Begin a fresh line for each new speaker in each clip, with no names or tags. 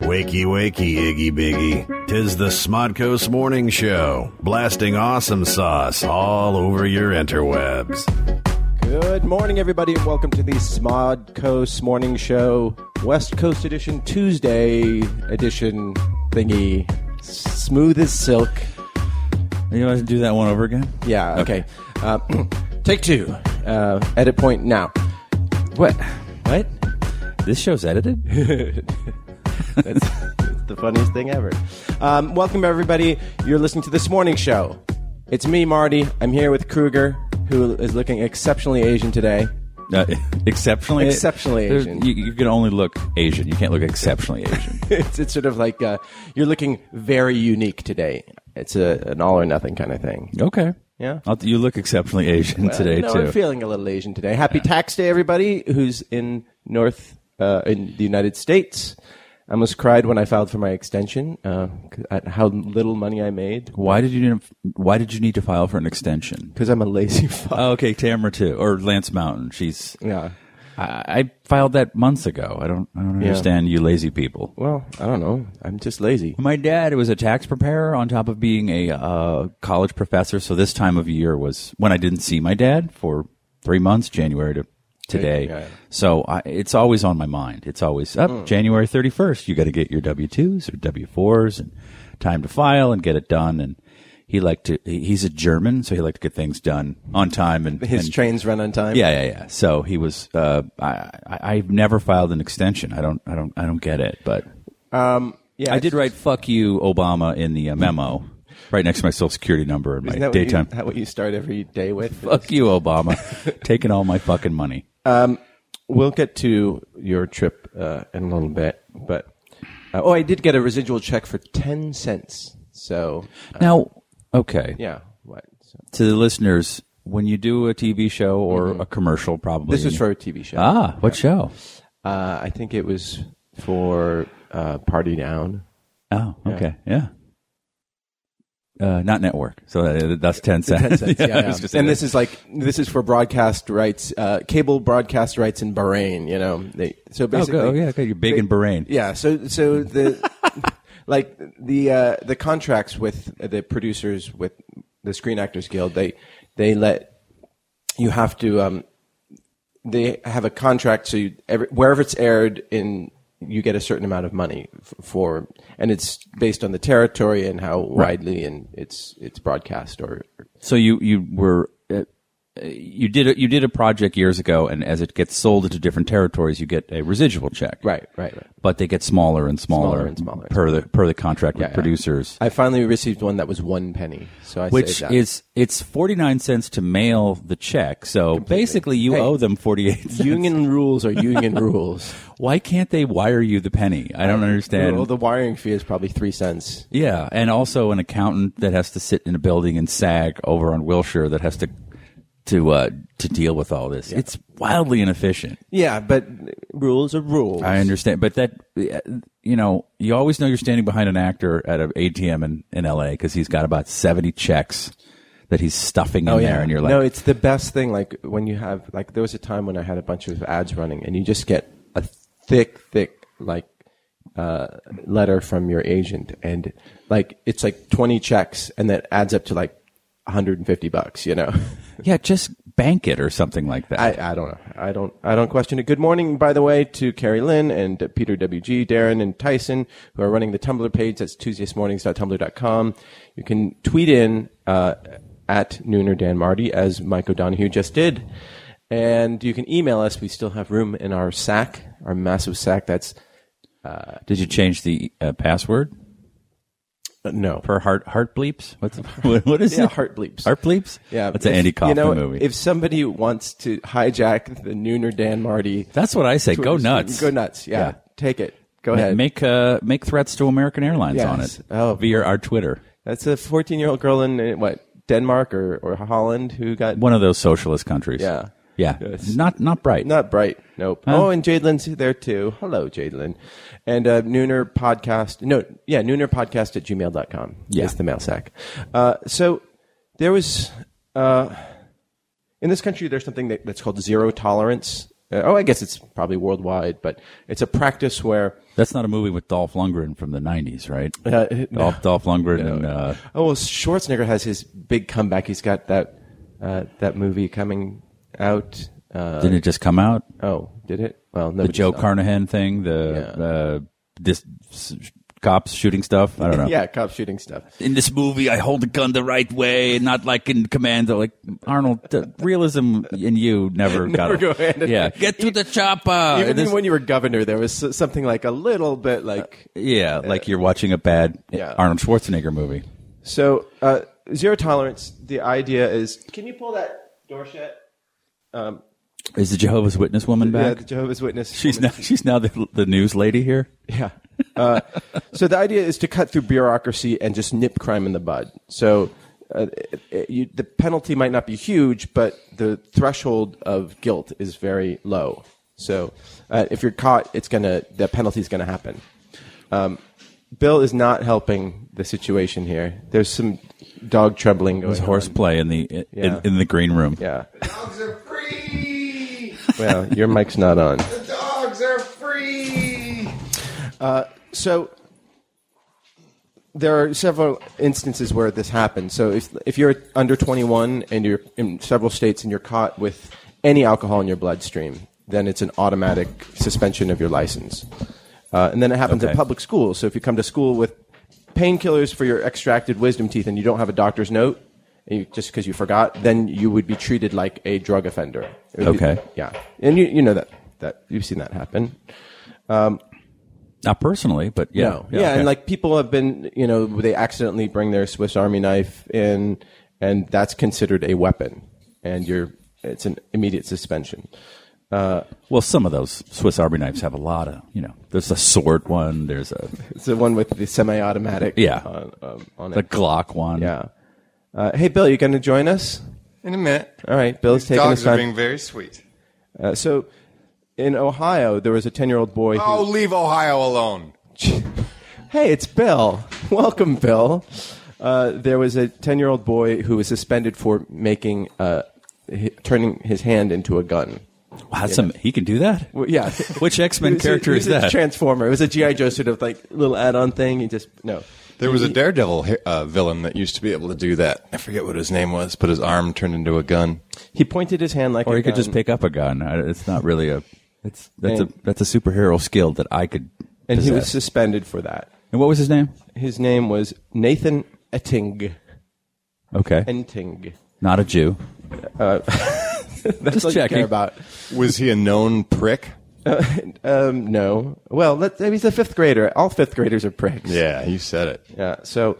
Wakey, wakey, Iggy Biggy. Tis the Smodco's Morning Show, blasting awesome sauce all over your interwebs.
Good morning, everybody, and welcome to the Smod Coast Morning Show, West Coast Edition, Tuesday edition thingy. Smooth as silk.
You want to do that one over again?
Yeah, okay. Uh, take two. Uh, edit point now. What?
What? This show's edited?
That's it's the funniest thing ever. Um, welcome, everybody. You're listening to This Morning Show. It's me, Marty. I'm here with Kruger, who is looking exceptionally Asian today.
Uh, exceptionally,
Exceptionally
There's-
Asian.
You, you can only look Asian. You can't look exceptionally Asian.
it's, it's sort of like uh, you're looking very unique today. It's a, an all or nothing kind of thing.
okay.
Yeah.
I'll, you look exceptionally Asian today
Uh, no,
too.
I'm feeling a little Asian today. Happy Tax Day, everybody who's in North uh, in the United States. I almost cried when I filed for my extension uh, 'cause at how little money I made
why did you need, Why did you need to file for an extension?
because I'm a lazy fuck.
Oh, okay, Tamara too, or Lance Mountain. She's.
yeah.
I, I filed that months ago. I don't. I don't
Yeah.
understand you lazy people.
Well, I don't know. I'm just lazy.
My dad was a tax preparer on top of being a uh, college professor. So this time of year was when I didn't see my dad for three months, January to today.
Yeah. Mm.
So I, it's always on my mind. It's always up January 31st. You got to get your W 2s or W 4s and time to file and get it done. And he liked to, he- he's a German, so he liked to get things done on time and
His
and,
trains run on time.
yeah, yeah, yeah. So he was. Uh, I, I, I've never filed an extension. I don't, I don't, I don't get it. But
Um, yeah.
I did write "fuck you, Obama" in the uh, memo, right next to my social security number and my
Isn't that what you-
daytime.
how- what you start every day with?
"Fuck you, Obama," taking all my fucking money.
We'll get to your trip uh, in a little bit, but uh, oh, I did get a residual check for ten cents. So
now, okay,
Uh, yeah, what? So,
to the listeners, when you do a TV show or a commercial, probably
Mm-hmm. this was for a TV show.
ah, what show?
Uh, I think it was for uh, Party Down.
Oh, okay, yeah. Uh, not network, so uh, that's ten cents.
Cents, yeah,
I
yeah.
was just saying
And this is like this is for broadcast rights, uh, cable broadcast rights in Bahrain. You know, they, so
that. oh,
basically,
good. oh, yeah, good. You're big in Bahrain.
Yeah. So so the like the uh, the contracts with the producers with the Screen Actors Guild they they let you have to um, they have a contract so you, every, wherever it's aired in you get a certain amount of money f- for and it's based on the territory and how widely and it's it's broadcast or, or
So you you were uh, you did a, you did a project years ago, and as it gets sold into different territories, you get a residual check.
Right, right, right.
But they get smaller and smaller,
Smaller and smaller.
per the per the contract with
yeah.
producers,
I finally received one that was one penny so I
which
saved that.
is it's forty nine cents to mail the check. So basically, you
Hey.
owe them forty eight.
union rules are union rules.
Why can't they wire you the penny? I don't understand.
Well, the wiring fee is probably three cents.
yeah, and also an accountant that has to sit in a building and sag over on Wilshire that has to to uh, to deal with all this. It's wildly inefficient.
Yeah, but rules are rules.
I understand, but that uh, you know, you always know you're standing behind an actor at an ATM in in LA because he's got about seventy checks that he's stuffing in there, and you're like,
Oh, no, it's the best thing. Like when you have, like, there was a time when I had a bunch of ads running, and you just get a thick, thick, like, uh, letter from your agent, and like it's like twenty checks, and that adds up to like 150 bucks. You know,
yeah, just bank it or something like that.
I, I don't know. I don't. I don't question it. Good morning, by the way, to Carrie Lynn and uh, Peter WG, Darren and Tyson, who are running the Tumblr page. That's TuesdaysMornings.tumblr.com. You can tweet in uh, at Nooner Dan Marty as Mike O'Donohue just did, and you can email us. We still have room in our sack, our massive sack. That's
Did you change the uh, password
uh, no.
for heart heart bleeps? What's what, what is
Yeah,
it?
heart bleeps.
Heart bleeps.
yeah,
that's an
if-
Andy Kaufman
you know,
movie.
If somebody wants to hijack the Nooner Dan Marty,
that's what I say. Go nuts.
Go nuts. Yeah,
Yeah.
take it. Go
Ma-
ahead.
Make uh, make threats to American Airlines on
Yes.
it
Oh.
via our Twitter.
That's a 14 year old girl in uh, what Denmark or, or Holland who got
One of those socialist countries.
Yeah.
yeah.
Yes.
Not not bright.
not bright. Nope. Oh, and Jadelin's there too. Hello, Jadelin. And uh, Nooner podcast. No, yeah, Nooner podcast at gmail.com.
Yeah.
Is the mail sack. Uh, so there was uh, in this country, there's something that, that's called zero tolerance Uh, oh, I guess it's probably worldwide, but it's a practice where
That's not a movie with Dolph Lundgren from the '90s, right?
Uh, no.
Dolph, Dolph Lundgren and uh,
oh well, Schwarzenegger has his big comeback. He's got that uh, that movie coming out. Uh,
didn't it just come out?
oh, did it? Well,
The Joe Carnahan thing, the
Yeah.
uh, this cops shooting stuff. I don't know.
yeah, cop shooting stuff.
in this movie, I hold the gun the right way, not like in commando. Like Arnold, the realism in you never,
Never
got it.
go hand in
Yeah,
hand.
get to the chopper.
Even
And Uh, this-
when you were governor, there was s- something like a little bit like
yeah, like you're watching a bad
Yeah.
Arnold Schwarzenegger movie.
So uh, zero tolerance. The idea is, can you pull that door shut?
Is the Jehovah's Witness woman
Yeah,
back?
the Jehovah's Witness.
she's now she's now the, the news lady here.
Yeah. Uh, so the idea is to cut through bureaucracy and just nip crime in the bud. So uh, it- it- you, the penalty might not be huge, but the threshold of guilt is very low. So uh, if you're caught, it's gonna the penalty is gonna happen. Um, Bill is not helping the situation here. There's some dog trembling going
There's horseplay in the in,
Yeah.
in the green room.
on. Yeah.
Dogs are free!
Well, your mic's not on.
The dogs are free!
Uh, So there are several instances where this happens. So if if you're under 21 and you're in several states and you're caught with any alcohol in your bloodstream, then it's an automatic suspension of your license. Uh, and then it happens
Okay.
at public schools. So if you come to school with painkillers for your extracted wisdom teeth and you don't have a doctor's note, you, just because you forgot, then you would be treated like a drug offender. It would be-
Okay.
yeah, and you you know that that you've seen that happen.
Not personally, but yeah,
No. Yeah, and
okay.
like people have been, you know, they accidentally bring their Swiss Army knife in, and that's considered a weapon, and you're it's an immediate suspension.
well, some of those Swiss Army knives have a lot of you know. There's a sword one. There's a
It's the one with the semi-automatic.
Yeah.
On, um, on
the
it.
Glock one.
yeah. Uh, hey, Bill, you going to join us?
In a minute.
All right, Bill's taking his
dogs are
time.
being very sweet.
Uh, so, in Ohio, there was a ten-year-old boy. who-
Oh, leave Ohio alone.
Hey, it's Bill. Welcome, Bill. Uh, there was a 10 year old boy who was suspended for making, uh, hi turning his hand into a gun.
wow, that's some, he can do that.
Well, yeah.
Which X-Men
It was a-
character
it
is
was a
that?
Transformer. It was a G.I. Joe sort of like little add on thing. You just, no.
There was a daredevil hi- uh, villain that used to be able to do that. I forget what his name was, but his arm turned into a gun.
He pointed his hand like
or
a
you could just
gun,
pick up a gun. I- It's not really a. It's that's a
Um, And-
that's a superhero skill that I could.
And he was
possess.
suspended for that.
And what was his name?
His name was Nathan Etting.
Okay,
Enting.
not a Jew.
Uh, That's
Just
all you
checking.
care about.
Was he a known prick?
Um, no. Well, let's, he's a fifth grader. All fifth graders are pricks.
Yeah, you said it.
Yeah. So,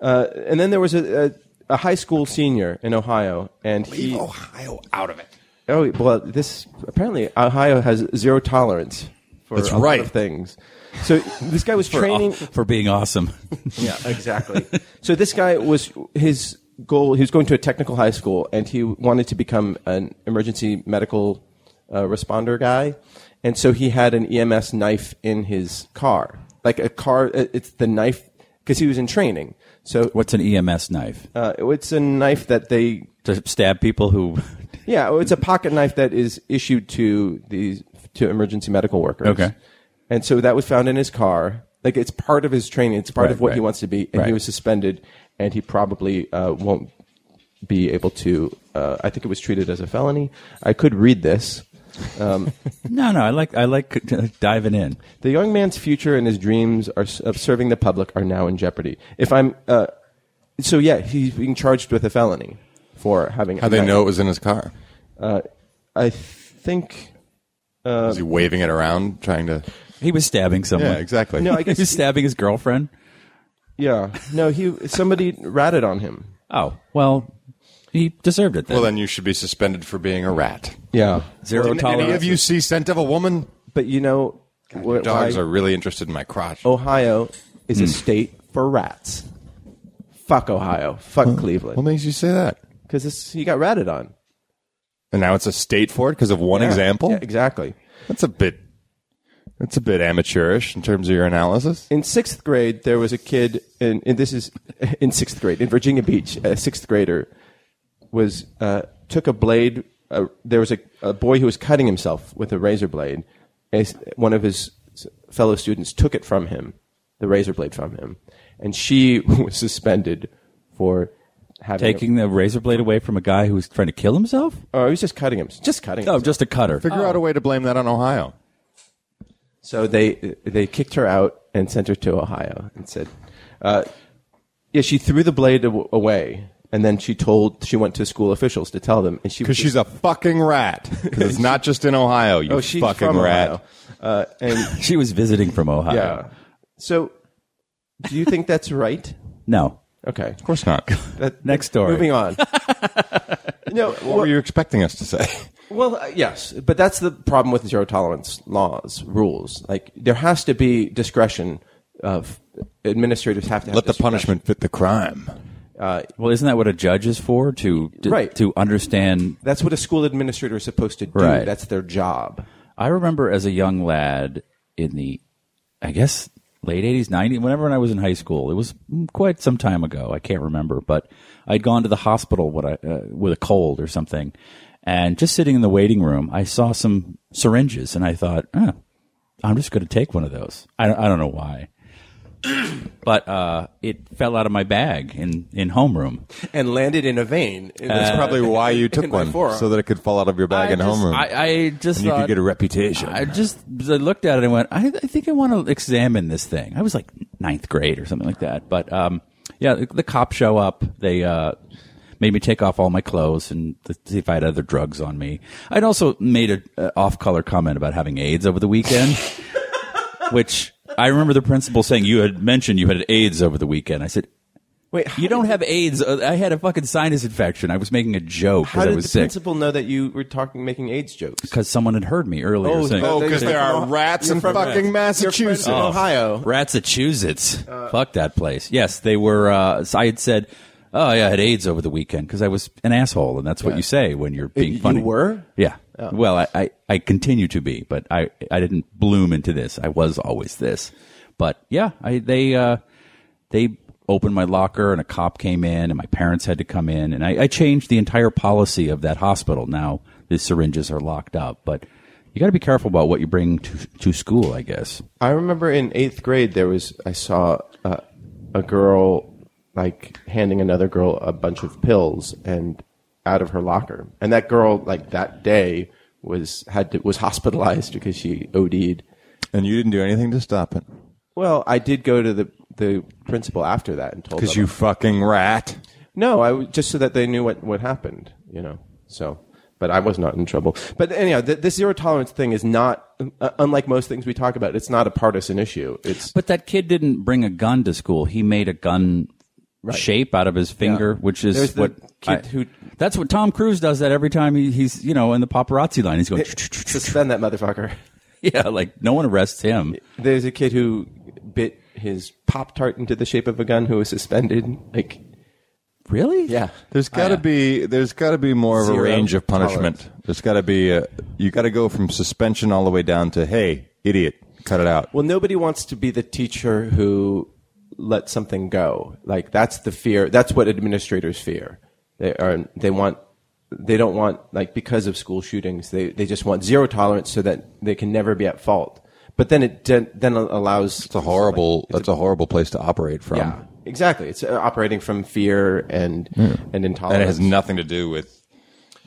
uh, and then there was a, a, a high school senior in Ohio, and he.
Leave Ohio out of it.
Oh well, this apparently Ohio has zero tolerance for
That's
a lot
right.
of things. So this guy was training.
for, for being awesome.
yeah, exactly. so this guy was his goal. He was going to a technical high school, and he wanted to become an emergency medical uh, responder guy. And so he had an EMS knife in his car, like a car. it- It's the knife because he was in training. So
What's an EMS knife
Uh, it's a knife that they,
to stab people who?
yeah, it's a pocket knife that is issued to these to emergency medical workers.
Okay.
and so that was found in his car. Like it's part of his training. It's part
Right,
of what he
right.
wants to be, and
Right.
he was suspended, and he probably uh, won't be able to. Uh, I think it was treated as a felony. I could read this.
No, no. I like I like uh, diving in.
The young man's future and his dreams are, of serving the public are now in jeopardy. If I'm, uh, so yeah, he's being charged with a felony for having.
How
a
they
knife.
know it was in his car?
Uh, I think
was he waving it around, trying to?
He was stabbing someone.
Yeah, exactly.
No, I
He
guess
was stabbing his girlfriend.
yeah. No, he somebody ratted on him.
Oh well, he deserved it. Then.
well, then you should be suspended for being a rat.
Yeah,
Zero
Didn't
tolerance.
any of you see Scent of a Woman?
but you know, wh-
Dogs
why-
are really interested in my crotch.
Ohio is a state for rats. Fuck Ohio. Fuck
What
Cleveland.
makes you say that?
Because he got ratted on.
And now it's a state for it because of one
Yeah.
example.
Yeah, exactly.
That's a bit. That's a bit amateurish in terms of your analysis.
In sixth grade, there was a kid, in, and this is in sixth grade in Virginia Beach. A sixth grader was uh, took a blade a, there was a, a boy who was cutting himself with a razor blade. And his- one of his s- fellow students took it from him, the razor blade from him, and she was suspended for having
Taking the razor blade away from a guy who was trying to kill himself?
Oh, he was just cutting him. Just cutting.
Oh,
him.
just a cutter.
Figure out a way to blame that on Ohio.
So they they kicked her out and sent her to Ohio and said, uh, "Yeah, she threw the blade aw- away." And then she told she went to school officials to tell them, and she
Because she's a fucking rat. 'Cause it's not just in Ohio, you
oh she's
fucking
from
rat.
Ohio. Uh, and
She was visiting from Ohio.
yeah, so do you think that's right?
No.
Okay,
Of course not.
that,
Next story.
Moving on. no,
what were you expecting us to say?
Well, uh, yes, but that's the problem with zero tolerance laws, rules. Like there has to be discretion. Of administrators have to have
Let the
discretion.
punishment fit the crime.
Well, isn't that what a judge is for? To, to
Right.
to understand
That's what a school administrator is supposed to do.
Right.
That's their job.
I remember as a young lad in the, I guess late eighties, nineties, whenever I was in high school, it was quite some time ago. I can't remember, but I'd gone to the hospital what I, uh, with a cold or something, and just sitting in the waiting room, I saw some syringes, and I thought, oh, I'm just going to take one of those. I don't, I don't know why. But uh, it fell out of my bag in, in homeroom.
And landed in a vein. It was
That's probably why
Uh,
you
in
took
my
one,
forearm.
so that it could fall out of your bag in
I just-
homeroom.
I, I just
and you
thought-
could get a reputation.
I just I looked at it and went, I, I think I want to examine this thing. I was like ninth grade or something like that. But um, yeah, the, the cops show up. They uh, made me take off all my clothes and to see if I had other drugs on me. I'd also made a uh, off-color comment about having AIDS over the weekend, which I remember the principal saying, "You had mentioned you had AIDS over the weekend." I said.
Wait, how
you don't have AIDS. Uh, I had a fucking sinus infection. I was making a joke
How
because I
did
was
the
sick
principal know that you were talking, making AIDS jokes?
because someone had heard me earlier saying,
oh, 'cause there are rats
You're
in
from-
fucking
you're from
Massachusetts.
Ohio.
Ratsachusetts.
Uh,
Fuck that place. Yes, they were. Uh, so I had said, "Oh yeah, I had AIDS over the weekend because I was an asshole," and that's what you say when you're being
you
funny.
were?
Yeah. Well, I, I I continue to be, but I I didn't bloom into this. I was always this. But yeah, I they uh they opened my locker and a cop came in and my parents had to come in and I, I changed the entire policy of that hospital. Now the syringes are locked up, but you got to be careful about what you bring to to school, I guess.
I remember in eighth grade there was I saw uh, a girl like handing another girl a bunch of pills and out of her locker, and that girl like that day was had to, was hospitalized because she OD'd.
And you didn't do anything to stop it.
Well, I did go to the the principal after that and told
Because
them.
you fucking rat.
No, I w- just so that they knew what, what happened, you know. So, but I was not in trouble. But anyhow, th- this zero tolerance thing is not uh, unlike most things we talk about. It's not a partisan issue. It's
But that kid didn't bring a gun to school. He made a gun shape out of his finger,
Yeah.
which is
There's the
what
kid
I-
who-
That's what Tom Cruise does. That every time he, he's you know in the paparazzi line, he's going.
suspend that motherfucker.
yeah, like no one arrests him.
There's a kid who bit his pop tart into the shape of a gun who was suspended. Like,
Really?
yeah,
There's got to be there's got to be more of a
Zero
range of punishment. There's got to be a, you got to go from suspension all the way down to hey idiot cut it out.
Well, nobody wants to be the teacher who lets something go. Like that's the fear. That's what administrators fear. They are. They want. They don't want like because of school shootings. They they just want zero tolerance so that they can never be at fault. But then it de- then allows.
It's a horrible that's a horrible place to operate from.
Yeah, exactly. It's uh, operating from fear and and intolerance.
And it has nothing to do with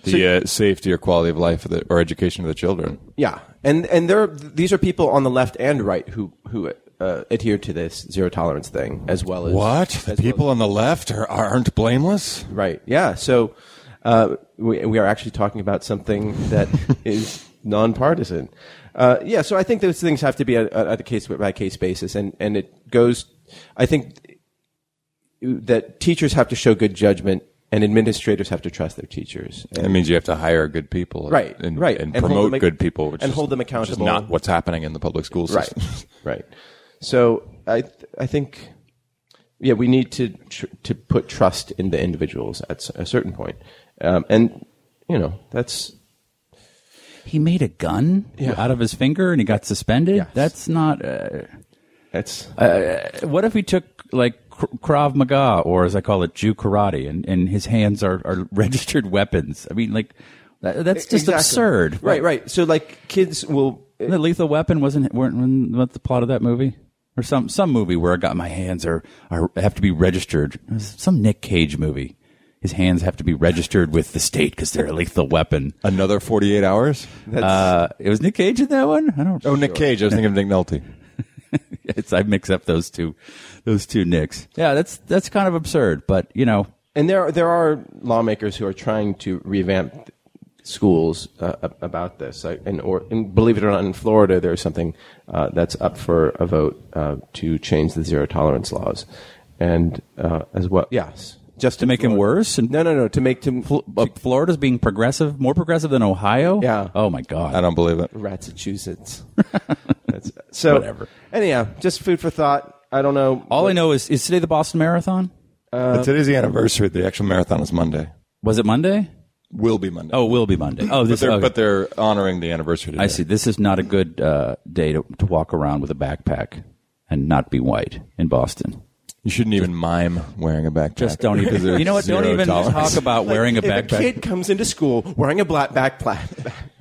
the uh, safety or quality of life of the, or education of the children.
Yeah, and and there these are people on the left and right who who uh, adhere to this zero tolerance thing as well as
The people on the left are, aren't blameless?
Right. Yeah. So uh, we we are actually talking about something that is nonpartisan. Uh, yeah. So I think those things have to be at, at a case by case basis, and and it goes. I think that teachers have to show good judgment, and administrators have to trust their teachers.
That means you have to hire good people,
Right,
And,
right.
and,
And hold
promote
them ac-
good people, which
and
is-
hold them
which is
accountable.
not what's happening in the public school
right.
system.
right. So I th- I think. Yeah, we need to tr- to put trust in the individuals at s- a certain point, um, and you know that's
He made a gun out of his finger and he got suspended.
Yes.
That's not. Uh,
that's
what if he took like Kr- Krav Maga or as I call it, Jew karate, and, and his hands are, are registered weapons? I mean, like, That, that's just
Exactly.
absurd.
Right, right. So like kids will
The Lethal Weapon wasn't weren't wasn't that the plot of that movie or some some movie where I got my hands are are have to be registered. It was some Nick Cage movie. His hands have to be registered with the state because they're a lethal weapon.
Another 48 hours?
Uh, it was Nick Cage in that one. I don't.
Oh, Nick Cage. I was thinking of Nick Nolte.
It's, I mix up those two, those two Nicks. Yeah, that's that's kind of absurd, but you know,
and there there are lawmakers who are trying to revamp schools uh, ab- about this. Like, and or and believe it or not, in Florida there's something uh, that's up for a vote uh, to change the zero tolerance laws, and uh, as well, yes, just
to make him worse. And
No, no, no. To make to
Fl- uh, Florida's being progressive, more progressive than Ohio.
Yeah.
Oh my
I
God.
don't believe it.
Massachusetts. That's, so
Whatever.
Anyhow, just food for thought. I don't know.
All I know is is today the Boston Marathon?
but today's the anniversary. The actual marathon is Monday.
Was it Monday?
Will be Monday.
Oh, it will be Monday. Oh,
but
this.
they're,
okay.
but they're honoring the anniversary today.
I see. This is not a good uh, day to, to walk around with a backpack and not be white in Boston.
You shouldn't even mime wearing a backpack.
Just don't even.
because there's
You know what? Don't
zero
even
tolerance.
talk about wearing a
if
backpack.
a kid comes into school wearing a black back pla-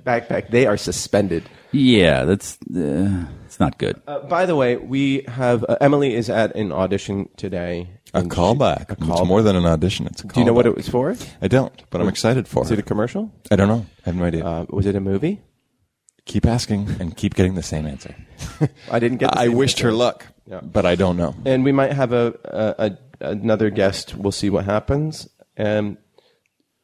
backpack, they are suspended.
yeah, that's uh, it's not good.
Uh, by the way, we have uh, Emily is at an audition today.
A
And
callback. It's more than an audition. It's a callback.
Do you know what it was for? Is
I don't, but I'm excited for
it a
it.
commercial?
I don't know. I have no idea.
Uh, was it a movie?
keep asking and keep getting the same answer.
I didn't get. the
I
same
wished her
answer.
luck,
Yeah.
but I don't know.
And we might have a, a, a another guest. We'll see what happens. Um,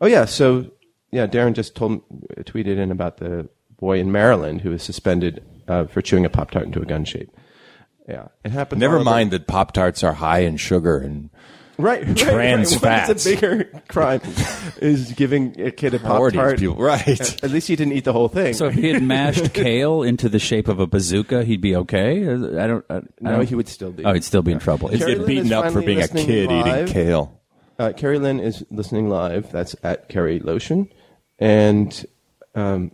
oh yeah, so yeah, Darren just told tweeted in about the boy in Maryland who was suspended uh, for chewing a pop tart into a gun shape. Yeah, it happened. all
Never
over-
mind that Pop Tarts are high in sugar and
Right, right,
Trans
right. What is
fats.
a bigger crime? is giving a kid a
How are
pop
these
tart.
people? Right.
At least he didn't eat the whole thing.
So if he had mashed kale into the shape of a bazooka, he'd be okay. I don't. I, I
No,
don't-
he would still be.
Oh, he'd still be in trouble. It's-
Carrie
get
Lynn
beaten
is
up for
finally
being a
listening
kid
live.
eating kale.
Uh, Carrie Lynn is listening live. That's at Carrie Lotion. And um,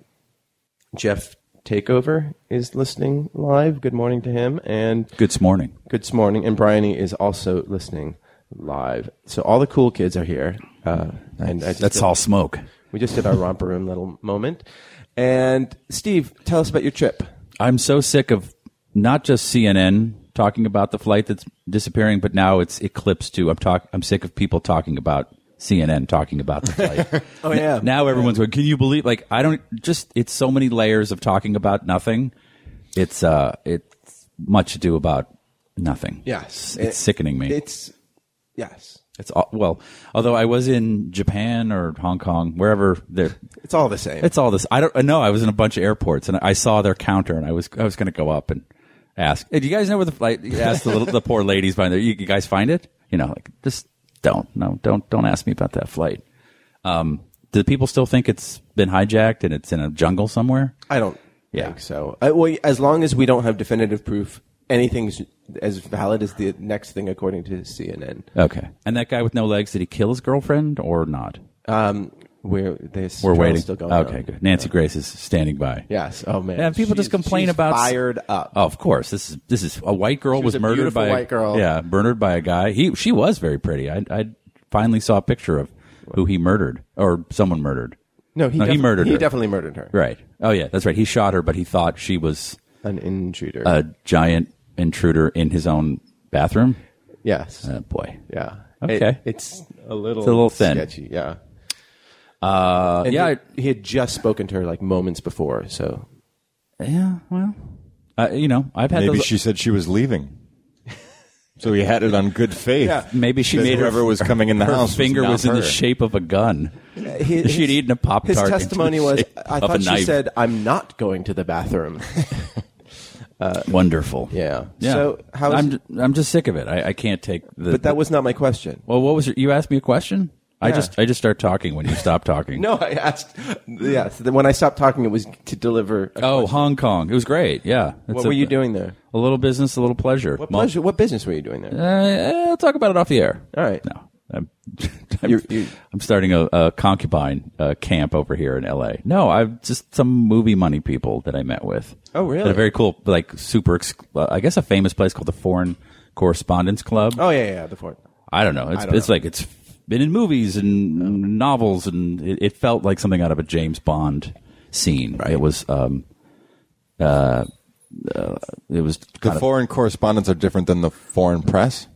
Jeff Takeover is listening live. Good morning to him. And
Good morning.
good morning. And Bryony is also listening live. So all the cool kids are here. Uh, and I just
That's
did-
all smoke.
We just did our romper room little moment. And Steve, tell us about your trip.
I'm so sick of not just CNN talking about the flight that's disappearing, but now it's eclipsed too. I'm talk. I'm sick of people talking about CNN talking about the flight.
Oh, yeah.
now everyone's going. Can you believe? Like I don't. Just it's so many layers of talking about nothing. It's uh, it's much ado about nothing.
Yes.
it's, it's sickening me.
It's, yes.
It's all, well, although I was in Japan or Hong Kong, wherever there,
It's all the same.
it's all this. I don't know. I was in a bunch of airports and I saw their counter and I was I was going to go up and ask, "Hey, do you guys know where the flight?" you Ask the little, the poor ladies behind there. You, you guys find it? You know, like just don't no don't don't ask me about that flight. Um, do people still think it's been hijacked and it's in a jungle somewhere?
I don't
Yeah.
think so. I, well, as long as we don't have definitive proof, anything's as valid as the next thing according to CNN.
Okay. And that guy with no legs, did he kill his girlfriend or not?
Um, we're this
We're
trial's
waiting.
Still going
okay,
on.
good. Nancy Grace is standing by.
Yes. Oh man.
Yeah, people just
She's-
complain
she's
about
fired up.
Oh, of course. This is this is a white girl
She was
was,
a
murdered
beautiful
by
white girl.
Yeah, murdered by a guy. He she was very pretty. I I finally saw a picture of who he murdered or someone murdered.
No, he,
no, he
defi-
murdered
He
her.
definitely murdered her.
Right. Oh yeah, that's right. He shot her, but he thought she was
An intruder.
a giant intruder in his own bathroom.
yes.
Oh, boy.
yeah.
okay.
It- it's a little.
It's a little thin.
Sketchy. Yeah.
Uh,
And
yeah. I-
He, he had just spoken to her like moments before, so
yeah. Well, uh, you know, I've had
Maybe
those.
she said she was leaving. So he had it on good faith.
maybe she
That
made her-
whoever was coming in the
her
house.
finger was, in the
shape.
shape of a gun.
He-
She'd
his-
eaten a Pop-Tart
His
into the
testimony was,
shape
"I
of a
thought she
knife."
said I'm not going to the bathroom."
Wonderful.
Yeah.
Yeah.
So how? Is,
I'm ju- I'm just sick of it. I, I can't take the.
but that was not my question.
Well, what was your, you asked me a question? I
Yeah.
just I just start talking when you stop talking.
No, I asked. Yeah. So then when I stopped talking, it was to deliver. a-
Oh, Hong Kong. It was great. Yeah.
what
It's a-
were you doing there?
A little business, a little pleasure.
What
Mul-
pleasure? What business were you doing there?
Uh, eh, I'll talk about it off the air.
All right.
No. I'm, I'm,
You're- you-
I'm starting a, a concubine uh, camp over here in L.A. No, I've just some movie money people that I met with.
Oh, really?
At a very cool, like super, ex- uh, I guess a famous place called the Foreign Correspondence Club.
Oh yeah, yeah, yeah, the fort.
I don't know. It's,
don't
it's
know.
like it's been in movies and novels, and it, it felt like something out of a James Bond scene. It was, um, uh, uh, it was
The foreign correspondents are different than the foreign press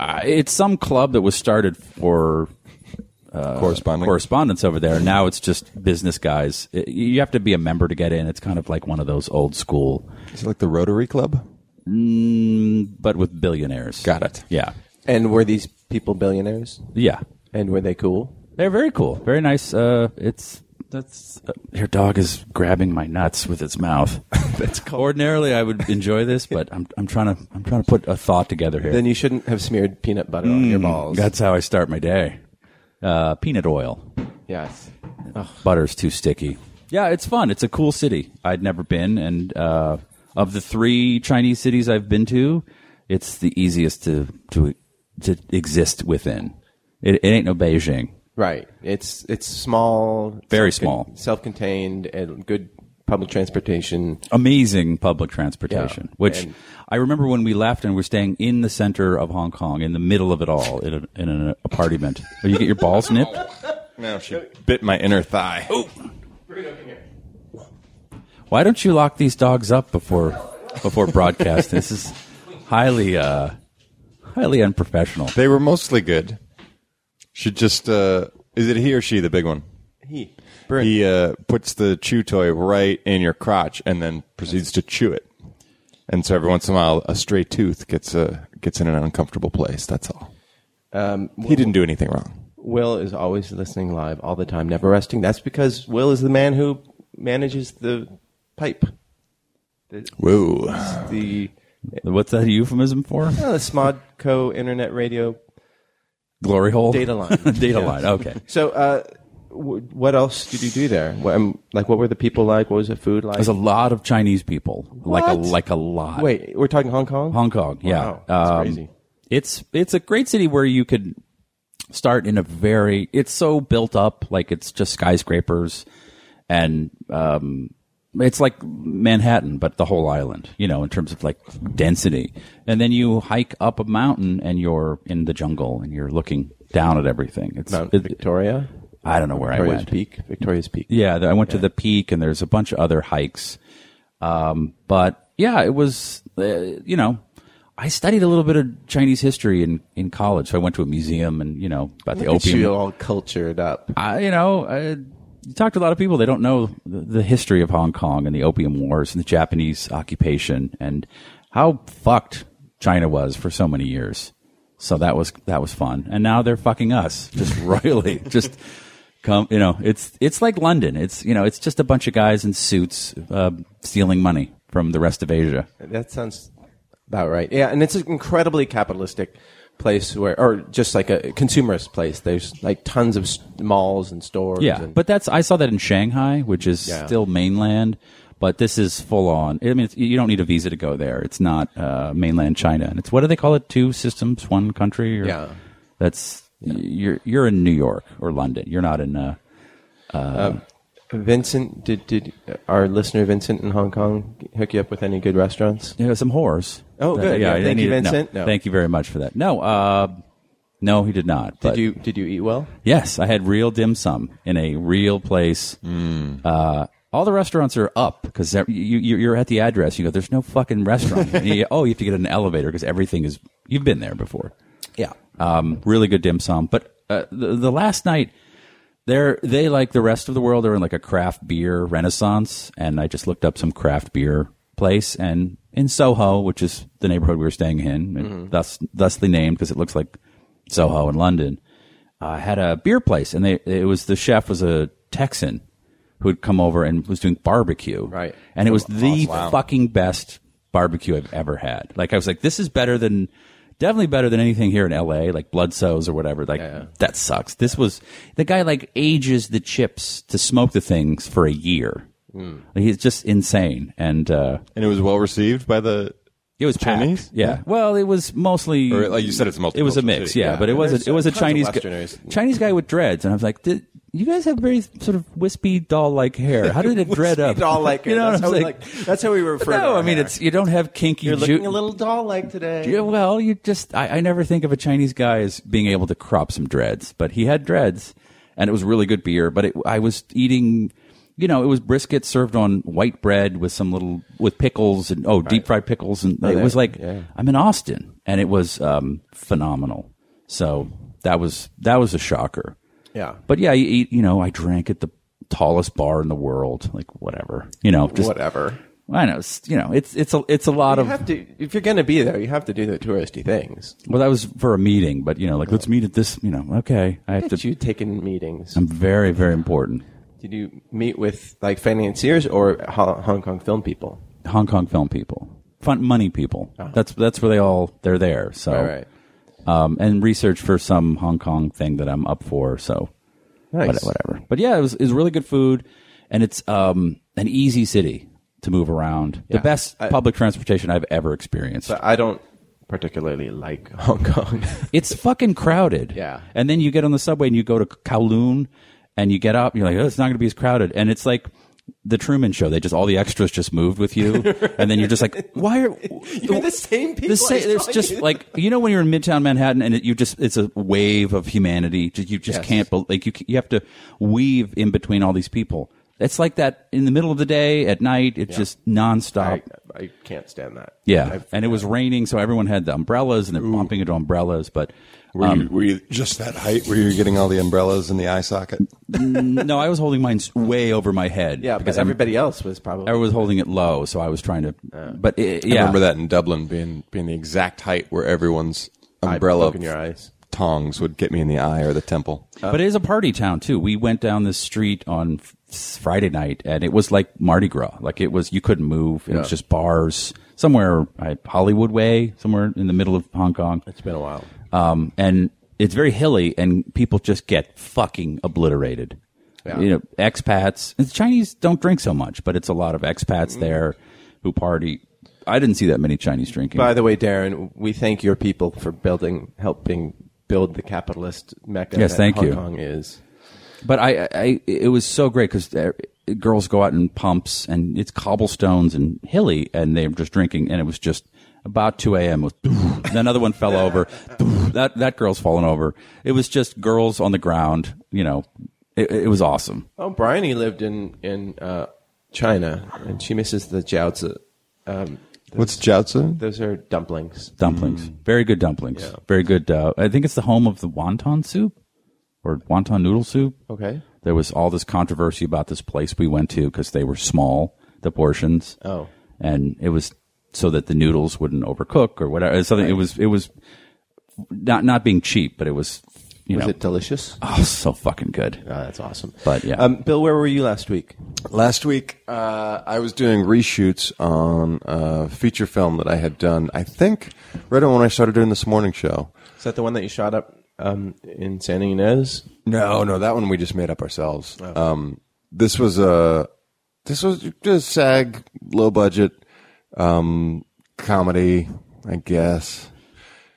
uh, it's some club that was started for Uh,
correspondent.
correspondence over there. Now it's just business guys. It- you have to be a member to get in. It's kind of like one of those old school,
Is it like the Rotary Club?
but with billionaires.
Got it.
Yeah,
And were these people billionaires?
yeah.
And were they cool?
They're very cool. Very nice. Uh, it's that's uh, your dog is grabbing my nuts with its mouth. that's cool. Ordinarily, I would enjoy this, but I'm I'm trying to I'm trying to put a thought together here.
Then you shouldn't have smeared peanut butter on your balls.
Hmm, that's how I start my day. Uh, peanut oil.
yes.
butter's too sticky. Yeah, it's fun. It's a cool city. I'd never been, and uh, of the three Chinese cities I've been to, it's the easiest to to to exist within. It, it ain't no Beijing.
Right. It's it's small,
Very
self-con-
small.
self-contained, and good public transportation.
Amazing public transportation,
Yeah,
which
and-
I remember when we left and we're staying in the center of Hong Kong, in the middle of it all, in, a, in an apartment. Oh, you get your balls nipped.
Now she bit my inner thigh.
Why don't you lock these dogs up before before broadcast? this is highly uh, highly unprofessional.
They were mostly good. She just uh is it he or she the big one?
He.
He uh puts the chew toy right in your crotch and then proceeds to chew it. And so every once in a while a stray tooth gets uh, gets in an uncomfortable place, that's all. he didn't do anything wrong.
Will is always listening live all the time, never resting. That's because Will is the man who manages the pipe,
Whoa.
the
What's that a euphemism for?
uh, Smodco Internet Radio
Glory hole?
data line.
Data
Yeah.
line. Okay. It
So, uh, w- what else did you do there? What, um, like, what were the people like? What was the food like?
was a lot of Chinese people. Like a
What?
like a lot.
Wait, we're talking Hong Kong.
Hong Kong. Yeah.
Wow, that's
Um,
crazy.
It's it's a great city where you could start in a very it's so built up like it's just skyscrapers and um it's like Manhattan but the whole island, you know, in terms of like density. And then you hike up a mountain and you're in the jungle and you're looking down at everything. It's
Mount
it-
Victoria,
I don't know where I
Victoria's
went.
Peak, Victoria's Peak.
Yeah, th- I went to the peak, and there's a bunch of other hikes. Um, but yeah, it was uh, you know, I studied a little bit of Chinese history in in college, so I went to a museum and you know about the
Look at you
opium.
all cultured up.
I, you know, I, you talk to a lot of people; they don't know the, the history of Hong Kong and the opium wars and the Japanese occupation and how fucked China was for so many years. So that was that was fun, and now they're fucking us just royally, just come you know it's it's like london it's you know it's just a bunch of guys in suits uh, stealing money from the rest of asia
That sounds about right. Yeah, and it's an incredibly capitalistic place where, or just like a consumerist place. There's like tons of s- malls and stores.
yeah
and-
but that's i saw that in shanghai which is
Yeah.
still mainland but this is full on i mean it's, you don't need a visa to go there it's not uh, mainland china and it's what do they call it two systems one country or,
Yeah.
that's you're you're in new york or london you're not in uh,
Vincent, did did our listener Vincent in Hong Kong hook you up with any good restaurants?
you know, some whores
Oh,
That-
good. Yeah,
I
thank you,
needed- no,
Vincent. No.
thank you very much for that no uh, no he did not but
Did you did you eat well?
Yes, I had real dim sum in a real place. Uh, all the restaurants are up because you, you, you're at the address. You go, there's no fucking restaurant. here." And you- oh, you have to get an elevator because everything is. You've been there before.
Yeah.
Um, really good dim sum. But uh, the, the last night, they're they like the rest of the world are in like a craft beer renaissance, and I just looked up some craft beer place and in Soho, which is the neighborhood we were staying in, and thus thusly named because it looks like Soho in London. Uh, had a beer place, and they it was the chef was a Texan who'd come over and was doing barbecue,
Right.
And it was the fucking best barbecue I've ever had. Like I was like, this is better than definitely better than anything here in LA, like Bloodsoes or whatever. Like that sucks. This was the guy like ages the chips to smoke the things for a year. Like, he's just insane, and uh,
And it was well received by the
it was packed.
Chinese?
Yeah. Well, it was mostly
Or, like you said, it's a
It was a
multicultural
mix,
city.
yeah,
Yeah.
but it was
There's
a, it was a
tons of
Chinese guy,
Westerners.
Chinese guy with dreads, and I was like, "Th- You guys have very sort of wispy doll-like hair. How did it dread up?
Doll-like.
You know
that's,
what I'm
how we
saying?
like, that's how we refer. to
no,
our
I mean
hair.
it's you don't have kinky.
You're
ju-
looking a little doll-like today.
Yeah, well, you just I, I never think of a Chinese guy as being able to crop some dreads, but he had dreads, and it was really good beer. But it, I was eating, you know, it was brisket served on white bread with some little with pickles and oh, deep fried pickles, and it was like I'm in Austin, and it was um, phenomenal. So that was that was a shocker.
Yeah.
but yeah, you eat. You know, I drank at the tallest bar in the world, like whatever. You know, just
Whatever.
I know, it's- you know, it's it's a it's a lot
You
of
have to if you're going to be there, you have to do the touristy things.
Well, that was for a meeting, but you know, like let's meet at this. You know, okay, I have
Did
to.
you take in meetings?
I'm very, very important.
Did you meet with like financiers or Ho- Hong Kong film people?
Hong Kong film people, fun money people. That's that's where they all they're there. So,
All Uh-huh. right.
um, and research for some Hong Kong thing that I'm up for. So,
Nice.
what- whatever. But yeah, it was it was really good food, and it's um an easy city to move around. The best
I-
public transportation I've ever experienced.
But I don't particularly like Hong Kong.
It's fucking crowded.
Yeah.
And then you get on the subway and you go to Kowloon and you get up and you're like, oh, it's not going to be as crowded. And it's like the Truman Show. They just, all the extras just moved with you. and then you're just like, why are
You're the same people I
The same, there's
saw
just
you.
like, you know, when you're in Midtown Manhattan and it, you just, it's a wave of humanity. Ju- You just
Yes.
can't, be- like, you, c- you have to weave in between all these people. It's like that in the middle of the day, at night, it's just nonstop.
I, I can't stand that.
yeah.
I've-
and it was raining, so everyone had the umbrellas and they're bumping into umbrellas, but.
Were, you, were you just that height where you were getting all the umbrellas in the eye socket?
no, I was holding mine s- way over my head.
yeah,
because
because
I'm-
everybody else was probably
I was holding it low, so I was trying to. but it,
Uh, I
yeah,
remember that in Dublin being being the exact height where everyone's umbrella
poking your eyes.
tongs would get me in the eye or the temple.
But it is a party town too. We went down this street on f- Friday night, and it was like Mardi Gras. Like it was, you couldn't move. It was just bars somewhere, I, Hollywood way, somewhere in the middle of Hong Kong.
It's been a while.
um, and it's very hilly, and people just get fucking obliterated.
Yeah.
You know, expats. and The Chinese don't drink so much, but it's a lot of
Mm.
expats there who party. I didn't see that many Chinese drinking.
By the way, Darren, we thank your people for building, helping build the capitalist mecca.
Yes,
that
thank
Hong
you.
Kong is.
but I, I, it was so great because girls go out in pumps and it's cobblestones and hilly, and they're just drinking, and it was just about two a.m. Was another one fell over, that that girl's fallen over. It was just girls on the ground. You know, it, it was awesome.
Oh, Bryony lived in in uh, China, and she misses the jiaozi. Um,
What's jiaozi?
those are dumplings.
dumplings. Very good dumplings. Very good. Uh, I think it's the home of the wonton soup or wonton noodle soup.
Okay.
There was all this controversy about this place we went to because they were small, the portions.
Oh.
And it was so that the noodles wouldn't overcook or whatever. Something. It was. It was not not being cheap, but it was. You
Was
know,
it delicious?
oh, so fucking good.
Oh, that's awesome.
But, yeah.
um, Bill, where were you last week?
Last week, uh, I was doing reshoots on a feature film that I had done. I think right on when I started doing this morning show.
Is that the one that you shot up um, in San Ynez?
No, no, that one we just made up ourselves. Um, this was a this was just SAG low budget um, comedy, I guess.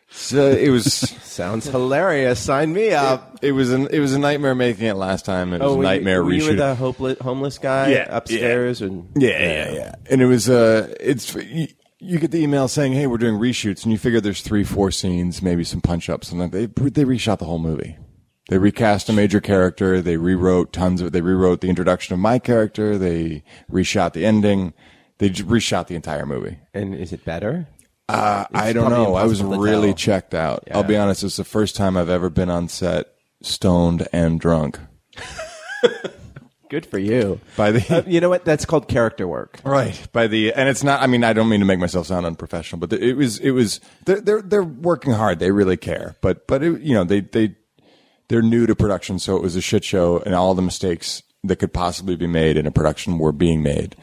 So it was.
Sounds hilarious. Sign me up.
It was an it was a nightmare making it last time. It was a
were you-
nightmare
were you
reshoot.
with that hopeless, homeless guy
Yeah,
upstairs, and
Yeah, yeah, yeah. And it was uh, it's you, you get the email saying, "Hey, we're doing reshoots," and you figure there's three, four scenes, maybe some punch ups, and then they they reshot the whole movie. They recast a major character. They rewrote tons of. They rewrote the introduction of my character. They reshot the ending. They j- reshot the entire movie.
and is it better?
Uh, I don't
probably
know. I was
impossible to
really
tell.
checked out. I'll be honest. It's the first time I've ever been on set stoned and drunk.
Good for you.
By the
Uh, you know what? That's called character work.
Right by the and it's not. I mean, I don't mean to make myself sound unprofessional, but it was it was they're they're, they're working hard. They really care, but but it, you know they they they're new to production, so it was a shit show, and all the mistakes that could possibly be made in a production were being made.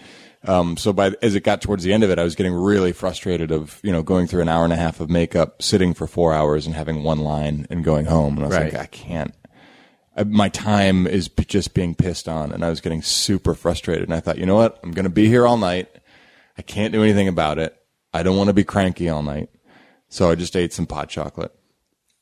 Um, so by as it got towards the end of it, I was getting really frustrated of you know going through an hour and a half of makeup, sitting for four hours, and having one line and going home, and I was
Right.
like, I can't I- my time is p- just being pissed on and I was getting super frustrated and I thought, you know what? I'm going to be here all night. I can't do anything about it. I don't want to be cranky all night. So I just ate some pot chocolate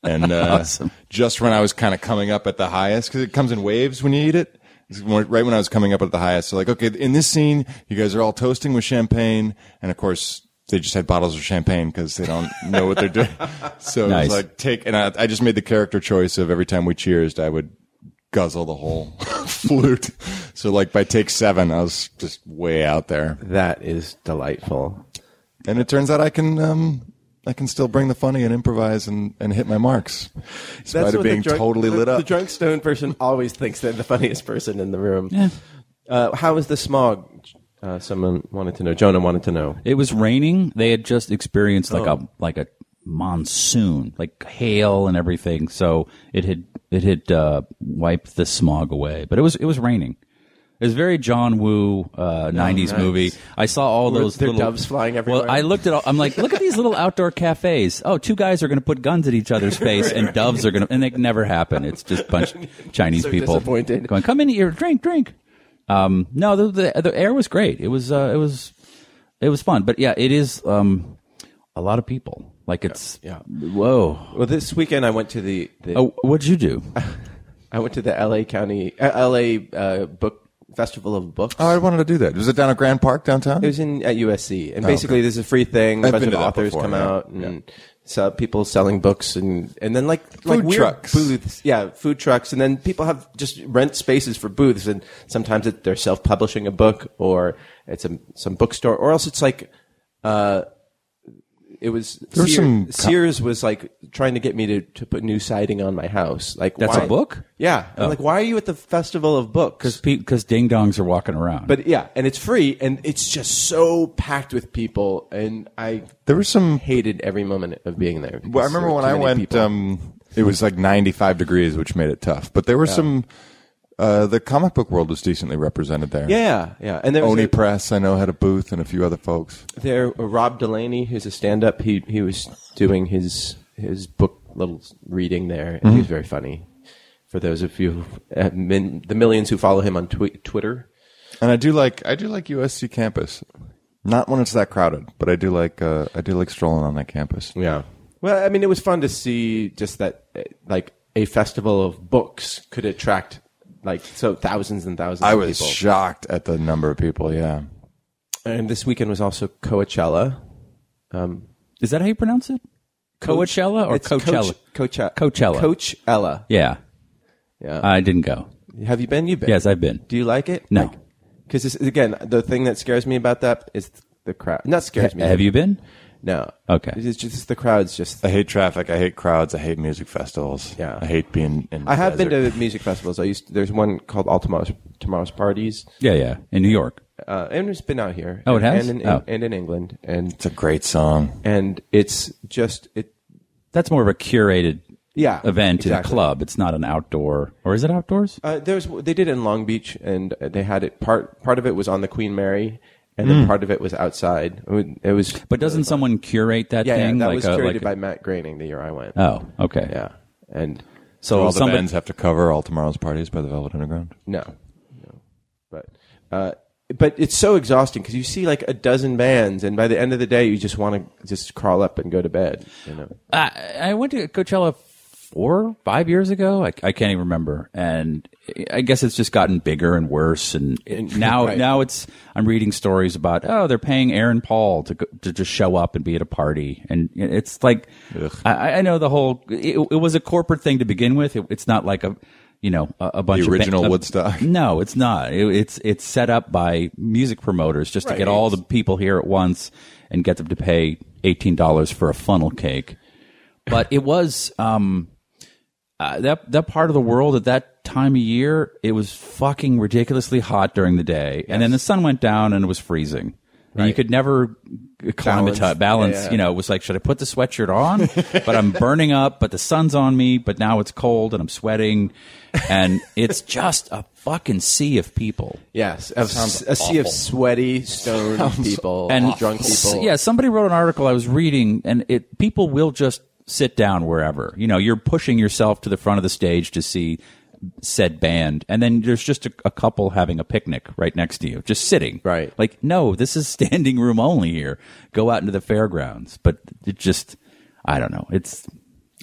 and uh, just when I was kind of coming up at the highest, because it comes in waves when you eat it. It's more- Right when I was coming up at the highest, so like, okay, in this scene, you guys are all toasting with champagne, and of course, they just had bottles of champagne because they don't know what they're doing. So it
Nice.
was like take, and I, I just made the character choice of every time we cheersed, I would guzzle the whole flute. So like by take seven, I was just way out there,
That is delightful.
and it turns out I can. um I can still bring the funny and improvise and, and hit my marks, in spite of
what the
being
drunk-
totally
the-
lit up.
The drunk stone person always thinks they're the funniest person in the room. Uh, how was the smog? Uh, someone wanted to know. Jonah wanted to know.
It was raining. They had just experienced like
Oh.
a like a monsoon, like hail and everything. So it had it had uh, wiped the smog away. But it was it was raining. It was very John Woo uh,
Oh,
'90s
nice.
movie. I saw all
Were
those
there
little,
doves flying everywhere?
Well, I looked at. All, I'm like, look at these little outdoor cafes. Oh, two guys are going to put guns at each other's face, and doves are going to, and they never happen. It's just a bunch of Chinese
So
people
disappointed.
going, come in here, drink, drink. Um, no, the, the the air was great. It was uh, it was it was fun, but yeah, it is um, a lot of people. Like it's
Yeah.
Whoa.
Well, this weekend I went to the, the
Oh, what'd you do?
I went to the L.A. County uh, L.A. Uh, book festival of books.
Oh, I wanted to do that. Was it down at Grand Park downtown?
It was in at USC, and basically this is a free thing. A
Oh, I've
bunch
been
of
to that
authors
before,
come
yeah.
out and sell people selling books, and and then like like weird
trucks.
booths, yeah, food trucks, and then people have just rent spaces for booths, and sometimes it, they're self publishing a book, or it's a some bookstore, or else it's like. uh it was
There were
Sears,
some co-
Sears was like trying to get me to, to put new siding on my house. Like
That's a
why-
book?
Yeah.
Oh.
I'm like, why are you at the festival of books?
Because ding dongs are walking around.
But yeah, and it's free, and it's just so packed with people, and I
There were some.
hated every moment of being there. because
Well, I remember
there were
when
too
I
many
went.
people.
Um, it was like 95 degrees, which made it tough. But there were some. Uh, the comic book world was decently represented there.
yeah, yeah, and there was
Oni
a-
Press, I know, had a booth, and a few other folks.
there uh, Rob Delaney, who's a stand-up. He he was doing his his book little reading there, and he
Mm-hmm.
was very funny. For those of you, uh, min, the millions who follow him on twi- Twitter,
And I do like I do like USC campus. Not when it's that crowded, but I do like uh, I do like strolling on that campus.
Yeah. Well, I mean, it was fun to see just that, eh, like, a festival of books could attract, like, so thousands and thousands
I
of
was
people.
shocked at the number of people. Yeah,
and this weekend was also Coachella.
is that how you pronounce it? Coachella or
It's
Coachella?
Coach, Coacha-
Coachella.
Coachella.
yeah.
Yeah.
I didn't go.
Have you been? You've been.
Yes, I've been.
Do you like it?
No.
Because, again, the thing that scares me about that is the crowd. Not scares me.
Have you been?
No.
Okay.
It's just the crowd's just.
I hate traffic. I hate crowds. I hate music festivals.
Yeah.
I hate being. in
I have been
desert.
to music festivals. I used to, there's one called All Tomorrow's, Tomorrow's Parties.
Yeah, yeah. In New York.
uh, and it's been out here.
Oh, it has?
and in,
Oh.
and in England, and
It's a great song.
and it's just it.
That's more of a curated
Yeah,
event in a
exactly.
club. It's not an outdoor, or is it outdoors?
Uh, there's they did it in Long Beach, and uh, they had it part part of it was on the Queen Mary, and then part of it was outside. It was, it was
But doesn't someone curate that
yeah, yeah,
thing?
that
like
was
a-
curated
like a-
by Matt Groening the year I went.
Oh, okay.
yeah, and
So,
all the
somebody-
bands have to cover all tomorrow's parties by the Velvet Underground.
No, no, but uh, but it's so exhausting because you see like a dozen bands, and by the end of the day, you just want to just crawl up and go to bed. You know,
I, I went to Coachella four, five years ago. I, I can't even remember. And I guess it's just gotten bigger and worse. And it- now,
Right.
now it's I'm reading stories about oh they're paying Aaron Paul to go, to just show up and be at a party. And it's like I, I know the whole it, it was a corporate thing to begin with. It, it's not like a you know a, a bunch of
original
a-
Woodstock.
no, it's not. It, it's it's set up by music promoters just to
Right.
get all the people here at once and get them to pay eighteen dollars for a funnel cake. But it was um, uh, that that part of the world at that time of year. It was fucking ridiculously hot during the day, and then the sun went down and it was freezing. And you could never acclimatize balance.
Yeah, yeah.
You know, it was like, should I put the sweatshirt on? but I'm burning up, but the sun's on me, but now it's cold and I'm sweating, and it's just a fucking sea of people.
Yes, of s- a sea of sweaty, stoned people
and
and drunk
s-
people.
Yeah, somebody wrote an article I was reading, and it people will just sit down wherever. You know, you're pushing yourself to the front of the stage to see said band, and then there's just a, a couple having a picnic right next to you, just sitting.
Right.
Like, no, this is standing room only here. Go out into the fairgrounds, but it just, I don't know. It's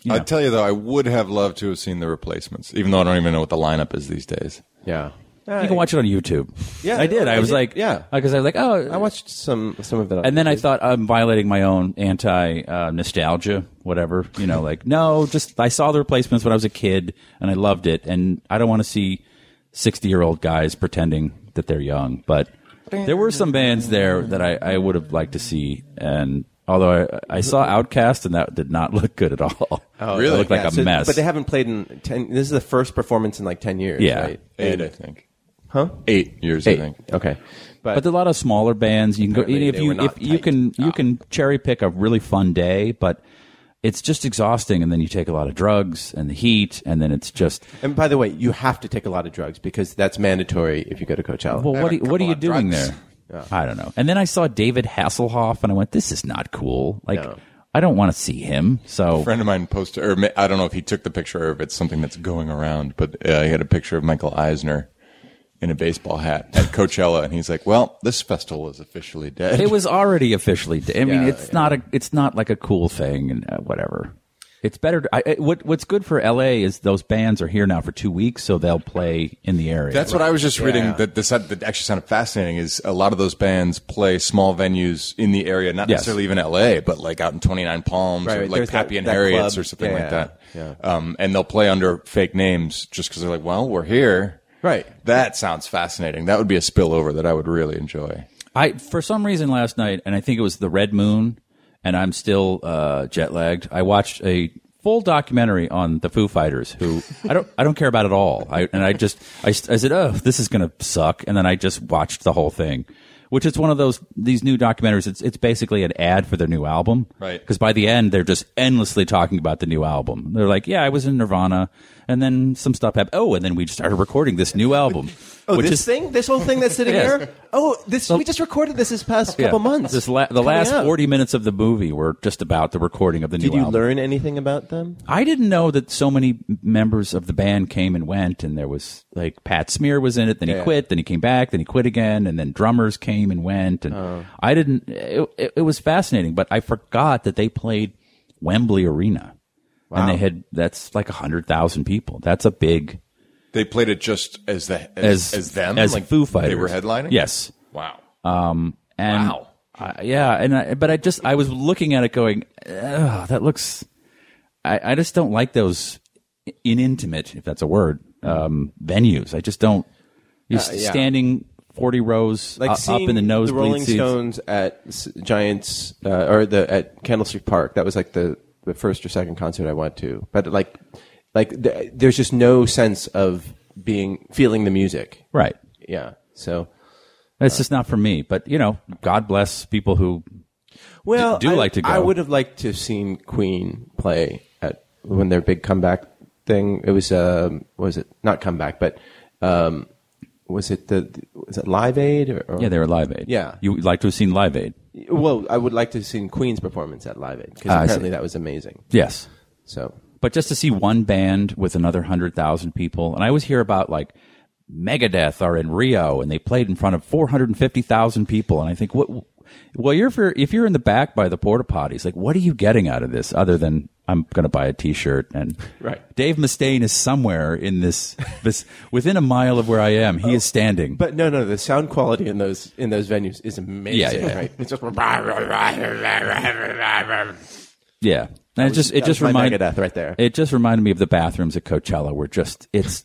you know.
I'll tell you though, I would have loved to have seen the replacements, even though I don't even know what the lineup is these days.
Yeah.
you can watch it on YouTube.
Yeah,
I did. I,
I
was
did.
like,
Yeah.
because I was like, oh,
I watched some some of it. on-
and then I thought I'm violating my own anti uh, nostalgia, whatever. You know, like no, just I saw the replacements when I was a kid and I loved it, and I don't want to see sixty year old guys pretending that they're young. But there were some bands there that I, I would have liked to see, and although I, I saw Outcast and that did not look good at all. Oh, it looked like
Yeah,
a
so-
mess.
But they haven't played in ten. This is the first performance in like ten years.
Yeah.
right?
Eight, I think. Huh? Eight years, I think.
Okay. But,
but there are a lot of smaller bands. You can go
Apparently
if
they
you
were
if
not
you
tight.
can you can cherry pick a really fun day, but it's just exhausting. And then you take a lot of drugs and the heat, and then it's just
and by the way, you have to take a lot of drugs because that's mandatory if you go to Coachella.
well, what
a
are, you- what are
couple
you
of
doing
drugs.
there? I don't know. And then I saw David Hasselhoff, and I went, "This is not cool. Like,
No.
I don't want to see him." So
A friend of mine posted, or ma- I don't know if he took the picture or if it's something that's going around, but uh, he had a picture of Michael Eisner in a baseball hat at Coachella, and he's like, "Well, this festival is officially dead."
it was already officially. I mean,
Yeah,
it's not a, it's not like a cool thing and uh, whatever. It's better. To, I, I- what What's good for LA is those bands are here now for two weeks, so they'll play in the area.
That's what I was just
Yeah.
reading. That this had- that actually sounded fascinating. Is a lot of those bands play small venues in the area, not
Yes.
necessarily even L.A., but like out in Twenty Nine Palms
Right,
or
right.
like
There's that-
Happy and
that
Harriet's
club.
or something
Yeah, yeah,
like that.
yeah.
Um, and they'll play under fake names just because they're like, "Well, we're here."
Right.
That sounds fascinating. That would be a spillover that I would really enjoy.
I for some reason last night, and I think it was the Red Moon, and I'm still uh, jet lagged. I watched a full documentary on the Foo Fighters, who I don't I don't care about at all. I and I just I, s- I said, oh, this is gonna suck, and then I just watched the whole thing, which is one of those these new documentaries. It's it's basically an ad for their new album,
Right.
Because by the end, they're just endlessly talking about the new album. They're like, yeah, I was in Nirvana, and then some stuff happened. Oh, and then we started recording this new album.
oh,
which
this
is,
thing, this whole thing that's sitting
Yes.
here. Oh, this we just recorded this this past
Yeah.
couple months.
This la- the
Coming
last
out.
40 minutes of the movie were just about the recording of the
Did
new
you
album.
learn anything about them?
I didn't know that so many members of the band came and went, and there was like Pat Smear was in it, then he
Yeah.
quit, then he came back, then he quit again, and then drummers came and went, and
Uh.
I didn't. It, it, it was fascinating, but I forgot that they played Wembley Arena, and they had that's like hundred thousand people. That's a big
They played it just as the
as
as, as them
as
like
Foo Fighters
They were headlining.
Yes,
Wow.
Uh,
And
Wow.
I- yeah, and I, but I just I was looking at it going, Ugh, that looks. I, I just don't like those inintimate, if that's a word, um, venues. I just don't. You're
Uh, yeah.
standing forty rows
Like
u- up
seeing
in the nosebleed
Rolling
seats.
Stones at S- Giants uh, or the at Candlestick Park. That was like the the first or second concert I went to. But like like th- there's just no sense of being feeling the music.
Right.
Yeah. So Uh.
That's just not for me. But you know, God bless people who.
well,
do
I,
like to go.
I would have liked to have seen Queen play at when their big comeback thing. It was um, what was it not comeback, but um, was it the was it Live Aid or, or
Yeah, they were Live Aid.
Yeah.
you would like to have seen Live Aid?
Well, I would like to have seen Queen's performance at Live Aid because
Ah, I see.
apparently that was amazing.
Yes.
So
But just to see one band with another 100,000 people, and I always hear about like Megadeth are in Rio and they played in front of 450,000 people. And I think, what, well, you're, if you're, if you're in the back by the porta potties, like, what are you getting out of this other than I'm going to buy a t shirt? And
Right.
Dave Mustaine is somewhere in this, this, within a mile of where I am. He is standing.
But no, no, the sound quality in those in those venues is amazing.
Yeah, yeah.
Right? It's just
Yeah, and it just it
that was
just
my
reminded
Megadeth right there.
It just reminded me of the bathrooms at Coachella were just it's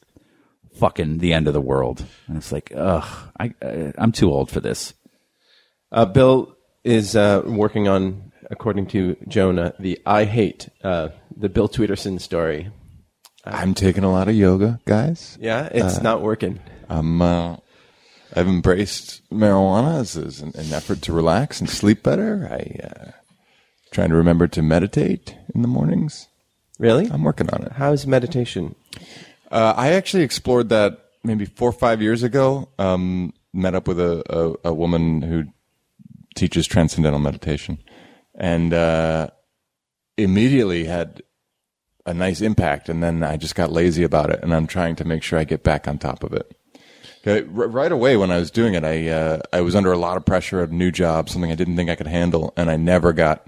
fucking the end of the world, and it's like ugh, I uh, I'm too old for this.
uh, Bill is uh, working on, according to Jonah, the I hate uh, the Bill Tweederson story.
I'm taking a lot of yoga, guys.
Yeah, it's not working.
I'm uh, I've embraced marijuana as, as an, an effort to relax and sleep better. I uh, trying to remember to meditate in the mornings.
Really?
I'm working on it.
How's meditation?
Uh, I actually explored that maybe four or five years ago. Um, met up with a, a, a woman who teaches transcendental meditation, and uh, immediately had a nice impact. And then I just got lazy about it, and I'm trying to make sure I get back on top of it. Okay, r- right away when I was doing it, I uh, I was under a lot of pressure of new job, something I didn't think I could handle, and I never got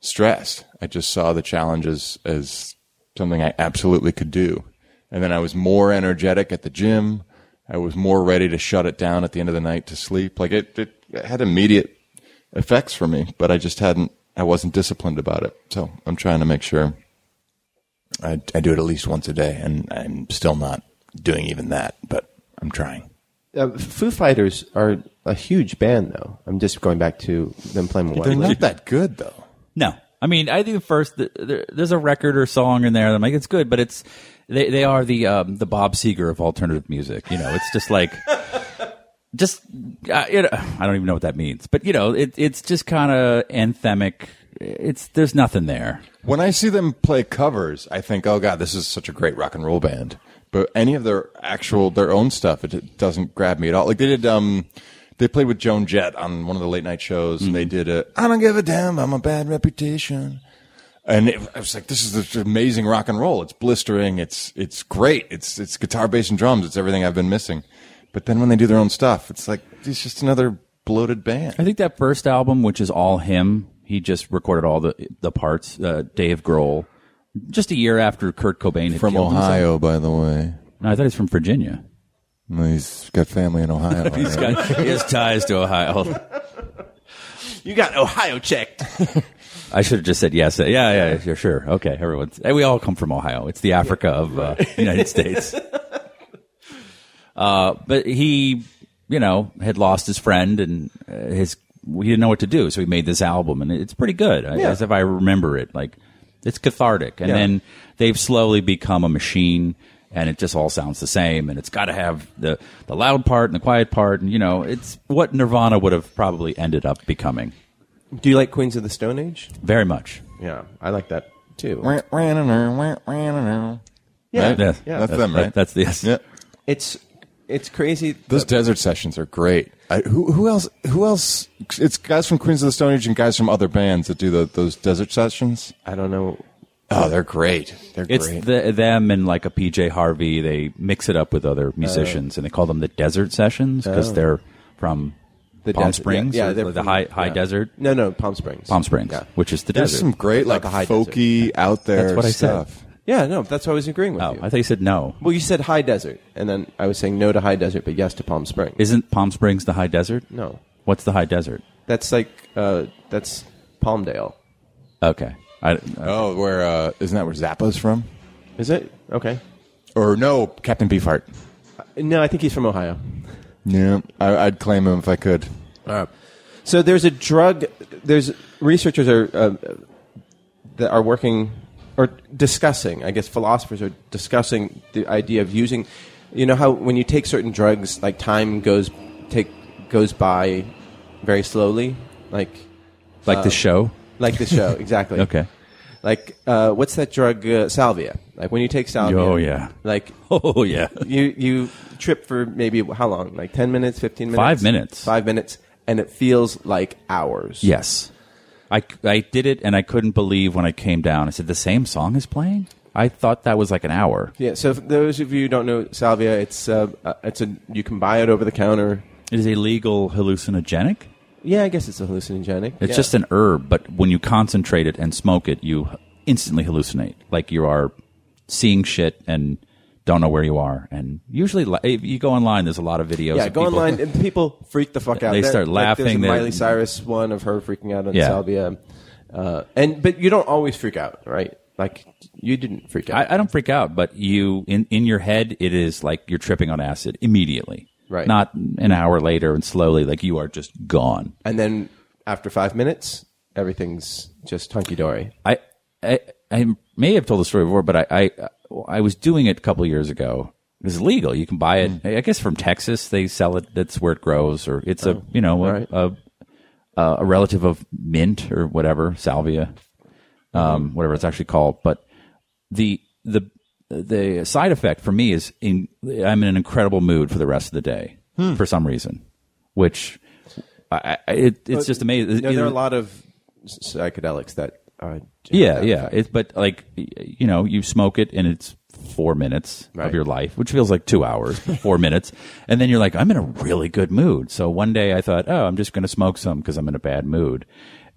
stressed. I just saw the challenge as, as something I absolutely could do. And then I was more energetic at the gym. I was more ready to shut it down at the end of the night to sleep. Like it, it, it had immediate effects for me, but I just hadn't, I wasn't disciplined about it. So I'm trying to make sure I, I do it at least once a day, and I'm still not doing even that, but I'm trying.
Uh, Foo Fighters are a huge band, though. I'm just going back to them playing White
They're
Light.
not that good though.
No, I mean, I think first th- there, there's a record or song in there. that I'm like, it's good, but it's they they are the um, the Bob Seger of alternative music. You know, it's just like just uh, it, I don't even know what that means, but you know, it, it's just kind of anthemic. It's there's nothing there.
When I see them play covers, I think, "Oh God, this is such a great rock and roll band." But any of their actual their own stuff, it, it doesn't grab me at all. Like they did, um, they played with Joan Jett on one of the late night shows, and they
Mm-hmm.
did a "I don't give a damn, I'm a bad reputation," and it, I was like, "This is this amazing rock and roll. It's blistering. It's it's great. It's it's guitar, bass, and drums. It's everything I've been missing." But then when they do their own stuff, it's like it's just another bloated band.
I think that first album, which is all him, he just recorded all the the parts. Uh, Dave Grohl, just a year after Kurt Cobain had
From
killed himself.
Ohio, by the way.
No, I thought he's from Virginia.
No, He's got family in Ohio.
He's got he has ties to Ohio.
You got Ohio checked.
I should have just said yes. Yeah, yeah, yeah, sure. Okay, everyone. Hey, we all come from Ohio. It's the Africa of uh, United States. Uh, but he, you know, had lost his friend and uh, his. We didn't know what to do, so he made this album, and it's pretty good, I- as if I remember it. Like, it's cathartic, and then they've slowly become a machine, and it just all sounds the same, and it's got to have the the loud part and the quiet part, and you know, it's what Nirvana would have probably ended up becoming,
Do you like Queens of the Stone Age?
very much.
Yeah, I like that too.
yeah,
Yeah.
Yeah.
that's them, right?
That's the yes.
yeah.
It's it's crazy.
Those desert sessions are great. I, who who else? Who else? It's guys from Queens of the Stone Age and guys from other bands that do the, those desert sessions.
I don't know.
Oh, they're great. They're
It's
great.
the, them and like a PJ Harvey. They mix it up with
Uh,
other musicians, and they call them the desert sessions because they're from
oh. The
Palm
desert-
Springs,
yeah, yeah,
or
they're
the
from-
high high
yeah.
desert,
No, no, Palm Springs.
Palm Springs,
Yeah,
which is the
There's
desert.
some great like
the high
folky out there
That's what I said.
stuff.
yeah no, that's why I was agreeing with
oh,
you.
I thought you said no.
well, you said high desert, and then I was saying no to high desert, but yes to Palm Springs.
Isn't Palm Springs the high desert?
no,
What's the high desert?
that's like uh, that's Palmdale.
Okay. I, uh,
Oh, where uh, isn't that where Zappa's from?
Is it okay?
Or no, Captain Beefheart.
No, I think he's from Ohio.
Yeah, I, I'd claim him if I could.
So there's a drug. There's researchers are uh, that are working or discussing. I guess philosophers are discussing the idea of using. You know how when you take certain drugs, like time goes take goes by very slowly, like
like
Uh,
the show?
like the show exactly.
Okay.
Like uh, what's that drug? Uh, salvia. Like when you take salvia.
Oh, yeah.
Like
Oh yeah.
you you trip for maybe how long? Like ten minutes, fifteen minutes,
Five minutes.
five minutes, and it feels like hours.
Yes. I, I did it, and I couldn't believe when I came down. I said the same song is playing. I thought that was like an hour.
Yeah. So for those of you who don't know salvia, it's uh, uh, it's a you can buy it over the counter.
It is a legal hallucinogenic.
Yeah, I guess it's a hallucinogenic.
It's
Yeah.
just an herb, but when you concentrate it and smoke it, you instantly hallucinate. Like you are seeing shit and don't know where you are. And usually, li- if you go online, there's a lot of videos.
yeah.
of
Go
people-
online and people freak the fuck out.
They
They're-
start
like,
laughing,
There's
they-
a Miley Cyrus one of her freaking out on
Yeah.
salvia, uh, and but you don't always freak out, right? Like you didn't freak out.
I, I don't freak out, but you in in your head, it is like you're tripping on acid immediately.
Right.
Not an hour later and slowly, like you are just gone.
and then after five minutes, everything's just hunky dory.
I, I I may have told the story before, but I I, I was doing it a couple of years ago. It's legal. You can buy it.
Mm.
I guess from Texas they sell it. That's where it grows, or it's a you know a,
Oh, right.
a, a relative of mint or whatever salvia,
Mm-hmm.
um, whatever it's actually called. But the the the side effect for me is in I'm in an incredible mood for the rest of the day
Hmm.
for some reason, which I, I, it, it's just amazing.
No, there are a
Either-
lot of s- psychedelics that. Are
yeah, yeah. It's but like y- you know, you smoke it and it's four minutes
Right.
of your life, which feels like two hours, but four minutes, and then you're like, I'm in a really good mood. So one day I thought, oh, I'm just going to smoke some because I'm in a bad mood,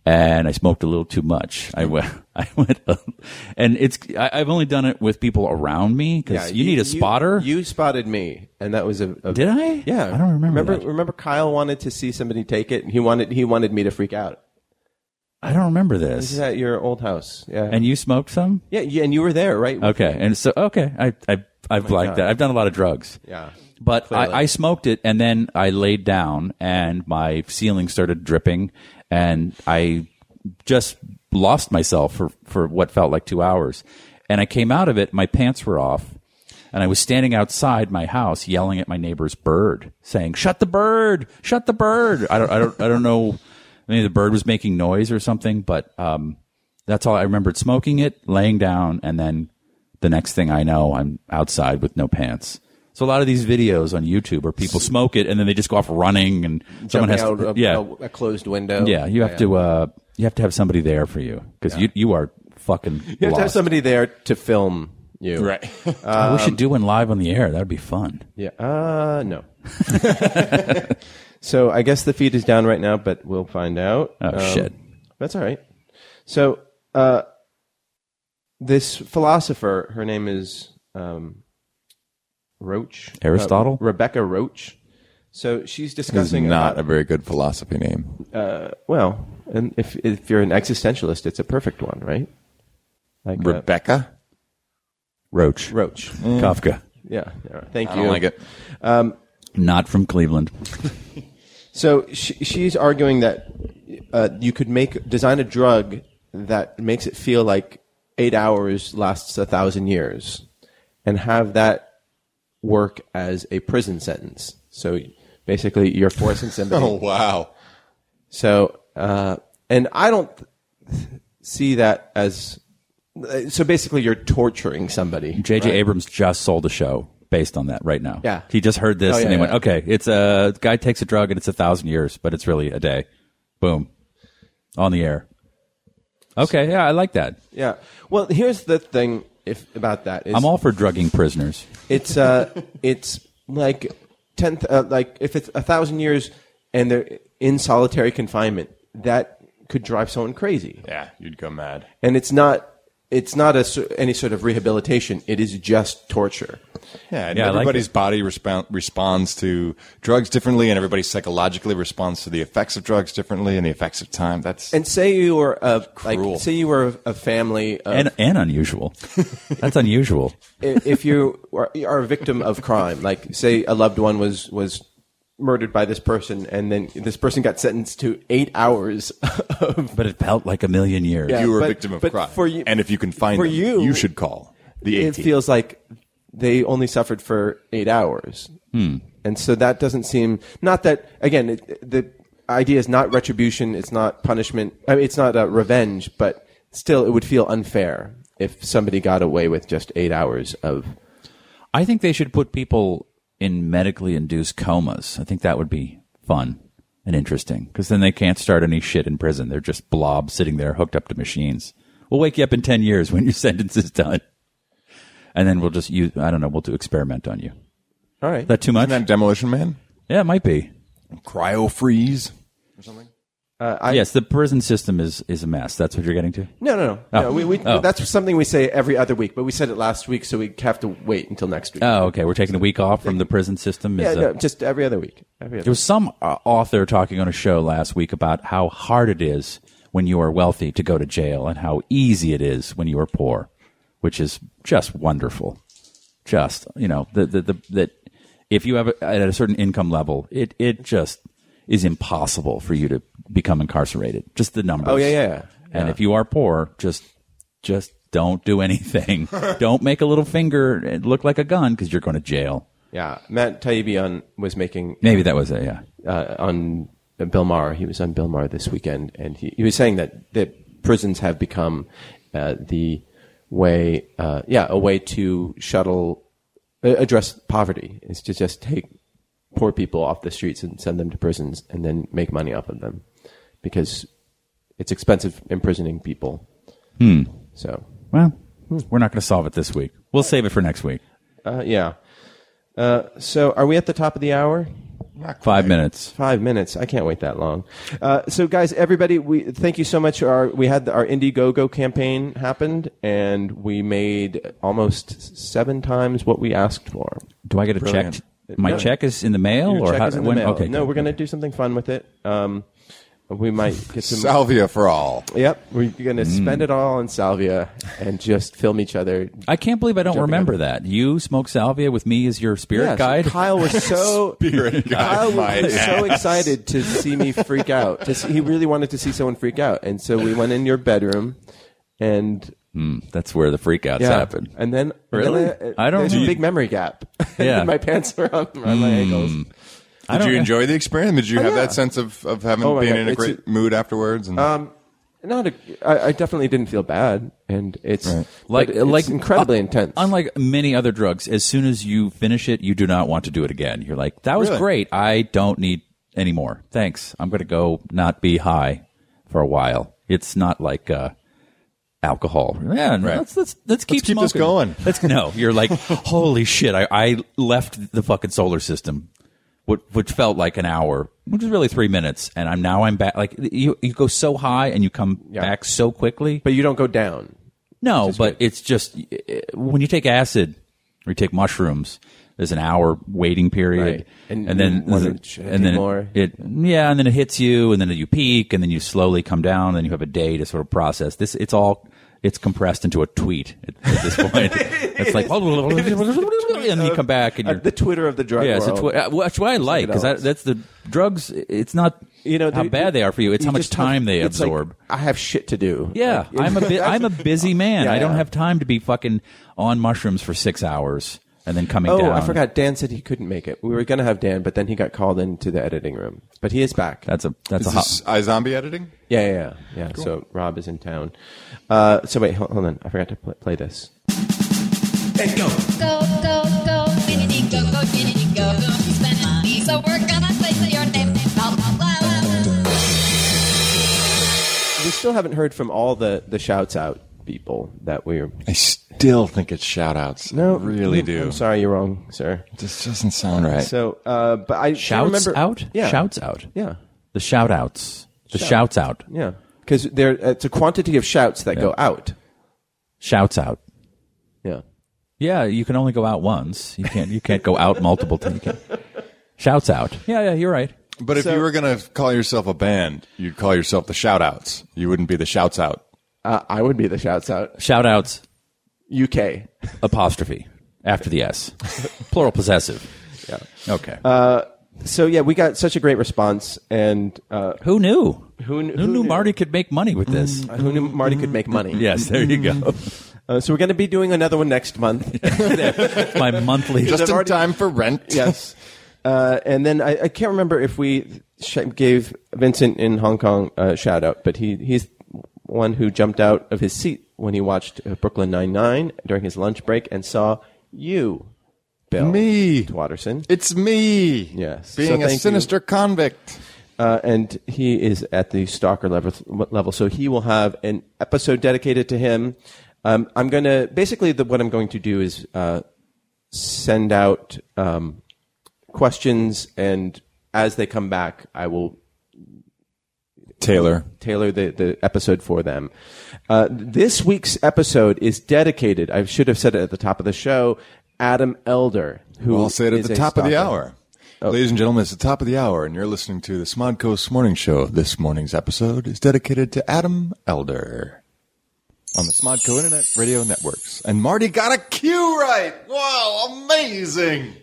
and I smoked a little too much. I went, I went, up, and it's I, I've only done it with people around me because you, need a spotter.
You, spotted me, and that was a, a-
Did I?
Yeah,
I don't remember
Remember,
that.
remember Kyle wanted to see somebody take it, and he wanted he wanted me to freak out.
I don't remember
This
this.
is at your old house, yeah.
and you smoked some?
yeah, yeah, Oh and you were there, right?
Okay, and so okay, I I I've blanked that. I've done a lot of drugs.
Yeah.
But I, I smoked it and then I laid down and my ceiling started dripping and I just lost myself for, for what felt like two hours. And I came out of it, my pants were off, and I was standing outside my house yelling at my neighbor's bird, saying, Shut the bird, shut the bird. I don't I don't I don't know I mean the bird was making noise or something, but um that's all I remembered smoking it, laying down, and then the next thing I know, I'm outside with no pants. So a lot of these videos on YouTube where people smoke it and then they just go off running and someone
Jumping
has
out
to,
of
yeah,
a, a closed window.
yeah, you have to uh, you have to have somebody there for you because you you are fucking.
You have to have
lost.
somebody there to film you,
we
Um,
should do one live on the air. That'd be fun.
Yeah. Uh, no. so I guess the feed is down right now, but we'll find out. Um,
Oh shit!
That's all right. So uh, this philosopher, her name is um, Roach.
Aristotle?
Uh, Rebecca Roach. So she's
It's
discussing
not a
about-
very good philosophy name.
well, and if if you're an existentialist, it's a perfect one, right? Like uh,
Rebecca?
Roach,
Roach.
Kafka,
Yeah. yeah. Thank
I
you.
don't like it.
not from Cleveland.
So she, she's arguing that uh, you could make design a drug that makes it feel like eight hours lasts a thousand years, and have that work as a prison sentence. So basically, you're forcing somebody.
Oh, wow.
So, uh, and I don't see that as. So basically, you're torturing somebody.
J.J. Abrams just sold a show based on that right now.
Yeah.
he just heard this
Oh,
and
yeah,
he went,
yeah.
"Okay, it's a guy takes a drug and it's a thousand years, but it's really a day." Boom, on the air. Okay, yeah, I like that.
Yeah. Well, here's the thing if about that is
I'm all for drugging prisoners.
It's uh, it's like tenth, uh, like if it's a thousand years and they're in solitary confinement, that could drive someone crazy.
Yeah, you'd go mad.
And it's not, it's not a, s- any sort of rehabilitation. It is just torture.
Yeah, and
Yeah, I like
everybody's
it.
body respon responds to drugs differently, and everybody psychologically responds to the effects of drugs differently and the effects of time. That's
And say you were a
Cruel.
like, say you were a family, of,
And, and unusual. That's unusual.
i- if you are, you are a victim of crime, like say a loved one was was murdered by this person, and then this person got sentenced to eight hours of
But it felt like a million years.
Yeah.
you were
but-
a victim of
but
crime.
for you-
and if you can find
for
them,
you,
you should call the AT.
it feels like they only suffered for eight hours, and so that doesn't seem. Not that again, it, the idea is not retribution. It's not punishment. I mean, it's not uh, revenge, but still, it would feel unfair if somebody got away with just eight hours of.
I think they should put people in medically induced comas. I think that would be fun and interesting because then they can't start any shit in prison. They're just blobs sitting there hooked up to machines. We'll wake you up in 10 years when your sentence is done. And then we'll just use, I don't know, we'll do experiment on you.
All right,
Is that too much?
Isn't that Demolition Man?
yeah, it might be.
Cryo freeze.
yes, the prison system is, is a mess. That's what you're getting to?
no, no, no.
Oh.
no we, we,
Oh.
That's something we say every other week, but we said it last week, so we have to wait until next week.
Oh, okay. We're taking a week off from the prison system.
yeah,
Is, uh,
no, just every other week. Every
There
other.
was some uh, author talking on a show last week about how hard it is when you are wealthy to go to jail and how easy it is when you are poor, which is just wonderful. Just, you know, the, the, the, that if you have a, at a certain income level, it, it just is impossible for you to become incarcerated. Just the numbers.
Oh, yeah, yeah, yeah.
And if you are poor, just, just don't do anything. don't make a little finger and look like a gun because you're going to jail.
Yeah, Matt Taibbi on was making
Maybe that was it. Yeah.
uh, on Bill Maher. He was on Bill Maher this weekend, and he, he was saying that, that prisons have become uh, the way, uh, yeah, a way to shuttle, uh, address poverty, is to just take poor people off the streets and send them to prisons and then make money off of them because it's expensive imprisoning people. So,
Well, we're not going to solve it this week. We'll save it for next week.
uh, yeah. Uh, so, are we at the top of the hour?
Five minutes.
Five minutes. I can't wait that long. Uh, so, guys, everybody, we thank you so much. Our we had our Indiegogo campaign happened, and we made almost seven times what we asked for.
Do I get a
Brilliant.
check? My
No.
check is in the mail,
Your
or
check
how,
is in the
when?
mail.
Okay,
no, we're going to do something fun with it. Um, we might get some.
Salvia for all.
yep, we're going to spend it all on salvia and just film each other.
I can't believe I don't
Jumping
remember that. You smoke salvia with me as your spirit
Yes,
guide.
Kyle was so Kyle
my
was so
ass.
excited to see me freak out. To see, he really wanted to see someone freak out, and so we went in your bedroom, and
Mm, that's where the freakouts happen.
And then
Really?
and then
I don't
There's
know.
a big memory gap.
Yeah. Hmm.
my pants were on around my ankles.
I
Did
don't-
you enjoy the experiment? Did you have
yeah.
that sense of, of having
Oh my
being
God,
in a
it's
great
a- Um,
mood afterwards? And
Not a, I, I definitely didn't feel bad, and it's but
Like,
it's
like
incredibly
un-
intense.
Unlike many other drugs, as soon as you finish it, you do not want to do it again. You're like, that was
Really?
great. I don't need any more. Thanks. I'm going to go not be high for a while. It's not like uh, alcohol. Yeah,
Right.
let's, let's let's keep
keep this
smoking.
going.
Let's no. You're like, holy shit! I, I left the fucking solar system, what which felt like an hour, which is really three minutes, and I'm now I'm back. Like you, you go so high and you come back so quickly.
but you don't go down.
No, but it's just when you take acid or you take mushrooms, there's an hour waiting period,
Right. And
then
you wanna ch-
and
do
then
more.
It, yeah, and then it hits you, and then you peak, and then you slowly come down, and then you have a day to sort of process this. It's all it's compressed into a tweet at, at this point. it's like and you come back and
Uh,
you're
the Twitter of the drug
yeah, it's a
world.
twi- uh, which what I like because
else.
that's the drugs. It's not
you know
how
they-
bad they are for you. It's how much
just have-
time they
it's like,
absorb.
I have shit to do.
Yeah,
Like,
I'm a bu- I'm a busy man.
Yeah,
I don't
yeah.
have time to be fucking on mushrooms for six hours and then coming
Oh,
down.
I forgot. Dan said he couldn't make it. We were going to have Dan, but then he got called into the editing room. But he is back.
That's a that's a
is
hot.
this iZombie editing?
yeah, yeah, yeah. yeah. So Rob is in town. Uh, so wait, hold, hold on. I forgot to pl- play this.
go, go, go, diggity, go, go, diggity, go, go. You spend money, so we're gonna say your name, blah, blah, blah.
We still haven't heard from all the the shouts out people that we're.
I still think it's shout outs.
No,
really
mm,
do.
I'm sorry, you're wrong, sir.
This doesn't sound right.
So, uh, but I do
shouts
remember,
out.
Yeah,
Shouts out.
Yeah,
The shout outs. The shouts out.
yeah. Because there, it's a quantity of shouts that go out.
Shouts out.
Yeah.
Yeah, you can only go out once. You can't you can't go out multiple times. You can- Shouts out. Yeah, yeah, you're right.
but if
so-
you were going to call yourself a band, you'd call yourself the shout outs. You wouldn't be the shouts out.
Uh, I would be the shouts out.
Shout outs
UK.
apostrophe after the s. Plural possessive.
Yeah.
Okay.
Uh, So yeah, we got such a great response, and uh,
who knew?
who kn-
who
who
knew
knew? Mm.
Marty could make money with this?
Uh, who knew Marty could make money?
Yes, there you go.
Uh, so we're going to be doing another one next month.
My monthly
Just in
I've already-
time for rent.
yes. Uh, and then I, I can't remember if we sh- gave Vincent in Hong Kong a shout out, but he he's one who jumped out of his seat when he watched uh, Brooklyn Nine Nine during his lunch break and saw you, Bill
Me.
Watterson.
It's me.
Yes. So
Being a
thank you.
sinister convict.
uh, and he is at the stalker level, level. So he will have an episode dedicated to him. Um, I'm gonna basically the, what I'm going to do is uh, send out um, questions, and as they come back, I will
Taylor.
tailor the, the episode for them. Uh, this week's episode is dedicated. I should have said it at the top of the show. Adam Elder, who
Well, I'll say it at
is
the
a
top of the
stalker. Oh.
hour. Ladies and gentlemen, it's the top of the hour, and you're listening to the Smod Coast Morning Show. This morning's episode is dedicated to Adam Elder on the Smodco Internet Radio Networks. And Marty got a cue right. Wow, amazing.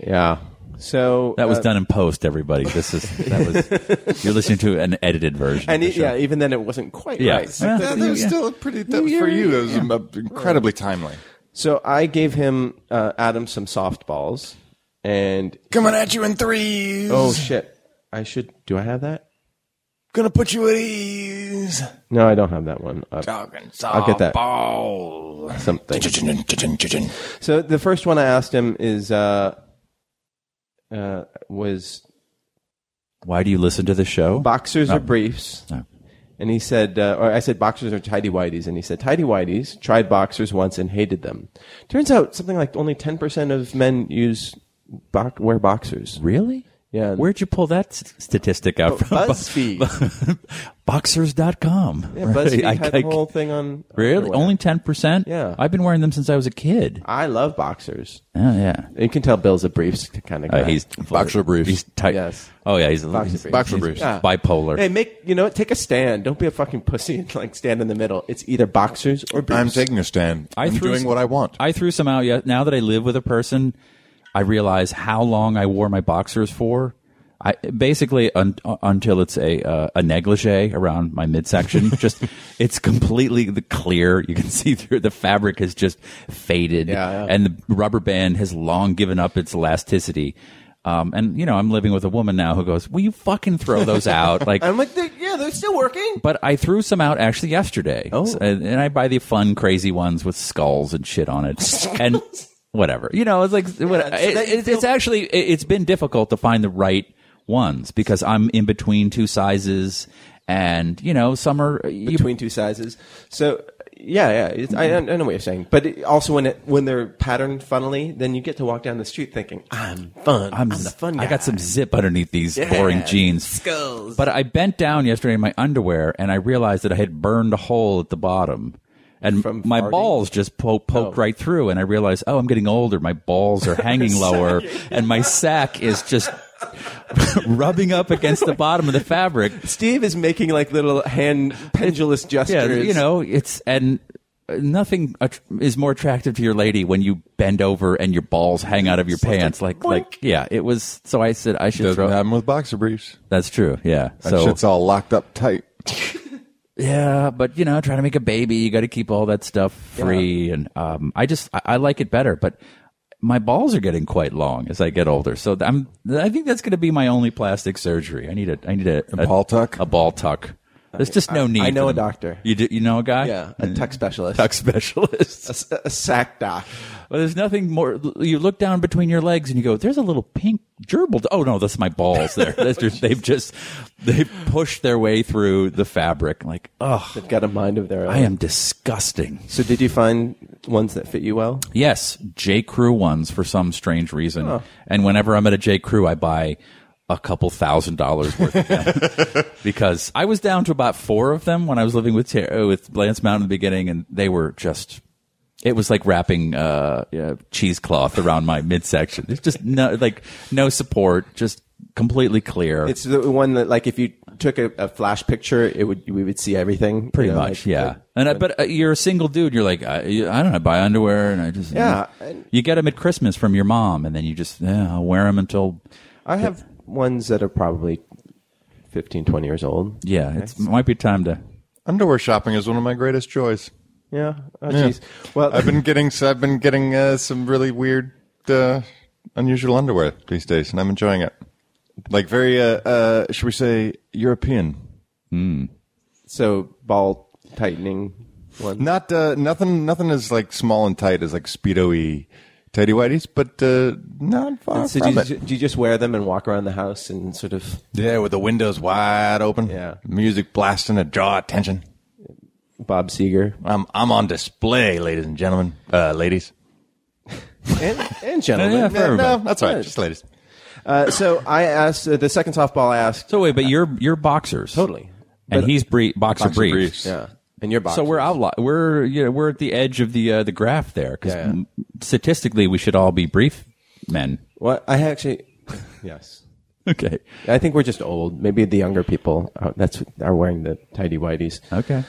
Yeah. So
That was
uh,
done in post, everybody. This is that was you're listening to an edited version.
And
of
it,
the show.
yeah, even then it wasn't quite
Yeah.
right.
Yeah.
That, that was
Yeah.
still a pretty, that was for you, that was um, uh, incredibly timely.
So I gave him uh, Adam some softballs, and
Coming at you in threes.
oh shit, I should. Do I have that?
Gonna put you at ease.
No, I don't have that one. up. I'll get that.
Ball.
Something.
Chichin-chichin-chichin.
So the first one I asked him is uh, uh, was
Why do you listen to the show?
boxers
Uh.
or briefs,
No.
and he said, uh, or I said boxers or tidy whities, and he said tidy whities. Tried boxers once and hated them. Turns out something like only ten percent of men use bo- wear boxers.
Really?
Yeah.
Where'd you pull that s- statistic out
Bu-
from?
BuzzFeed.
Boxers.com.
Yeah,
right?
BuzzFeed
I-
had
I-
the whole thing on.
Really?
underwear.
Only 10%?
Yeah. Uh,
I've been wearing them since I was a kid.
I love boxers.
Oh, yeah.
You can tell Bill's a briefs kind of guy.
Uh, he's
Boxer briefs.
He's tight.
Yes.
Oh yeah, he's
Boxer
he's-
briefs.
Boxer
he's
briefs.
Yeah.
Bipolar.
Hey, make you know what? Take a stand. Don't be a fucking pussy and like stand in the middle. It's either boxers or briefs.
I'm taking a stand. I am
threw
doing
some-
what I want.
I threw some out. Yeah. Now that I live with a person, I realize how long I wore my boxers for. I basically un, until it's a uh, a negligee around my midsection. just it's completely the clear. You can see through the fabric has just faded,
Yeah, yeah.
and the rubber band has long given up its elasticity. Um, and you know, I'm living with a woman now who goes, "Will you fucking throw those out?" Like
I'm like, they- yeah, they're still working.
But I threw some out actually yesterday.
Oh.
S- and, and I buy the fun, crazy ones with skulls and shit on it. and whatever. You know, it's like, what,
so
it,
that you
it-
feel-
it's actually, it, it's been difficult to find the right ones because I'm in between two sizes and, you know, some are. you-
between two sizes. So yeah, yeah, it's, I, I know what you're saying. But it, also when it when they're patterned funnily, then you get to walk down the street thinking, "Ah, I'm fun. I'm,
z-
the fun guy.
I got some zip underneath these
Yeah,
boring jeans.
skulls.
But I bent down yesterday in my underwear and I realized that I had burned a hole at the bottom. And
From
my
farting? Oh.
balls just poke, poke right through. And I realized, oh, I'm getting older. My balls are hanging lower and my sack is just rubbing up against the bottom of the fabric.
Steve is making like little hand pendulous
Yeah,
gestures.
you know, it's, and nothing att- is more attractive to your lady when you bend over and your balls hang out of your pants. Like, like, yeah, it was, so I said I should
Doesn't
throw,
happen with boxer briefs.
that's true. Yeah.
That
so
shit's all locked up tight.
Yeah, but you know, trying to make a baby, you got to keep all that stuff free. And um, I just I, I like it better, but my balls are getting quite long as I get older. So th- I'm I think that's going to be my only plastic surgery. I need a I need a, a
ball tuck?
a ball tuck. There's just no need.
I know
for
a
them.
doctor.
You do, you know a guy?
yeah, a tuck specialist,
Tuck specialist.
a, s- a sack doc.
Well, there's nothing more. You look down between your legs and you go, "There's a little pink gerbil." Oh no, that's my balls. There, That's just- they've just they've pushed their way through the fabric. Like, oh,
They've got a mind of their own.
I am disgusting.
So did you find ones that fit you well?
Yes, J. Crew ones for some strange reason. And whenever I'm at a J. Crew, I buy a couple thousand dollars worth of them because I was down to about four of them when I was living with Ter- uh, with Lance Mountain in the beginning, and they were just. It was like wrapping uh, yeah, cheesecloth around my midsection. It's just no like no support, just completely clear.
It's the one that like if you took a, a flash picture, it would we would see everything
pretty
you know,
much,
like-
yeah. and I, but uh, you're a single dude. You're like, I, I don't know, buy underwear, and I just
Yeah, and-
you get them at Christmas from your mom, and then you just yeah, I'll wear them until
I have ones that are probably 15, 20 years old.
yeah, it's might be time to.
Underwear shopping is one of my greatest joys.
Yeah. Oh, jeez. Well,
I've been getting so I've been getting uh, some really weird, uh, unusual underwear these days, and I'm enjoying it. Like very, uh, uh, should we say European?
so ball tightening one.
Not uh, nothing. Nothing is like small and tight as like speedo-y tighty whities, but uh, not far
So do
from
you,
it.
ju- do you just wear them and walk around the house and sort of
yeah, with the windows wide open.
Yeah.
music blasting to draw attention.
Bob Seger
I'm I'm on display, ladies and gentlemen, uh, ladies.
and, and gentlemen?
Yeah, for everybody.
no, that's all right,
Yeah.
just ladies.
Uh, so I asked uh, the second softball. I asked
So wait, but you're you're boxers
totally,
and
But-
he's brief, boxer,
Boxer
briefs.
briefs.
yeah, and your box.
So we're outlaw. We're you know, we're at the edge of the uh, the graph there because
Yeah, yeah.
statistically we should all be brief men.
What I actually, yes,
Okay.
I think we're just old. Maybe the younger people are, that's are wearing the tidy whities.
Okay.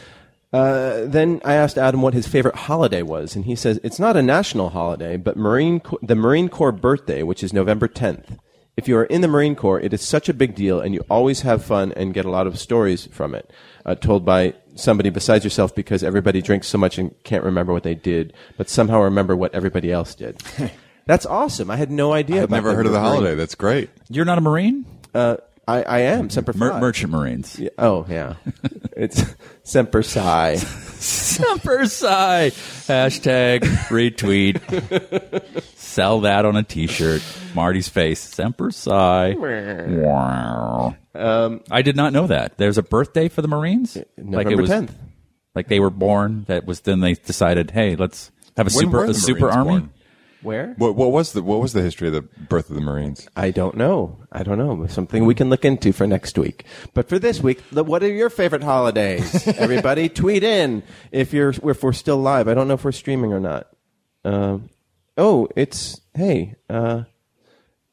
Uh, then I asked Adam what his favorite holiday was, and he says it's not a national holiday, but Marine Co- the Marine Corps birthday, which is November 10th. If you are in the Marine Corps, it is such a big deal, and you always have fun and get a lot of stories from it, uh, told by somebody besides yourself because everybody drinks so much and can't remember what they did, but somehow remember what everybody else did. That's awesome. I had no idea.
I've never heard of the holiday. That's great.
You're not a marine,
Uh, I, I am Semper
Mer-
Fi.
merchant marines.
Yeah, Oh yeah, it's Semper Fi.
Semper Psy. Hashtag retweet. Sell that on a t-shirt. Marty's face. Semper Psy. Wow.
Um,
I did not know that. There's a birthday for the Marines.
November
was,
10th.
Like they were born. That was then they decided. Hey, let's have a
When
super
were
a
the
super
Marines
army.
born?
Where?
What, what was the what was the history of the birth of the Marines?
I don't know. I don't know. Something we can look into for next week. But for this week, the- what are your favorite holidays? Everybody, tweet in if you're if we're still live. I don't know if we're streaming or not. Um, oh, it's hey. Uh,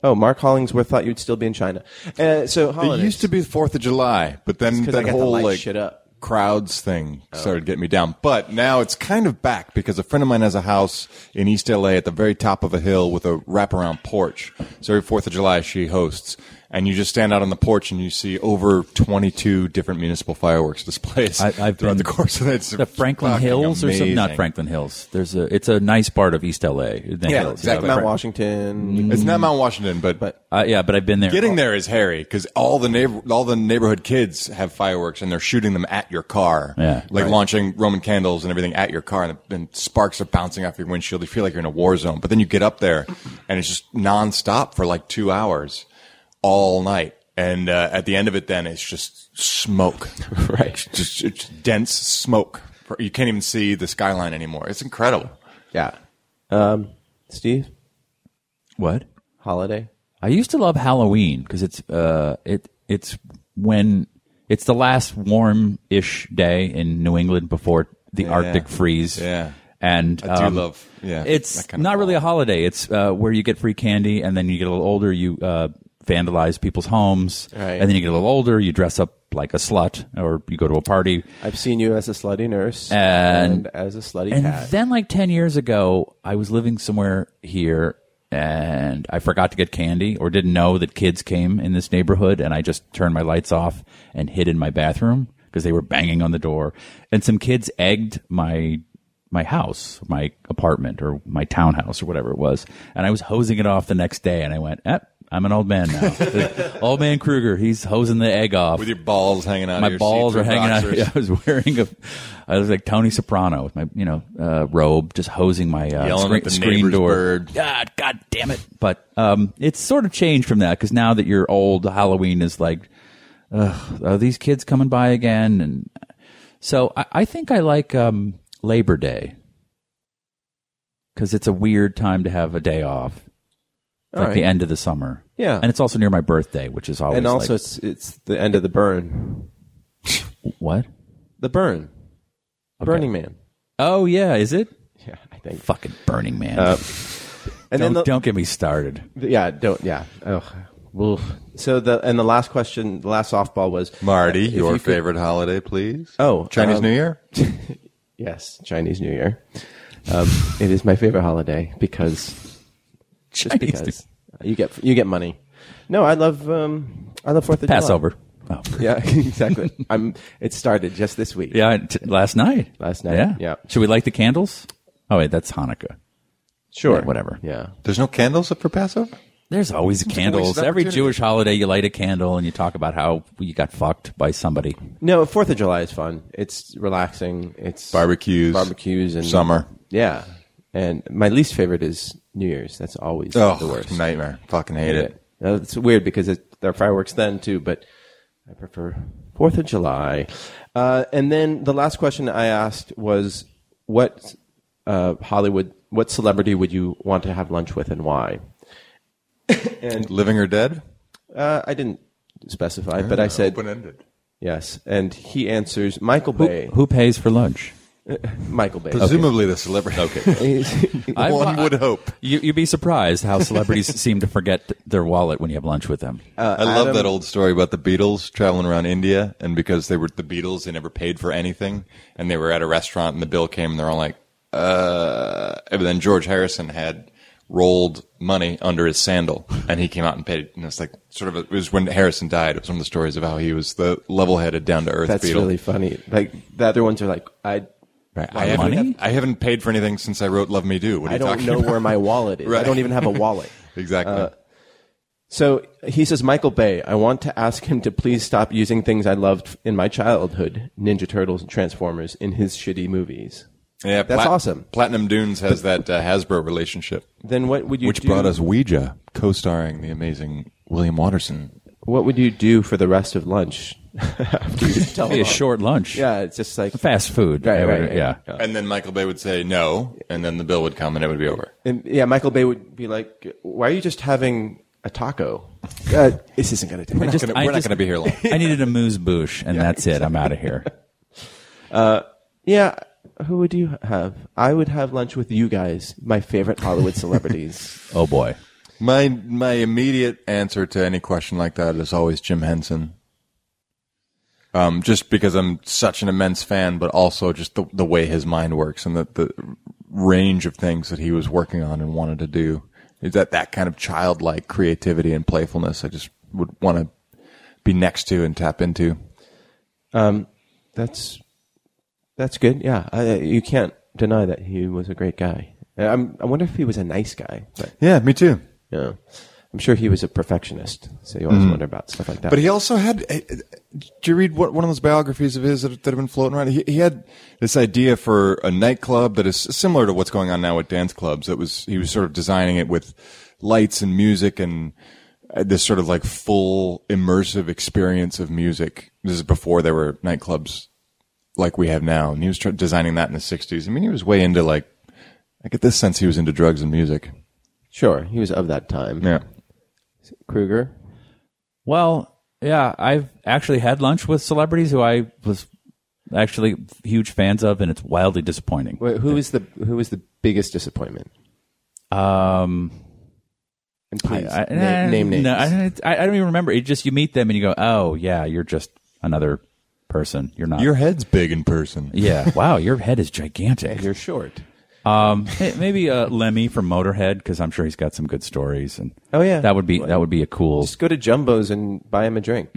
oh, Mark Hollingsworth thought you'd still be in China. Uh, so holidays.
It used to be the Fourth of July, but then
'cause I
that
got the
whole
light
like
shit up.
crowds thing started getting me down. But now it's kind of back because a friend of mine has a house in East LA at the very top of a hill with a wraparound porch. So every Fourth of July she hosts, and you just stand out on the porch and you see over twenty-two different municipal fireworks displays
I, I've
throughout
been
the course of that. It's
the Franklin
fucking
Hills or something. Not
amazing.
Franklin Hills. There's a. It's a nice part of East LA.
yeah, exactly. Mount
Fran-
Washington.
It's not Mount Washington, but.
But-
Uh, yeah, but I've been there.
Getting there is hairy because all the neighbor, all the neighborhood kids have fireworks and they're shooting them at your car.
Yeah.
like launching Roman candles and everything at your car, and, and sparks are bouncing off your windshield. You feel like you're in a war zone, but then you get up there and it's just nonstop for like two hours, all night. And uh, at the end of it, then it's just smoke, right? Just, just dense smoke. You can't even see the skyline anymore. It's incredible.
Yeah. Um, Steve,
What?
holiday.
I used to love Halloween because it's uh it it's when it's the last warm-ish day in New England before the Arctic freeze.
Yeah.
And um,
I do love- yeah,
It's
that kind of
not really a
fall.
holiday. It's uh, where you get free candy, and then you get a little older, you uh, vandalize people's homes,
Right.
and then you get a little older, you dress up like a slut, or you go to a party.
I've seen you as a slutty nurse
And-
and, as a slutty
And
cat.
then, like 10 years ago, I was living somewhere here and I forgot to get candy or didn't know that kids came in this neighborhood. And I just turned my lights off and hid in my bathroom because they were banging on the door. And some kids egged my. My house, my apartment, or my townhouse, or whatever it was, and I was hosing it off the next day. And I went, eh, "I'm an old man now, old man Kruger. He's hosing the egg off
With your balls hanging out, of
my
your
balls are
see-through
hanging out.
boxers.
Yeah, I was wearing a, I was like Tony Soprano with my you know uh, robe, just hosing my uh,
Yelling
screen,
at the
screen
neighbor's
door.
bird.
God, God damn it! But um, it's sort of changed from that because now that you're old, Halloween is like, ugh, are these kids coming by again? And so I, I think I like um, Labor Day because it's a weird time to have a day off,
All
like
right.
the end of the summer.
Yeah.
and it's also near my birthday, which is always
and also
like,
it's it's the end of the burn.
what?
The burn. Burning Man.
Oh yeah, is it?
Yeah, I think.
Fucking Burning Man.
And
don't,
then the,
don't get me started.
yeah, don't yeah. Oh. Well, so the and the last question, the last softball was
Marty,
if
your
you could-
favorite holiday, please.
Oh,
Chinese
um,
New Year.
Yes, Chinese New Year. Um, it is my favorite holiday because just
Chinese
because you get you get money. No, I love um, I love Fourth of July.
Passover. Oh.
Yeah, exactly. I'm. It started just this week.
Yeah, t- last night.
Last night,
Yeah.
yeah.
Should we light the candles? Oh wait, that's Hanukkah.
sure,
Yeah, whatever.
Yeah,
There's no candles up for Passover.
There's always candles.
an
Every
opportunity.
Jewish holiday, you light a candle and you talk about how you got fucked by somebody.
No, Fourth of July is fun. It's relaxing. It's
Barbecues.
barbecues, and
Summer.
Yeah, and my least favorite is New Year's. That's always
Oh,
the worst.
nightmare. Fucking hate it.
Uh, It's weird because it, there are fireworks then too, but I prefer Fourth of July. Uh, and then the last question I asked was, what uh, Hollywood, what celebrity would you want to have lunch with, and why?
Living or dead?
Uh, I didn't specify, but I said
Open ended.
yes, and he answers Michael Bay.
Who pays for lunch?
Michael Bay.
Presumably the celebrity. Okay.
I-
One would hope.
You, you'd be surprised how celebrities seem to forget th- their wallet when you have lunch with them.
Uh,
I love that old story about the Beatles traveling around India, and because they were the Beatles, they never paid for anything, and they were at a restaurant, and the bill came, and they're all like, "Uh," and then George Harrison had rolled money under his sandal, and he came out and paid it, and it's like sort of a, it was when Harrison died. It was one of the stories of how he was the level-headed, down-to-earth
That's
Beatle.
really funny. Like the other ones are like I.
I haven't,
Money?
I haven't paid for anything since I wrote "Love Me Do." What are
I
you
don't
talking
know
about?
where my uh, wallet is. I
Right.
don't even have a wallet.
Exactly.
So he says, Michael Bay, I want to ask him to please stop using things I loved in my childhood, Ninja Turtles and Transformers, in his shitty movies.
yeah,
that's awesome.
Platinum Dunes has that uh, Hasbro relationship,
Then what would you
which
do?
brought us Ouija, co-starring the amazing William Watterson.
what would you do for the rest of lunch? After you tell
Be a
them.
short lunch.
Yeah, it's just like
Fast food.
Right,
I
right,
would-
right.
Yeah.
And then Michael Bay would say no, and then the bill would come and it would be over.
And yeah, Michael Bay would be like, "Why are you just having a taco? Uh, this isn't going to take."
Just-
Gonna-
I
we're not
just-
going to be here long.
I needed a moose boosh, and that's it. I'm out of here.
yeah, who would you have? I would have lunch with you guys, my favorite Hollywood celebrities.
Oh boy.
My my immediate answer to any question like that is always Jim Henson. Um, just because I'm such an immense fan, but also just the the way his mind works and the, the range of things that he was working on and wanted to do. Is that that kind of childlike creativity and playfulness I just would want to be next to and tap into.
That's that's good. Yeah, I, you can't deny that he was a great guy. I'm, I wonder if he was a nice guy, but
Yeah, me too.
you know, I'm sure he was a perfectionist. So you always wonder about stuff like that.
But he also had. uh, uh, Do you read what, one of those biographies of his that, that have been floating around? He, he had this idea for a nightclub that is similar to what's going on now with dance clubs. That was he was sort of designing it with lights and music and uh, this sort of like full immersive experience of music. This is before there were nightclubs like we have now, and he was tr- designing that in the '60s. I mean, he was way into like. I get this sense he was into drugs and music.
sure, he was of that time.
Yeah.
Kruger.
Well, yeah, I've actually had lunch with celebrities who I was actually huge fans of, and it's wildly disappointing.
Wait, who is the who is the biggest disappointment?
Um,
And please
I,
na-
eh,
name names.
No, I, I I don't even remember. It just you meet them and you go, oh yeah, you're just another person. You're not.
Your head's big in person.
yeah. wow, your head is gigantic.
You're short.
Um, hey, maybe uh, Lemmy from Motorhead because I'm sure he's got some good stories. And
Oh, yeah.
that would be that would be a cool
Just go to Jumbo's and buy him a drink.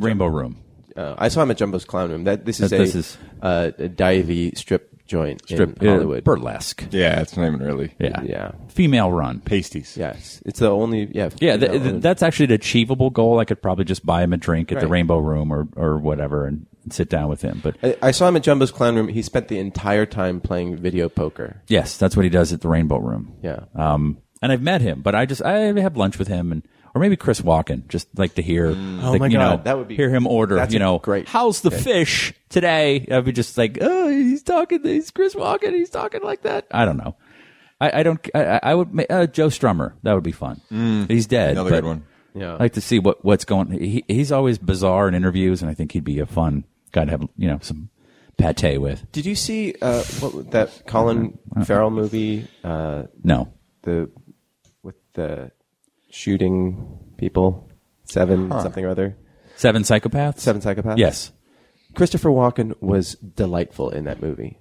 Rainbow Room.
Uh, I saw him at Jumbo's Clown Room. That this is
That-
a,
this is-
uh, a divey strip joint
Strip
in
uh,
Hollywood.
burlesque.
Yeah, it's not even really.
Yeah,
Yeah.
Female run.
Pasties.
Yes, it's the only yeah.
Yeah, th-
you know,
th- that's actually an achievable goal. I could probably just buy him a drink at the
Right.
Rainbow Room or, or whatever and sit down with him. But
I, I saw him at Jumbo's Clown Room. He spent the entire time playing video poker.
yes, that's what he does at the Rainbow Room.
Yeah.
Um, and I've met him, but I just I have lunch with him and or maybe Chris Walken, just like to hear. Oh
Mm. my
you
God,
know,
that would be-
hear him order.
that's
you
a
know,
great-
How's the fish today? I'd be just like, oh, he's talking. He's Chris Walken. He's talking like that. I don't know. I, I don't. I, I- I would ma- uh, Joe Strummer. That would be fun.
Mm.
he's dead.
Another
but
good one.
Yeah.
I'd like to see what what's going. He, he's always bizarre in interviews, and I think he'd be a fun guy to have. You know, some pate with.
Did you see uh, what, was that Colin
Uh-huh.
Farrell movie? Uh,
No,
the with the shooting people, seven something or other,
seven psychopaths.
seven psychopaths.
Yes.
Christopher Walken was delightful in that movie.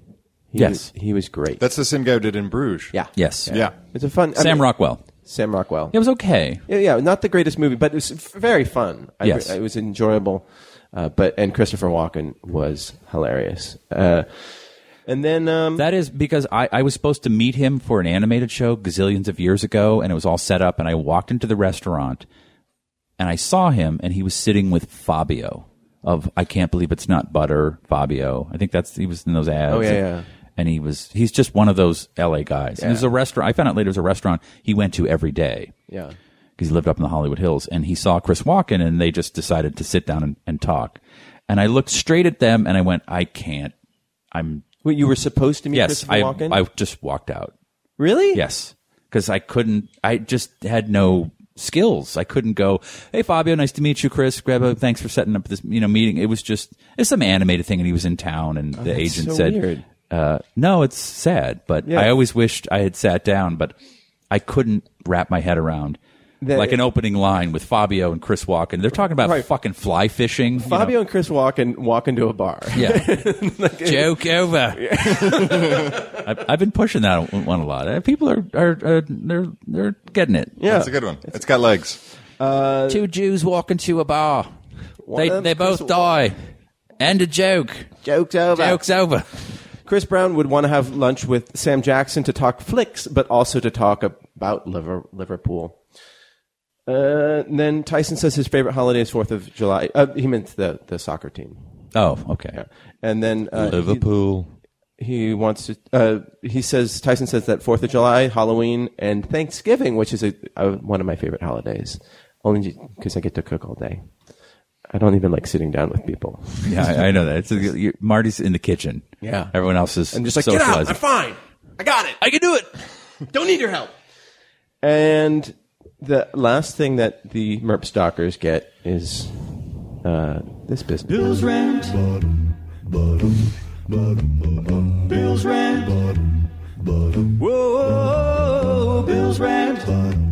He was,
Yes.
he was great.
That's the same guy who did in Bruges.
yeah,
Yes.
Yeah.
It's a fun I
Sam
mean-
Rockwell.
Sam Rockwell.
It was okay.
Yeah, yeah, not the greatest movie, but it was f- very fun. I,
Yes.
it was enjoyable. Uh, but and Christopher Walken was hilarious. Uh, and then um,
That is because I, I was supposed to meet him for an animated show gazillions of years ago, and it was all set up. And I walked into the restaurant, and I saw him, and he was sitting with Fabio of I can't believe it's not butter. Fabio, I think that's he was in those ads.
Oh, yeah,
and,
yeah.
and he was he's just one of those L.A. guys. And there's a restaurant. I found out later it was a restaurant he went to every day
yeah,
because he lived up in the Hollywood Hills, and he saw Chris Walken, and they just decided to sit down and, and talk. And I looked straight at them, and I went, I can't. I'm
Wait, you were supposed to meet
yes,
Christopher
I,
Walken.
I just walked out.
really?
Yes, because I couldn't. I just had no skills. I couldn't go. Hey, Fabio, nice to meet you, Chris. Grab a thanks for setting up this you know meeting. It was just it's some animated thing, and he was in town, and the agent
Oh, so
said,
weird.
Uh, "No, it's sad, but
Yeah.
I always wished I had sat down, but I couldn't wrap my head around."
That-
like an opening line with Fabio and Chris Walken. They're talking about
Right.
fucking fly fishing. you
Fabio
know.
and Chris Walken walk into a bar.
Yeah. Joke over. I've, I've been pushing that one a lot. Uh, People are, are, are they're, they're getting it.
Yeah.
That's a good one. It's got legs.
Two Jews walk into a bar. They,
of them
they both
Chris
die. End of joke.
Jokes over.
Joke's over.
Chris Brown would want to have lunch with Sam Jackson to talk flicks, but also to talk about Liver- Liverpool. Uh, and then Tyson says his favorite holiday is Fourth of July. Uh, he meant the, the soccer team.
Oh, okay.
And then uh, he-
Liverpool.
he wants to. Uh, he says Tyson says that Fourth of July, Halloween, and Thanksgiving, which is a, uh one of my favorite holidays. only because I get to cook all day. I don't even like sitting down with people.
Yeah, I, I know that. It's you Marty's in the kitchen.
Yeah.
everyone else is.
I'm just like,
socializing.
get out. I'm fine. I got it.
I can do it.
Don't need your help. And the last thing that the Merp stalkers get is uh, this business. Bills rent.
I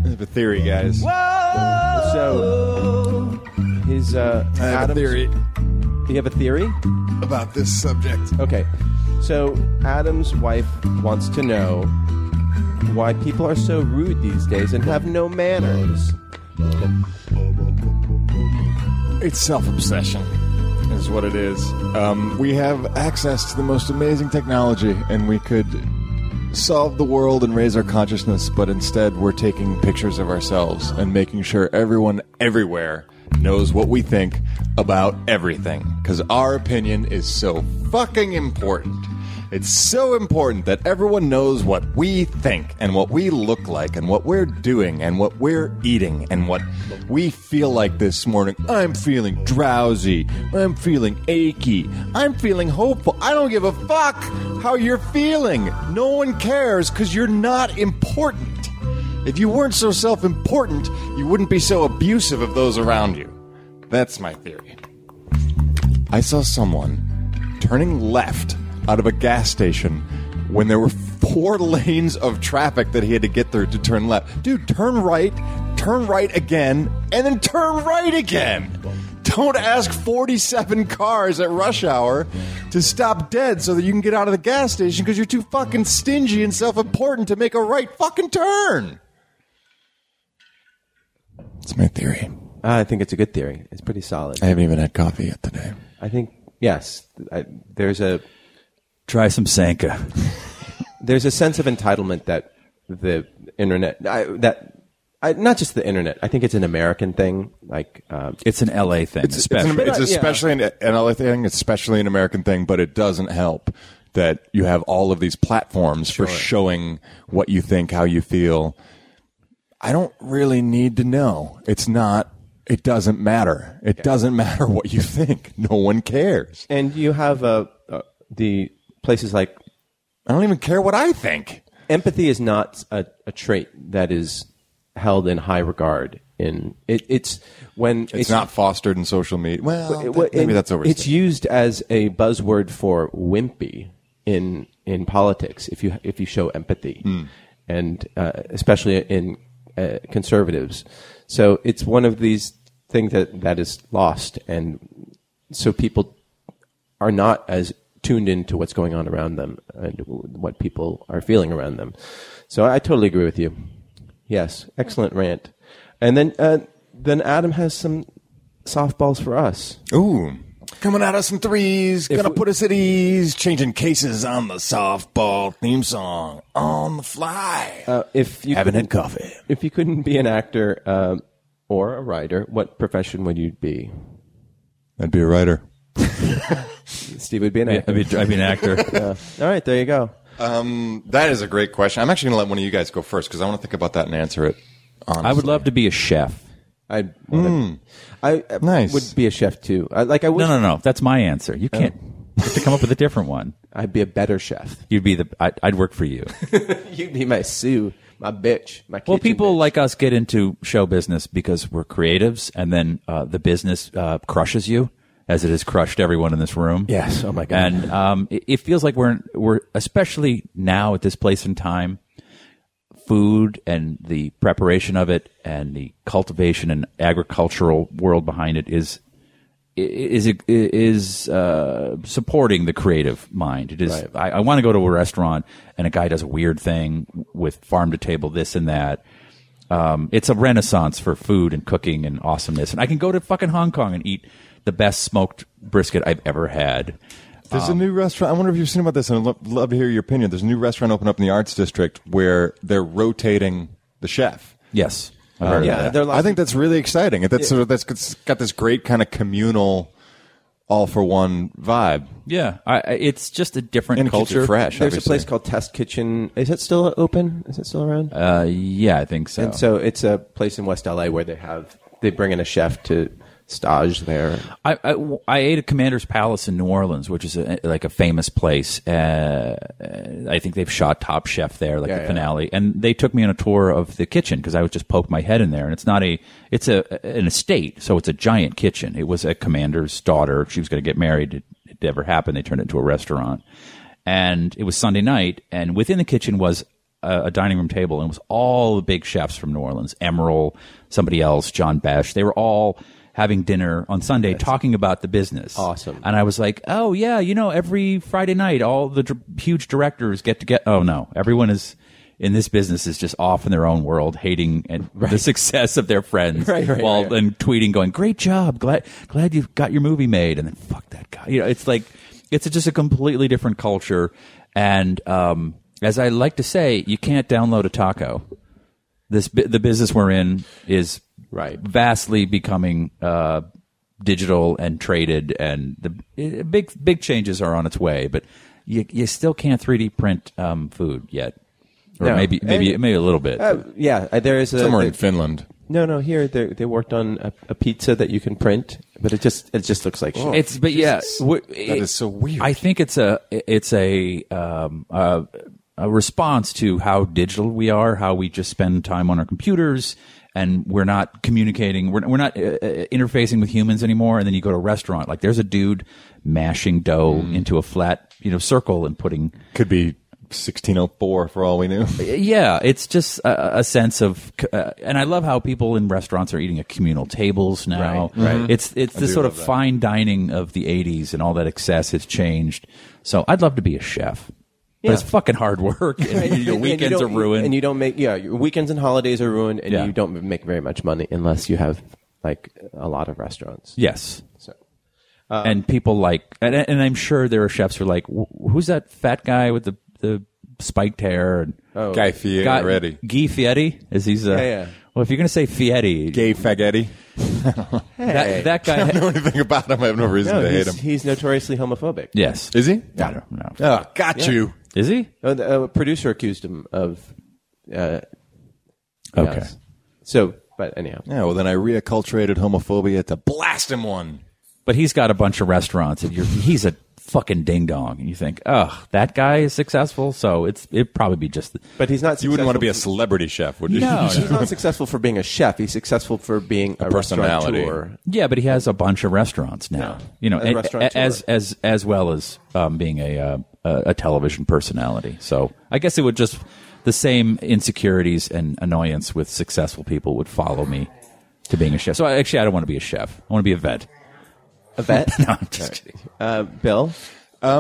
have a theory, guys.
So his uh,
I have
Adam's-
a theory
You have a theory?
about this subject.
Okay. So Adam's wife wants to know why people are so rude these days and have no manners.
It's self obsession.
Is what it is.
Um, we have access to the most amazing technology, and we could solve the world and raise our consciousness, but instead we're taking pictures of ourselves and making sure everyone everywhere knows what we think about everything. Because our opinion is so fucking important. It's so important that everyone knows what we think and what we look like and what we're doing and what we're eating and what we feel like this morning. I'm feeling drowsy. I'm feeling achy. I'm feeling hopeful. I don't give a fuck how you're feeling. No one cares because you're not important. If you weren't so self important, you wouldn't be so abusive of those around you. That's my theory.
I saw someone turning left out of a gas station when there were four lanes of traffic that he had to get through to turn left. Dude, turn right, turn right again, and then turn right again. Don't ask 47 cars at rush hour to stop dead so that you can get out of the gas station because you're too fucking stingy and self important to make a right fucking turn.
That's my theory.
Ah, I think it's a good theory. It's pretty solid.
I haven't even had coffee yet today.
I think yes, I, there's a
Try some Sanka.
there's a sense of entitlement that the internet I, that I, not just the internet. I think it's an American thing. Like uh,
It's an LA thing, especially.
It's, an- it's
Yeah.
especially an, an LA thing, especially an American thing, but it doesn't help that you have all of these platforms for showing what you think, how you feel. I don't really need to know. It's not. It doesn't matter. It doesn't matter what you think. No one cares.
and you have uh, uh, the places like
I don't even care what I think.
empathy is not a, a trait that is held in high regard. In it, it's when
It's, not fostered in social media. Well,
Well,
that- maybe
it-
that's overstated.
It's used as a buzzword for wimpy in in politics. If you if you show empathy,
Hmm.
and uh, especially in uh, conservatives, so it's one of these things that that is lost, and so people are not as tuned into what's going on around them and what people are feeling around them. So I totally agree with you. Yes, excellent rant. And then uh, then Adam has some softballs for us.
Ooh,
Coming at us in threes, gonna put us at ease, changing cases on the softball theme song on the fly.
Uh, if you
Haven't
couldn't-
had coffee.
if you couldn't be an actor um, or a writer, what profession would you be?
I'd be a writer.
Steve would be an
I'd
actor.
be, I'd be an actor.
All right, there you go.
That is a great question. I'm actually going to let one of you guys go first because I want to think about that and answer it. Honestly.
I would love to be a chef.
I'd wanna- I uh,
Nice.
would be a chef too. I, like I would.
No, no, no. That's my answer. You can't. You have to come up with a different one.
I'd be a better chef.
You'd be the. I'd, I'd work for you.
You'd be my Sue, my bitch, my.
Well,
kitchen
people
bitch.
like us get into show business because we're creatives, and then uh, the business uh, crushes you, as it has crushed everyone in this room.
Yes. Oh, my God.
And um, it, it feels like we're we're especially now at this place in time, food and the preparation of it and the cultivation and agricultural world behind it is i- is is uh, supporting the creative mind. It is. I, I want to go to a restaurant and a guy does a weird thing with farm to table this and that. Um, it's a renaissance for food and cooking and awesomeness. And I can go to fucking Hong Kong and eat the best smoked brisket I've ever had.
There's a new restaurant. I wonder if you've seen about this, and I'd lo- love to hear your opinion. There's a new restaurant open up in the Arts District where they're rotating the chef.
Yes. I've heard of
yeah,
that.
there are lots
I think that's really exciting. That's sort of, that's it's got this great kind of communal, all for one vibe.
Yeah, I, I- it's just a different
And it keeps you
culture.
fresh.
There's a
obviously.
place called Test Kitchen. Is it still open? Is it still around?
Uh, yeah, I think so.
And so it's a place in West LA where they have they bring in a chef to stage there.
I, I, I ate at Commander's Palace in New Orleans, which is a, like a famous place. Uh, uh, I think they've shot Top Chef there, like
Yeah,
the
yeah.
finale, and they took me on a tour of the kitchen because I would just poke my head in there, and it's not a it's a an estate, so it's a giant kitchen. It was a commander's daughter; she was going to get married. It, it never happened. They turned it into a restaurant, and it was Sunday night, and within the kitchen was a, a dining room table, and it was all the big chefs from New Orleans, Emerald, somebody else, John Besh. They were all having dinner on Sunday, talking about the business.
Awesome.
And I was like, oh yeah, you know, every Friday night, all the dr- huge directors get to get. Oh no, everyone is in this business is just off in their own world, hating and the success of their friends,
Right, right,
while
right.
then tweeting, going, "Great job, glad glad you got your movie made," and then fuck that guy. You know, it's like it's just a completely different culture. And um, as I like to say, you can't download a taco. This bu- the business we're in is
Right.
vastly becoming uh, digital and traded, and the eh, big big changes are on its way. But you you still can't 3D print um, food yet, or
No.
maybe maybe maybe a little bit.
Uh, yeah, uh, there is a
Somewhere in
there-
Finland.
No, no. Here they they worked on a, a pizza that you can print, but it just it just looks like shit.
it's but yeah, w-
Oh, that is so weird.
I think it's a it's a um, uh, a response to how digital we are, how we just spend time on our computers, and we're not communicating. We're, we're not uh, uh, interfacing with humans anymore. And then you go to a restaurant, like there's a dude mashing dough
Mm.
into a flat you know circle and putting
Could be 1604 for all we knew.
yeah, it's just a, a sense of, uh, and I love how people in restaurants are eating at communal tables now.
Mm-hmm.
Right, right. Mhm.
It's it's this sort of fine dining of the '80s and all that excess has changed. So I'd love to be a chef, but it's fucking hard work. And your
And you
weekends are
don't-
ruined.
and you don't make yeah. Your weekends and holidays are ruined, and
Yeah.
you don't make very much money unless you have like a lot of restaurants.
yes,
So Uh-uh.
and people like, and, and I'm sure there are chefs who are like, "Wh- who's that fat guy with the the spiked hair and
Oh, Guy Fieri.
Guy- Guy Fieri is he's a.
Yeah, yeah.
Well, if you're gonna say Fieri,
Gay faggoty.
that, that guy.
I don't know anything about him. I have no reason
no,
to hate
he's,
him.
he's notoriously homophobic.
yes,
Is he?
I don't know.
Oh, got you.
Is he?
Uh, the, uh, producer accused him of. Uh,
Okay.
yes. So, but anyhow,
Yeah, well, then I reacculturated homophobia to blast him one.
But he's got a bunch of restaurants, and you're, he's a fucking ding dong, and you think, oh, that guy is successful, so it's it'd probably be just. The,
but he's not.
You wouldn't want to be a
successful
celebrity chef, would you?
No.
for- He's not successful for being a chef. He's successful for being a,
personality.
restaurateur.
yeah, but he has a bunch of restaurants now, you know,
a
and-
restaurateur.
as as as well as um, being a, uh, a a television personality. So I guess it would just the same insecurities and annoyance with successful people would follow me to being a chef. So I, actually, I don't want to be a chef. I want to be a vet.
A vet.
No, I'm just kidding.
Uh, Bill.
I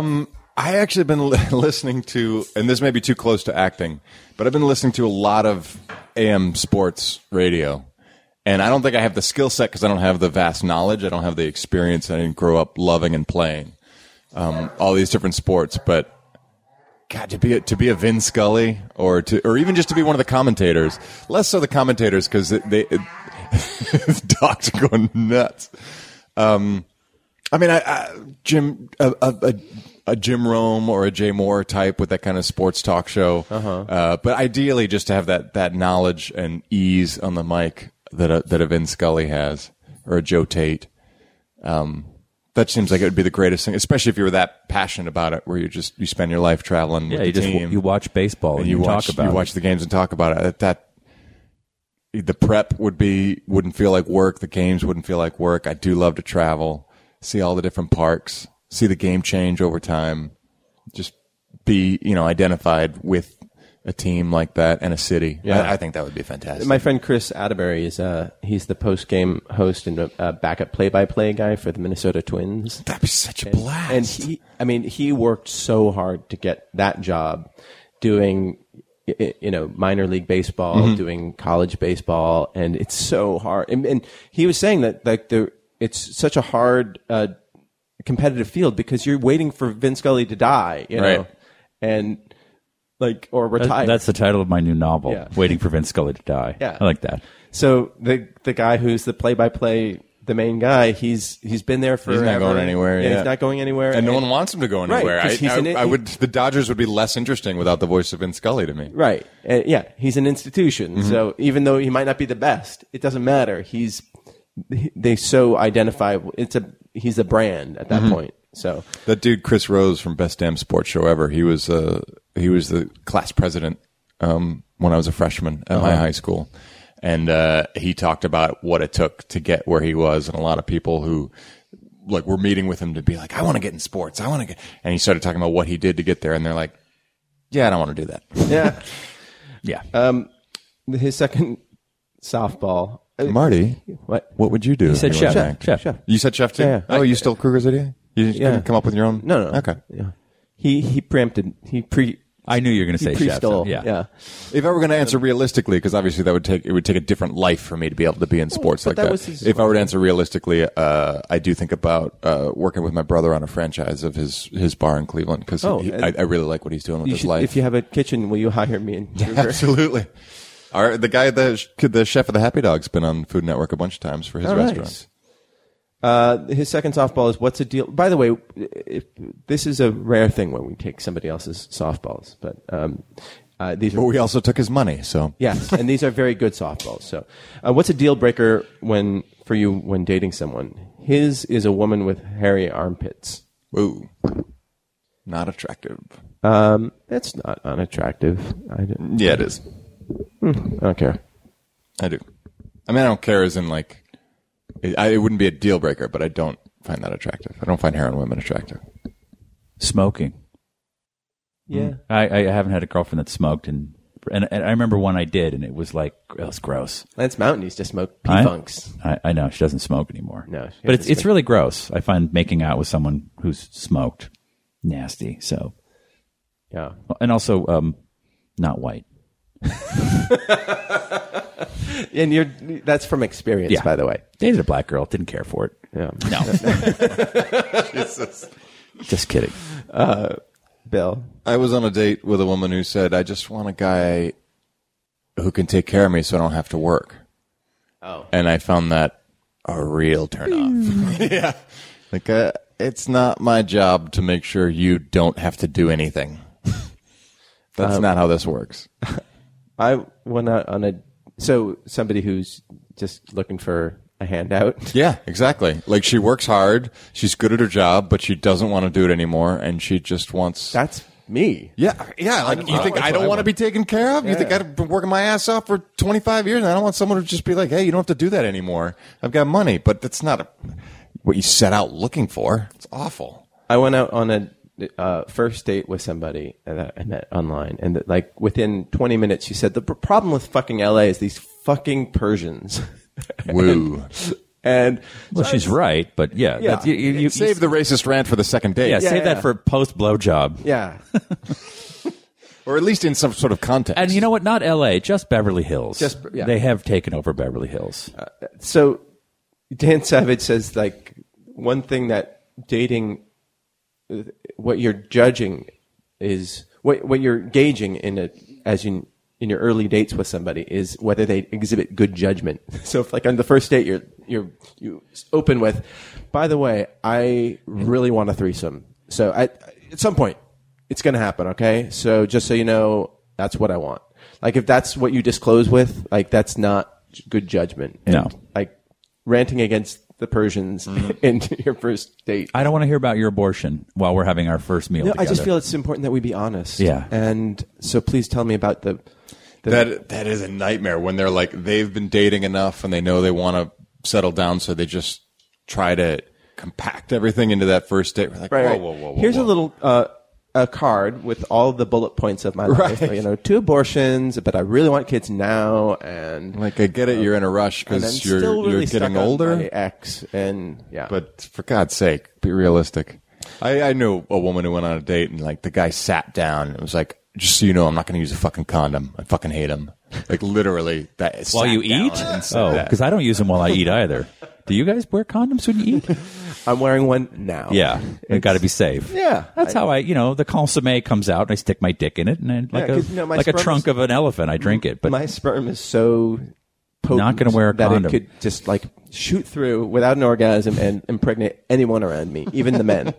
actually been li- listening to, and this may be too close to acting, but I've been listening to a lot of AM sports radio, and I don't think I have the skill set because I don't have the vast knowledge, I don't have the experience, I didn't grow up loving and playing um, all these different sports, but. God, to be a, to be a Vin Scully or to or even just to be one of the commentators, less so the commentators because they, they dogs are going nuts. Um, I mean, I, I Jim, a, a, a, a Jim Rome or a Jay Moore type with that kind of sports talk show. Uh-huh. but ideally, just to have that that knowledge and ease on the mic that a, that a Vin Scully has or a Joe Tate. Um, that seems like it would be the greatest thing, especially if you were that passionate about it, where you just you spend your life traveling.
Yeah,
with
you
the
just
team
you watch baseball and, you,
watch,
talk about
you
it.
watch the games and talk about it. That, that the prep would be wouldn't feel like work. The games wouldn't feel like work. I do love to travel, see all the different parks, see the game change over time. Just be you know identified with a team like that and a city. Yeah, I, I think that would be fantastic.
My friend Chris Atterbury is uh, he's the post game host and uh, backup play by play guy for the Minnesota Twins.
That'd be such a blast.
And he, I mean, he worked so hard to get that job, doing y- y- you know minor league baseball,
Mm-hmm.
doing college baseball, and it's so hard. And, and he was saying that like the it's such a hard uh, competitive field because you're waiting for Vin Scully to die, you know,
Right.
and like or
That-
retire.
That's the title of my new novel,
Yeah.
Waiting for Vince Scully to Die.
Yeah.
I like that.
So the the guy who's the play by play, the main guy, he's he's been there for.
He's not going anywhere.
Yeah,
yeah.
he's not going anywhere,
and no one wants him to go
Right,
anywhere.
'cause
I,
he's
I-
in it-
I would. The Dodgers would be less interesting without the voice of Vin Scully to me.
Right.
Mm-hmm.
Uh, yeah, he's an institution. So even though he might not be the best, it doesn't matter. He's they so identify. It's a he's a brand at that
Mm-hmm.
point. So
That dude Chris Rose from Best Damn Sports Show Ever. He was uh he was the class president um, when I was a freshman at my high school, and uh, he talked about what it took to get where he was, and a lot of people who like were meeting with him to be like, I want to get in sports, I want to get, and he started talking about what he did to get there, and they're like, Yeah, I don't want to do that.
yeah,
Yeah.
Um, his second softball. Uh,
Marty,
What?
what would you do?
he said
if you were
chef,
an actor?
chef.
You said Mm-hmm. chef too.
Yeah.
Oh, you still Kruger's idea? You just
Yeah.
couldn't come up with your own?
No, no.
Okay.
Yeah. He he preempted. He pre.
I knew you were going to
He
say chef. so-
pre-stole.
Yeah.
yeah.
If I were going to answer realistically, because obviously that would take it would take a different life for me to be able to be in sports
but
like
that
that.
was his-
if I were to answer realistically, uh, I do think about uh, working with my brother on a franchise of his his bar in Cleveland because
Oh,
I, I really like what he's doing with
You
his
should-
life.
If you have a kitchen, will you hire me and Kruger?
Absolutely. All right, the guy the sh- the chef of the Happy Dog's been on Food Network a bunch of times for his
Oh, nice.
restaurants.
Uh, his second softball is what's a deal? By the way, if, this is a rare thing when we take somebody else's softballs, but um, uh, these are
But we also took his money, so
yes, and these are very good softballs. So, uh, what's a deal breaker when for you when dating someone? His is a woman with hairy armpits.
Ooh, not attractive.
Um, that's not unattractive. I don't,
Yeah, it is.
I don't care.
I do. I mean, I don't care as in like, it, I, it wouldn't be a deal breaker, but I don't find that attractive. I don't find hair on women attractive.
Smoking.
Yeah.
I, I haven't had a girlfriend that smoked, and, and and I remember one I did, and it was like it was gross.
Lance Mountain used to smoke P
I-
Funks.
I, I know she doesn't smoke anymore.
No, she
but it's
doesn't
it's
smoke.
really gross. I find making out with someone who's smoked nasty. So
Yeah.
and also um, not white.
And you're that's from experience,
Yeah.
by the way.
Dated a black girl, didn't care for it.
Yeah.
No, just kidding.
Bill.
I was on a date with a woman who said, "I just want a guy who can take care of me, so I don't have to work."
Oh.
and I found that a real turnoff. yeah, like uh, it's not my job to make sure you don't have to do anything. That's not how this works.
I went out on a so somebody who's just looking for a handout.
Yeah, exactly. Like she works hard, she's good at her job, but she doesn't want to do it anymore, and she just wants.
That's me.
yeah, yeah. Like you think I don't want to be taken care of? You think I've been working my ass off for twenty five years, and I don't want someone to just be like, "Hey, you don't have to do that anymore. I've got money." But that's not a, what you set out looking for. It's awful.
I went out on a uh, first date with somebody that I met online, and that, like within 20 minutes, she said the pr- problem with fucking LA is these fucking Persians.
Woo.
and
Well, she's right, but yeah,
Yeah.
that's- you, you, you-
Save the racist rant for the second date,
yeah, save
yeah.
that for post blowjob.
yeah,
or at least in some sort of context.
And you know what? Not L.A., just Beverly Hills.
Just- yeah. Uh,
They have taken over Beverly Hills.
so Dan Savage says like one thing that dating, what you're judging is what what you're gauging in a as you in your early dates with somebody is whether they exhibit good judgment. So if like on the first date you're you're you open with, by the way, I really want a threesome. So at at some point it's going to happen. Okay, so just so you know, that's what I want. Like if that's what you disclose with, like that's not good judgment. And,
No.
like ranting against the Persians
Mm-hmm.
in your first date.
I don't want to hear about your abortion while we're having our first meal.
No, I
together.
just feel it's important that we be honest.
Yeah.
And so please tell me about the. the
that that is a nightmare when they're like they've been dating enough and they know they want to settle down, so they just try to compact everything into that first date. We're like,
right,
whoa,
right.
whoa, whoa, whoa,
Here's a
whoa.
little uh, a card with all the bullet points of my life.
Right.
You know, two abortions, but I really want kids now, and
Like I get it, you're in a rush
and I'm
because you're
still really
you're
stuck
getting
on
older,
my ex, and yeah,
but for God's sake, be realistic. I, I knew a woman who went on a date and like the guy sat down and was like, "Just so you know, I'm not going to use a fucking condom. I fucking hate him." Like literally, that
while
sat
you
down
eat?
and said
Oh,
that.
because I don't use them while I eat either. Do you guys wear condoms when you eat?
I'm wearing one now.
Yeah, it got to be safe.
Yeah.
that's how I, you know, the consomme comes out and I stick my dick in it and I, like
Yeah,
a
'cause, you know, my
like a
sperm
trunk
is-
of an elephant, I drink it. But
my sperm is so potent
Not gonna wear a
that
condom.
it could just like shoot through without an orgasm and impregnate anyone around me, even the men.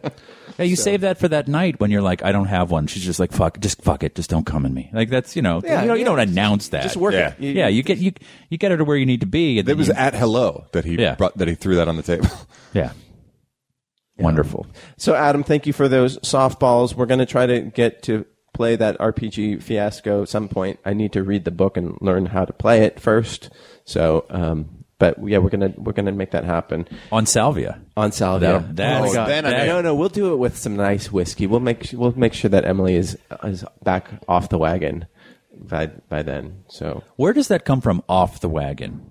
Yeah, you save that for that night when you're like, I don't have one. She's just like, fuck, just fuck it, just don't come in me. Like that's you know,
Yeah,
you don't you
yeah.
don't announce that.
Just work
Yeah.
it.
yeah, you get you you get her to where you need to be. And
It
then
was
you-
at hello that he
Yeah.
brought, that he threw that on the table.
yeah. Wonderful.
So, Adam, thank you for those softballs. We're going to try to get to play that RPG fiasco at some point. I need to read the book and learn how to play it first. So, um, but yeah, we're gonna we're gonna make that happen
On salvia.
on Salvia.
That- that's-
my God.
then I know.
no, no, we'll do it with some nice whiskey. We'll make we'll make sure that Emily is is back off the wagon by by then. So
Where does that come from? Off the wagon.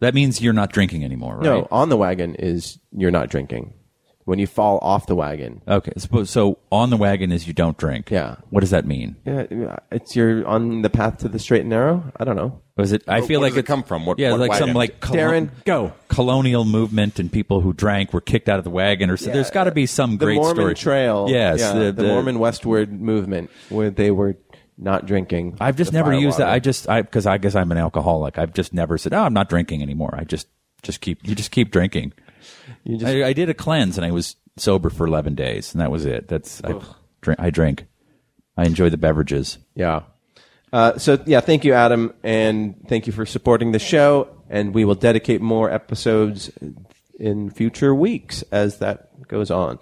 That means you're not drinking anymore, right?
no, on the wagon is you're not drinking when you fall off the wagon.
Okay. So, so on the wagon is you don't drink.
Yeah.
What does that mean?
Yeah, it's you're on the path to the straight and narrow. I don't know.
Was it? I
Where-
feel
where
like
does it
it's-
come from? What-
yeah,
what
like some
wagon?
like colo-
Darren, go.
colonial movement and people who drank were kicked out of the wagon, or so. there's got to be some
the
great
Mormon
story.
Trail.
Yes,
Yeah,
the,
the, Mormon westward movement where they were not drinking.
I've just
the
never used that.
firewater.
I just I because I guess I'm an alcoholic. I've just never said, "Oh, I'm not drinking anymore." I just just keep you just keep drinking.
You just-
I, I did a cleanse and I was sober for 11 days, and that was it. That's I drink. I drink. I enjoy the beverages.
yeah. Uh, so yeah, thank you, Adam, and thank you for supporting the show. And we will dedicate more episodes in future weeks as that goes on.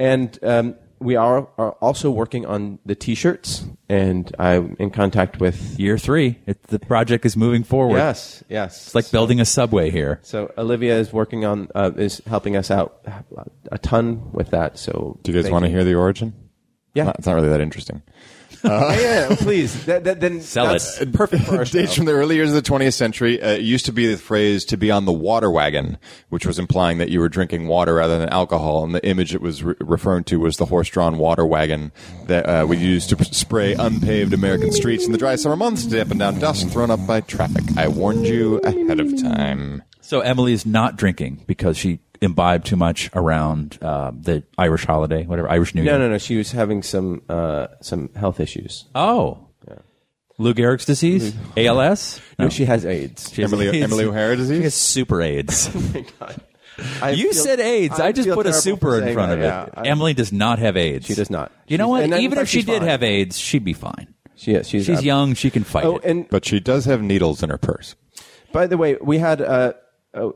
And um, we are, are also working on the T-shirts, and I'm in contact with.
Year three, it, the project is moving forward.
Yes, yes.
It's like building a subway here.
So Olivia is working on uh, is helping us out a ton with that. So
Do you guys
thank
want to hear the origin?
Yeah.
Not- it's not really that interesting.
yeah, yeah, please. That, that, then
Sell
that's
it.
Perfect for our show.
dates from the early years of the 20th century. Uh, it used to be the phrase "to be on the water wagon," which was implying that you were drinking water rather than alcohol. And the image it was re- referring to was the horse-drawn water wagon that uh, we used to p- spray unpaved American streets in the dry summer months to dampen down dust thrown up by traffic. I warned you ahead of time.
So Emily is not drinking because she imbibed too much around uh, the Irish holiday, whatever Irish New
No,
Year.
no, no. She was having some uh, some health issues.
Oh, Lou Gehrig's disease, ALS.
No, she has AIDS.
She has
Emily-
AIDS.
Emily O'Hara disease?
She has super AIDS.
I feel-
you said AIDS. I, just
feel
put a
terrible for
super in
saying
front
that.
of it.
Yeah, I-
Emily does not have AIDS.
She does not.
You know
She's-
what?
and in
Even
fact,
if she
she's
did
fine.
have AIDS, she'd be fine.
She is. She's,
She's
ab-
young. She can fight
Oh,
it.
and
But she does have needles in her purse.
by the way, we had uh, a,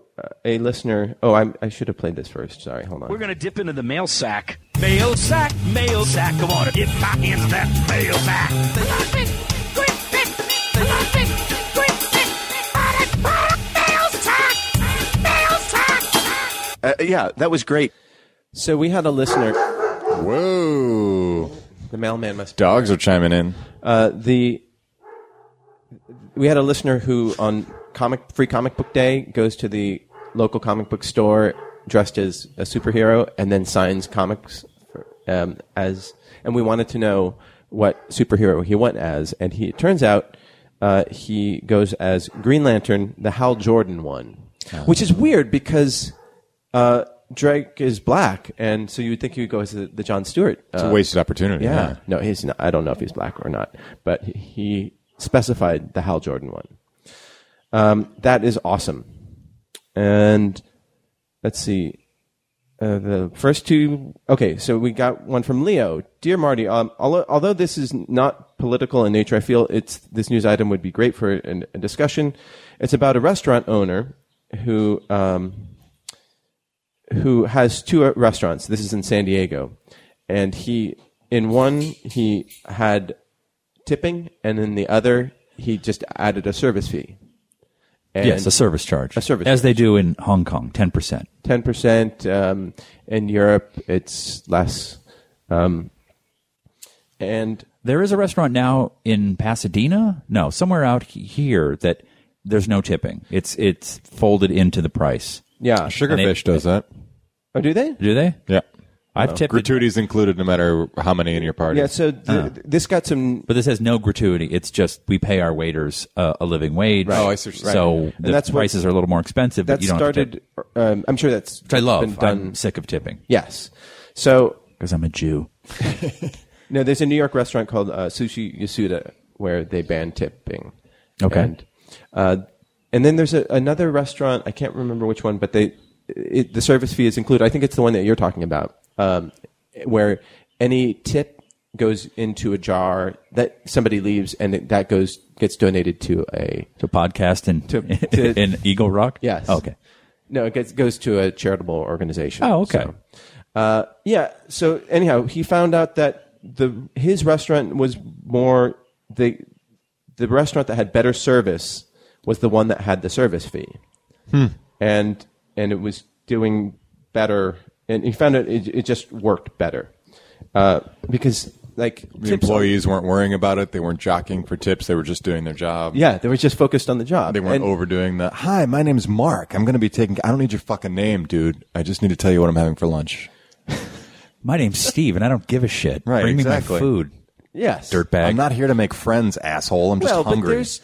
a listener. Oh, I'm, I should have played this first. Sorry, hold on.
We're gonna dip into the mail sack. Mail sack, mail sack. Come on, get back into that mail sack.
Uh, yeah, that was great. So we had a listener.
Whoa!
The mailman must.
Dogs are chiming in.
Uh, the we had a listener who on comic free comic book day goes to the local comic book store dressed as a superhero and then signs comics for, um, as and we wanted to know what superhero he went as and he it turns out uh, he goes as Green Lantern the Hal Jordan one which is weird because uh, Drake is black and so you would think he would go as the, the John Stewart uh,
It's a wasted opportunity.
yeah. No, he's not. I don't know if he's black or not, but he specified the Hal Jordan one. Um, that is awesome. And let's see. Uh, the first two. Okay, so we got one from Leo. Dear Marty, um, although, although this is not political in nature, I feel it's this news item would be great for an, a discussion. It's about a restaurant owner who um, who has two uh, restaurants. This is in San Diego, and he in one he had tipping, and in the other he just added a service fee. And
yes, a service charge.
A service
as they do in Hong Kong, ten percent.
ten percent. Um, in Europe, it's less. Um, and
There is a restaurant now in Pasadena, no, somewhere out he- here that there's no tipping. It's it's folded into the price.
yeah,
Sugarfish does that.
Oh, do they?
Do they?
Yeah.
I've tipped,
Gratuities included, no matter how many in your party.
Yeah. So th- this got some.
Ah. but this has no gratuity. It's just we pay our waiters uh, a living wage.
Right. Oh, I
see what you're saying.
So
Right.
the
And that's what-
prices are a little more expensive.
That
but you don't have to
started.
tip,
Um, I'm sure that's
which I love.
been done.
I'm sick of tipping
Yes. So
because I'm a Jew.
No, there's a New York restaurant called uh, Sushi Yasuda where they ban tipping.
Okay.
And, uh, And then there's a, another restaurant. I can't remember which one, but they it, the service fee is included. I think it's the one that you're talking about, um, where any tip goes into a jar that somebody leaves, and it, that goes gets donated to a
To podcast in,
To- to-
in Eagle Rock?
yes.
Okay.
No, it gets, goes to a charitable organization.
Oh, okay.
So, uh, yeah. So anyhow, he found out that the his restaurant was more the the restaurant that had better service was the one that had the service fee, Hmm. and and it was doing better. And he found it it, it just worked better uh, because like
The employees weren't worrying about it. They weren't jockeying for tips. They were just doing their job.
yeah, they were just focused on the job.
They weren't
And-
overdoing the, hi, my name's Mark. I'm going to be taking, I don't need your fucking name, dude. I just need to tell you what I'm having for lunch.
My name's Steve, and I don't give a shit.
Right,
Bring me
exactly.
my food,
Yes,
dirtbag.
I'm not here to make friends, asshole. I'm just
well,
hungry.
but there's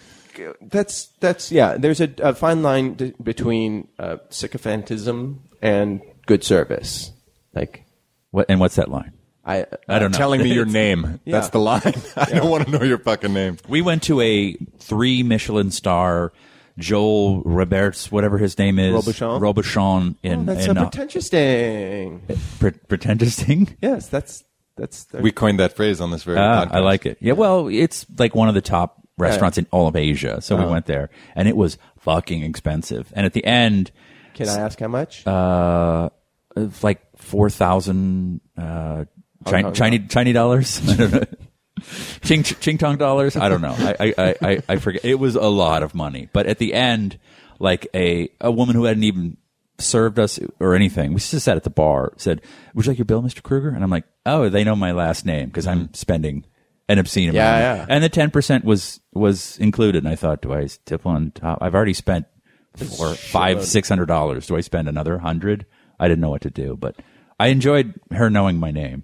that's that's yeah. There's a, a fine line d- between uh, sycophantism and good service. Like
What, and what's that line?
I, uh,
I don't know.
Telling me your name.
Yeah.
That's the line. I don't want to know your fucking name.
We went to a three Michelin star, Joel Roberts, whatever his name is,
Robuchon?
Robuchon
Oh,
in,
That's
in
a
uh,
pretentious thing.
pre- pretentious thing.
Yes, that's that's uh,
We coined that phrase on this very
Ah,
podcast.
I like it. Yeah, well, it's like one of the top restaurants in all of Asia, so
Uh-huh.
we went there, and it was fucking expensive. And at the end,
Can I ask how much?
uh, it's like four thousand uh,
Oh,
Chinese Chinese dollars. I don't know. Ching Ching Tong dollars. I don't know. I I, I- I I forget. It was a lot of money. But at the end, like a a woman who hadn't even served us or anything, we just sat at the bar. Said, "Would you like your bill, Mister Kruger?" And I'm like, "Oh, they know my last name because I'm spending." An obscene amount.
Mm-hmm. Yeah, yeah.
And the ten percent was was included. And I thought, do I tip on top? I've already spent four, five, six hundred dollars. Do I spend another hundred? I didn't know what to do, but I enjoyed her knowing my name.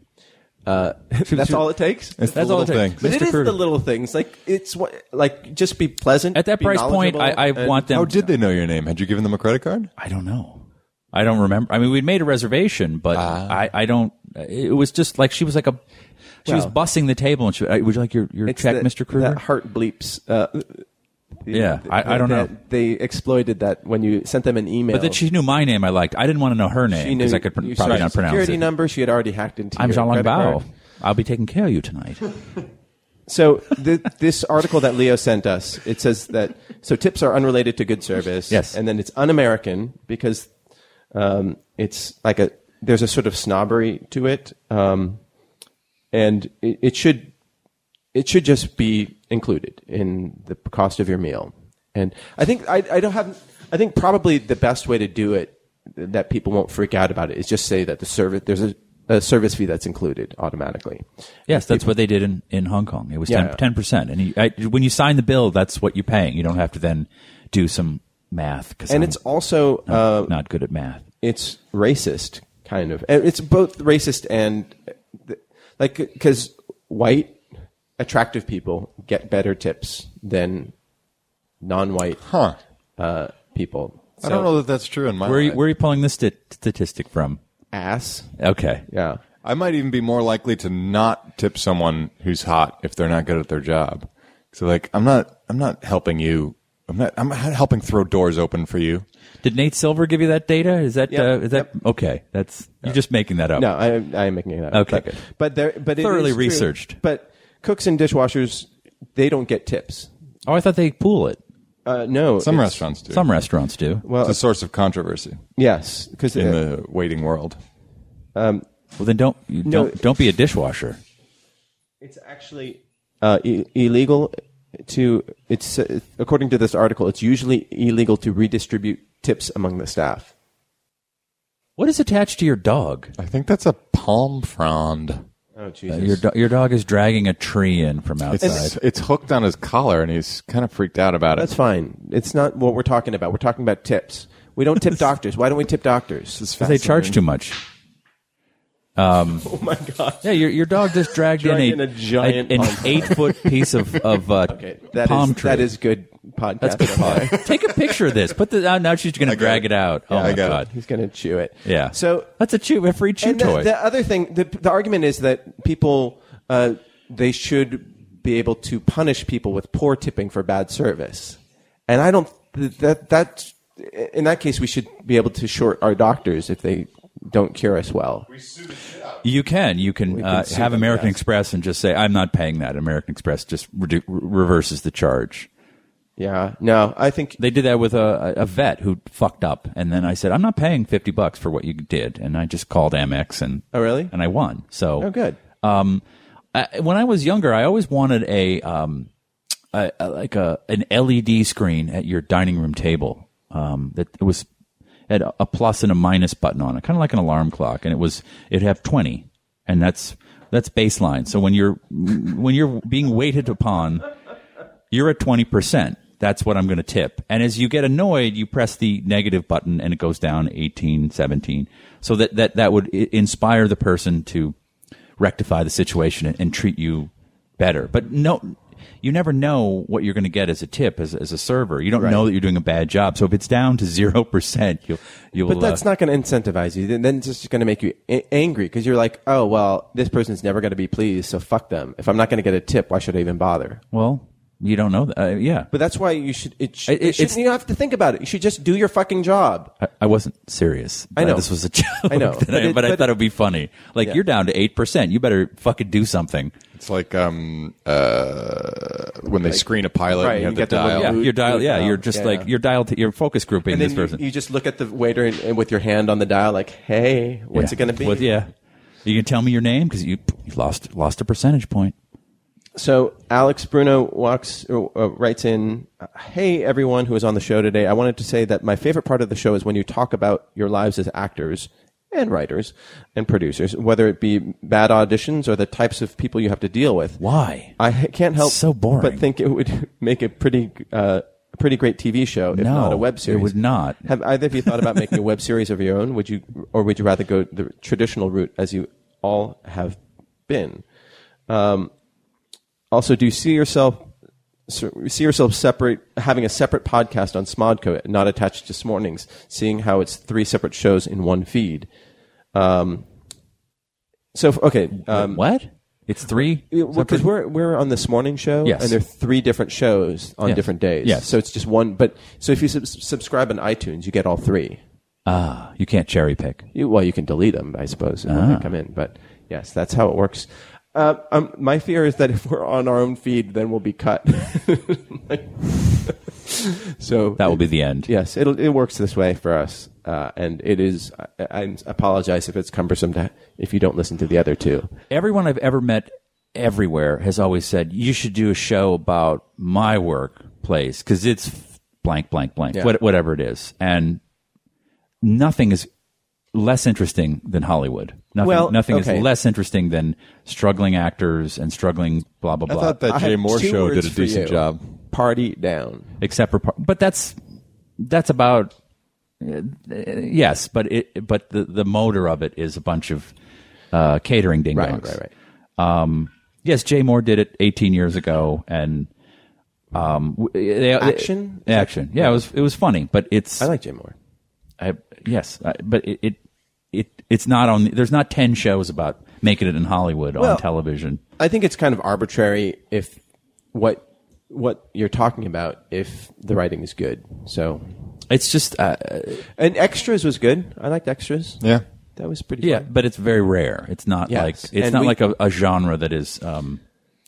that's all it takes.
That's
It's the
all
little
it takes.
things.
but it
Mr.
is
Kruger.
the little things. Like it's what like just be pleasant
At that
be
price point, I, I
knowledgeable, and-
want them.
How did they know your name? Had you given them a credit card?
I don't know. I don't remember. I mean, we'd made a reservation, but
Ah.
I, I don't. It was just like she was like a. She was
Well-
bussing the table, and she uh, would you like your, your
It's
check,
that-
Mister Kruger?
That heart bleeps. Uh, the-
Yeah, I- I don't
that-
know.
They exploited that when you sent them an email.
but then she knew my name. I liked. I didn't want to know her
She
name
knew
because I could pr-
you
probably
saw your
not pronounce
security
it.
number. She had already hacked into.
I'm
your
Jean
credit
Bao.
card.
I'll be taking care of you tonight.
So th- this article that Leo sent us, it says that so tips are unrelated to good service.
Yes.
and then it's un-American because um, it's like a there's a sort of snobbery to it, um, and it, it should it should just be included in the cost of your meal. And I think I, I don't have. I think probably the best way to do it that people won't freak out about it is just say that the service there's a, a service fee that's included automatically.
Yes, that's what they did in, in Hong Kong. It was
Yeah.
10 percent, and you, I, when you sign the bill, that's what you're paying. You don't have to then do some math. Cause
And
I'm
it's also
not,
uh,
not good at math.
it's racist kind of And it's both racist and like because white attractive people get better tips than non-white
Huh.
uh, people
I don't
So,
know that that's true in my
Where are
Uh,
you,
life.
where are you pulling this sti- statistic from?
ass
Okay,
yeah
I might even be more likely to not tip someone who's hot if they're not good at their job. So like, I'm not, I'm not helping you. I'm not, I'm not helping throw doors open for you.
did Nate Silver give you that data? Is that
Yep,
uh, is that okay? That's you're just making that up.
no i i am making it up
Okay,
but,
good.
but there but it is
Thoroughly
true.
researched.
but cooks and dishwashers they don't get tips
Oh, I thought they pool it.
uh, no
Some
it's-
restaurants do.
Some restaurants do.
it's a source of controversy
yes because
in the waiting world.
Well, then don't you
No.
don't don't be a dishwasher.
It's actually uh, I- illegal to. It's uh, according to this article. It's usually illegal to redistribute tips among the staff.
What is attached to your dog?
I think that's a palm frond.
Oh
Uh,
Jesus!
your do- your dog is dragging a tree in from outside.
It's, it's hooked on his collar and he's kind of freaked out about
That's
it.
fine. It's not what we're talking about. We're talking about tips. We don't tip doctors. Why don't we tip doctors?
It's
'Cause they charge too much. Um,
Oh my God!
Yeah, your your dog just dragged in
Dragged
a,
in a giant
an
palm
eight foot piece of of uh,
Okay, that is
palm tree.
that is good podcast.
That's good. Pod. Take a picture of this. Put the oh, now she's going to drag it out. oh my
I got
god.
He's gonna chew it.
Yeah.
So
that's a chew a free chew
and the,
toy.
the other thing, the, the argument is that people uh, they should be able to punish people with poor tipping for bad service, and I don't th- that that in that case we should be able to short our doctors if they don't cure us well.
You can. You can,
can
uh,
sue
have
them,
American
yes.
Express and just say, I'm not paying that. American Express just redu- re- reverses the charge.
Yeah. No, I think
They did that with a, a vet who fucked up. And then I said, I'm not paying 50 bucks for what you did. And I just called Amex and.
Oh, really?
And I won. So.
Oh, good.
Um, I, when I was younger, I always wanted a, um, a, a- like a, an LED screen at your dining room table. Um, that it was had a a plus and a minus button on it, kind of like an alarm clock. And it was, it'd have 20 and that's, that's baseline. So when you're, when you're being waited upon, you're at 20%. That's what I'm going to tip. And as you get annoyed, you press the negative button and it goes down 18, 17. So that, that, that would i- inspire the person to rectify the situation and, and treat you better. But no, you never know what you're going to get as a tip as, as a server. You don't know that you're doing a bad job. So if it's down to 0%, you'll, you'll,
But that's
uh,
not going to incentivize you. Then, then it's just going to make you a- angry because you're like, oh, well, this person's never going to be pleased, so fuck them. If I'm not going to get a tip, why should I even bother?
well, you don't know that. Uh, yeah.
But that's why you should. It, sh-
It-
it,
it-
shouldn't-
it's-
you don't have to think about it. You should just do your fucking job.
I, I wasn't serious.
I know.
Uh, this was a joke.
I know.
that
But it-
but I
but-
thought it would be funny. Like
Yeah.
you're down to eight percent. You better fucking do something.
It's like um, uh, when they screen a pilot,
Right,
and you have
you get
to
the little
dial.
Yeah,
Boot-
you're dial.
boot
Yeah,
down.
you're just
Yeah,
like
yeah.
you're dial. T- you're focus grouping
And then
this
you,
person.
you just look at the waiter and, and with your hand on the dial, like, hey, what's
Yeah.
it going to be?
Well, yeah, you can tell me your name because you you lost lost a percentage point.
So Alex Bruno walks uh, uh, writes in, "Hey everyone who is on the show today. I wanted to say that my favorite part of the show is when you talk about your lives as actors and writers and producers, whether it be bad auditions or the types of people you have to deal with.
Why?
I h- can't help
So boring.
but think it would make a pretty uh, a pretty great TV show, if
No,
not a web
it
series.
would not.
Have either of you thought about making a web series of your own? Would you, or would you rather go the traditional route as you all have been? Um, also, do you see yourself so- see yourself separate having a separate podcast on Smodco, not attached to Smornings, seeing how it's three separate shows in one feed? Um, so f- okay, um,
what? It's three.
because
something?
we're we're on this morning show,
Yes.
and there are three different shows on
Yes.
different days.
Yes.
so it's just one. But so if you sub- subscribe on iTunes, you get all three.
ah, you can't cherry pick.
You, well, you can delete them, I suppose, when
Ah.
they come in. But yes, that's how it works. Uh, um, my fear is that if we're on our own feed, then we'll be cut. so
That will be the end.
Yes, it it works this way for us, uh, and it is. I, I apologize if it's cumbersome to if you don't listen to the other two.
everyone I've ever met everywhere has always said you should do a show about my workplace because it's blank, blank, blank,
Yeah.
what, whatever it is, and nothing is less interesting than Hollywood. Nothing,
Well,
nothing
okay.
is less interesting than struggling actors and struggling blah blah
I
blah.
thought that
I
Jay
have
Moore
two
show
words
did a
for
decent
you.
job.
Party down.
except for, par- but that's that's about uh, yes, but it but the the motor of it is a bunch of uh, catering ding dongs.
Right, right, right.
Um, yes, Jay Moore did it 18 years ago, and um, w- they,
Action?
they- action. Yeah, it was it was funny, but it's
I like Jay Moore.
I, yes, I, but it, it it it's not on. There's not 10 shows about making it in Hollywood
Well-
on television.
I think it's kind of arbitrary if what what you're talking about if the writing is good. So,
It's just uh,
and extras was good. I liked extras.
Yeah.
that was pretty.
yeah,
fun.
but it's very rare. It's not
Yes.
like it's
And
not
we-
like a, a genre that is. Um,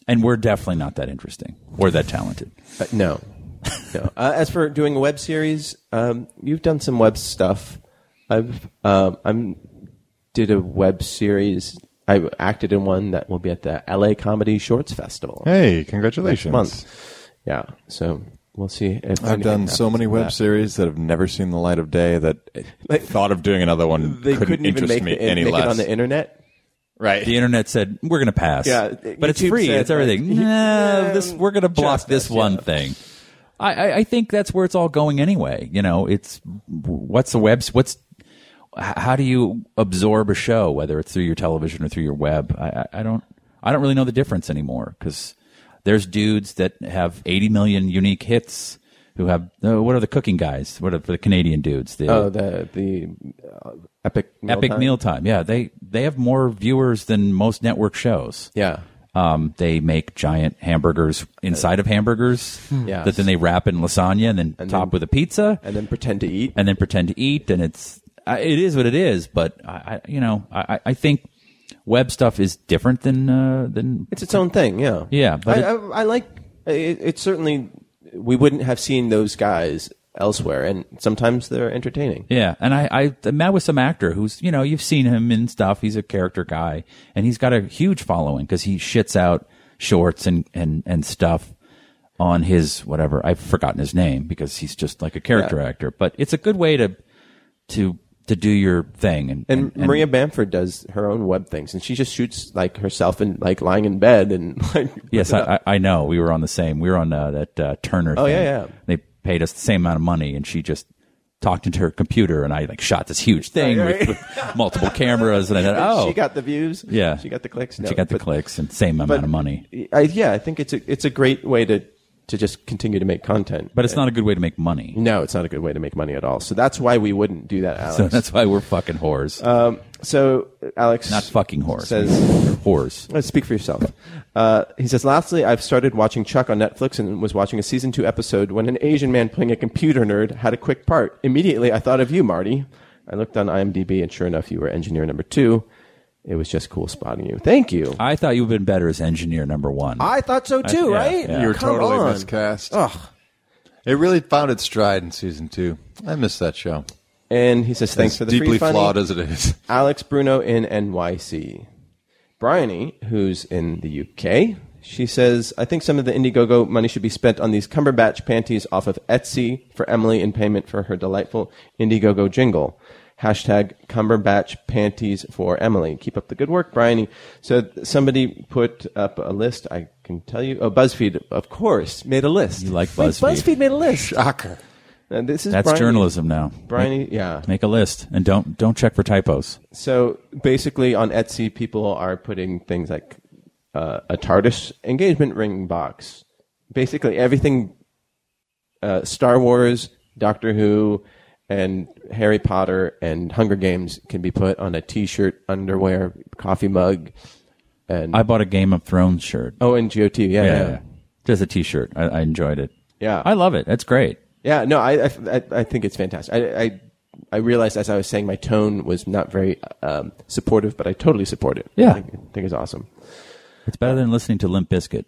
and we're definitely not that interesting or that talented.
But Uh, no, no. Uh, as for doing a web series, um, you've done some web stuff. I've um, I'm did a web series. I acted in one that will be at the LA Comedy Shorts Festival
Hey,
next
congratulations.
month. Yeah, so we'll see. If
I've
anything
done so
happens
many
with
web
that.
series that have never seen the light of day that
Like-
thought of doing another one
They
couldn't,
couldn't, even make,
interest me
it,
any
make
less.
it on the internet.
right.
The internet said we're going to pass.
Yeah,
but it's
YouTube
free.
said,
It's everything.
like,
nah,
yeah,
this we're going to block
just
this
us,
one
yeah.
thing. I, I, I think that's where it's all going anyway. You know, it's what's the webs? What's h- how do you absorb a show, whether it's through your television or through your web? I, I, I don't I don't really know the difference anymore because there's dudes that have 80 million unique hits who have uh, what are the cooking guys? What are the Canadian dudes? The,
Oh, the the uh, epic meal
Epic
time.
Mealtime. Yeah, they they have more viewers than most network shows.
Yeah.
Um, they make giant hamburgers inside of hamburgers
Yes.
that then they wrap in lasagna and then top with a pizza
and then pretend to eat.
and then pretend to eat and it's I- it is what it is but i, I you know I, I- I think web stuff is different than uh, than
It's its own thing, yeah.
Yeah,
I,
but it-
I, I like it, it. Certainly, we wouldn't have seen those guys elsewhere, and sometimes they're entertaining.
yeah and I, I met with some actor who's you know you've seen him in stuff he's a character guy and he's got a huge following because he shits out shorts and and and stuff on his whatever i've forgotten his name because he's just like a character
Yeah.
actor but it's a good way to to to do your thing and
And, Maria Bamford does her own web things, and she just shoots like herself and like lying in bed and like.
Yes, I, I I know. We were on the same. We were on uh, that uh, Turner. Oh thing.
yeah, yeah.
They paid us the same amount of money, and she just talked into her computer, and I like shot this huge thing with, with multiple cameras, and I thought, oh,
Oh, she got the views.
yeah,
she got the clicks.
and
No,
she got the
but-
clicks, and same amount
but-
of money.
I, yeah, I think it's a it's a great way to to just continue to make content.
But it's not a good way to make money.
no, it's not a good way to make money at all. So that's why we wouldn't do that, Alex. Um,
So that's why we're fucking whores,
So Alex,
not fucking whores.
Uh, says.
whores.
Uh, speak for yourself. Uh, he says, lastly, I've started watching Chuck on Netflix and was watching a season two episode when an Asian man playing a computer nerd had a quick part. Immediately, I thought of you, Marty. I looked on IMDb and sure enough, you were engineer number two. It was just cool spotting you. Thank you.
I thought you'd been better as engineer number one.
I thought so too,
yeah,
right?
yeah.
You were
Come
totally
on.
miscast. It really found its stride in season two. I missed that show.
And he says, thanks
as
for the
deeply
free funny.
flawed as it is.
Alex Bruno in NYC. Bryony, who's in the UK, she says, I think some of the Indiegogo money should be spent on these Cumberbatch panties off of Etsy for Emily in payment for her delightful Indiegogo jingle. Hashtag Cumberbatch panties for Emily. Keep up the good work, Bryony. So th- somebody put up a list. I can tell you. Oh, BuzzFeed, of course, made a list.
You like
Wait,
BuzzFeed.
BuzzFeed made a list. Shocker. this is
That's
Bryony-
journalism now.
Bryony,
Make-
yeah.
Make a list and don't don't check for typos.
So basically, on Etsy, people are putting things like uh, a TARDIS engagement ring box. Basically, everything uh, Star Wars, Doctor Who, and Harry Potter and Hunger Games can be put on a T-shirt, underwear, coffee mug, and
I bought a Game of Thrones shirt.
oh, and GOT. Yeah, yeah.
yeah.
yeah.
Just a T-shirt. I, I enjoyed it.
Yeah.
I love it. That's great.
Yeah, no, I, I, I- I think it's fantastic. I, I, I realized as I was saying my tone was not very um, supportive, but I totally support it.
Yeah.
I think, I think it's awesome.
It's better than listening to Limp Bizkit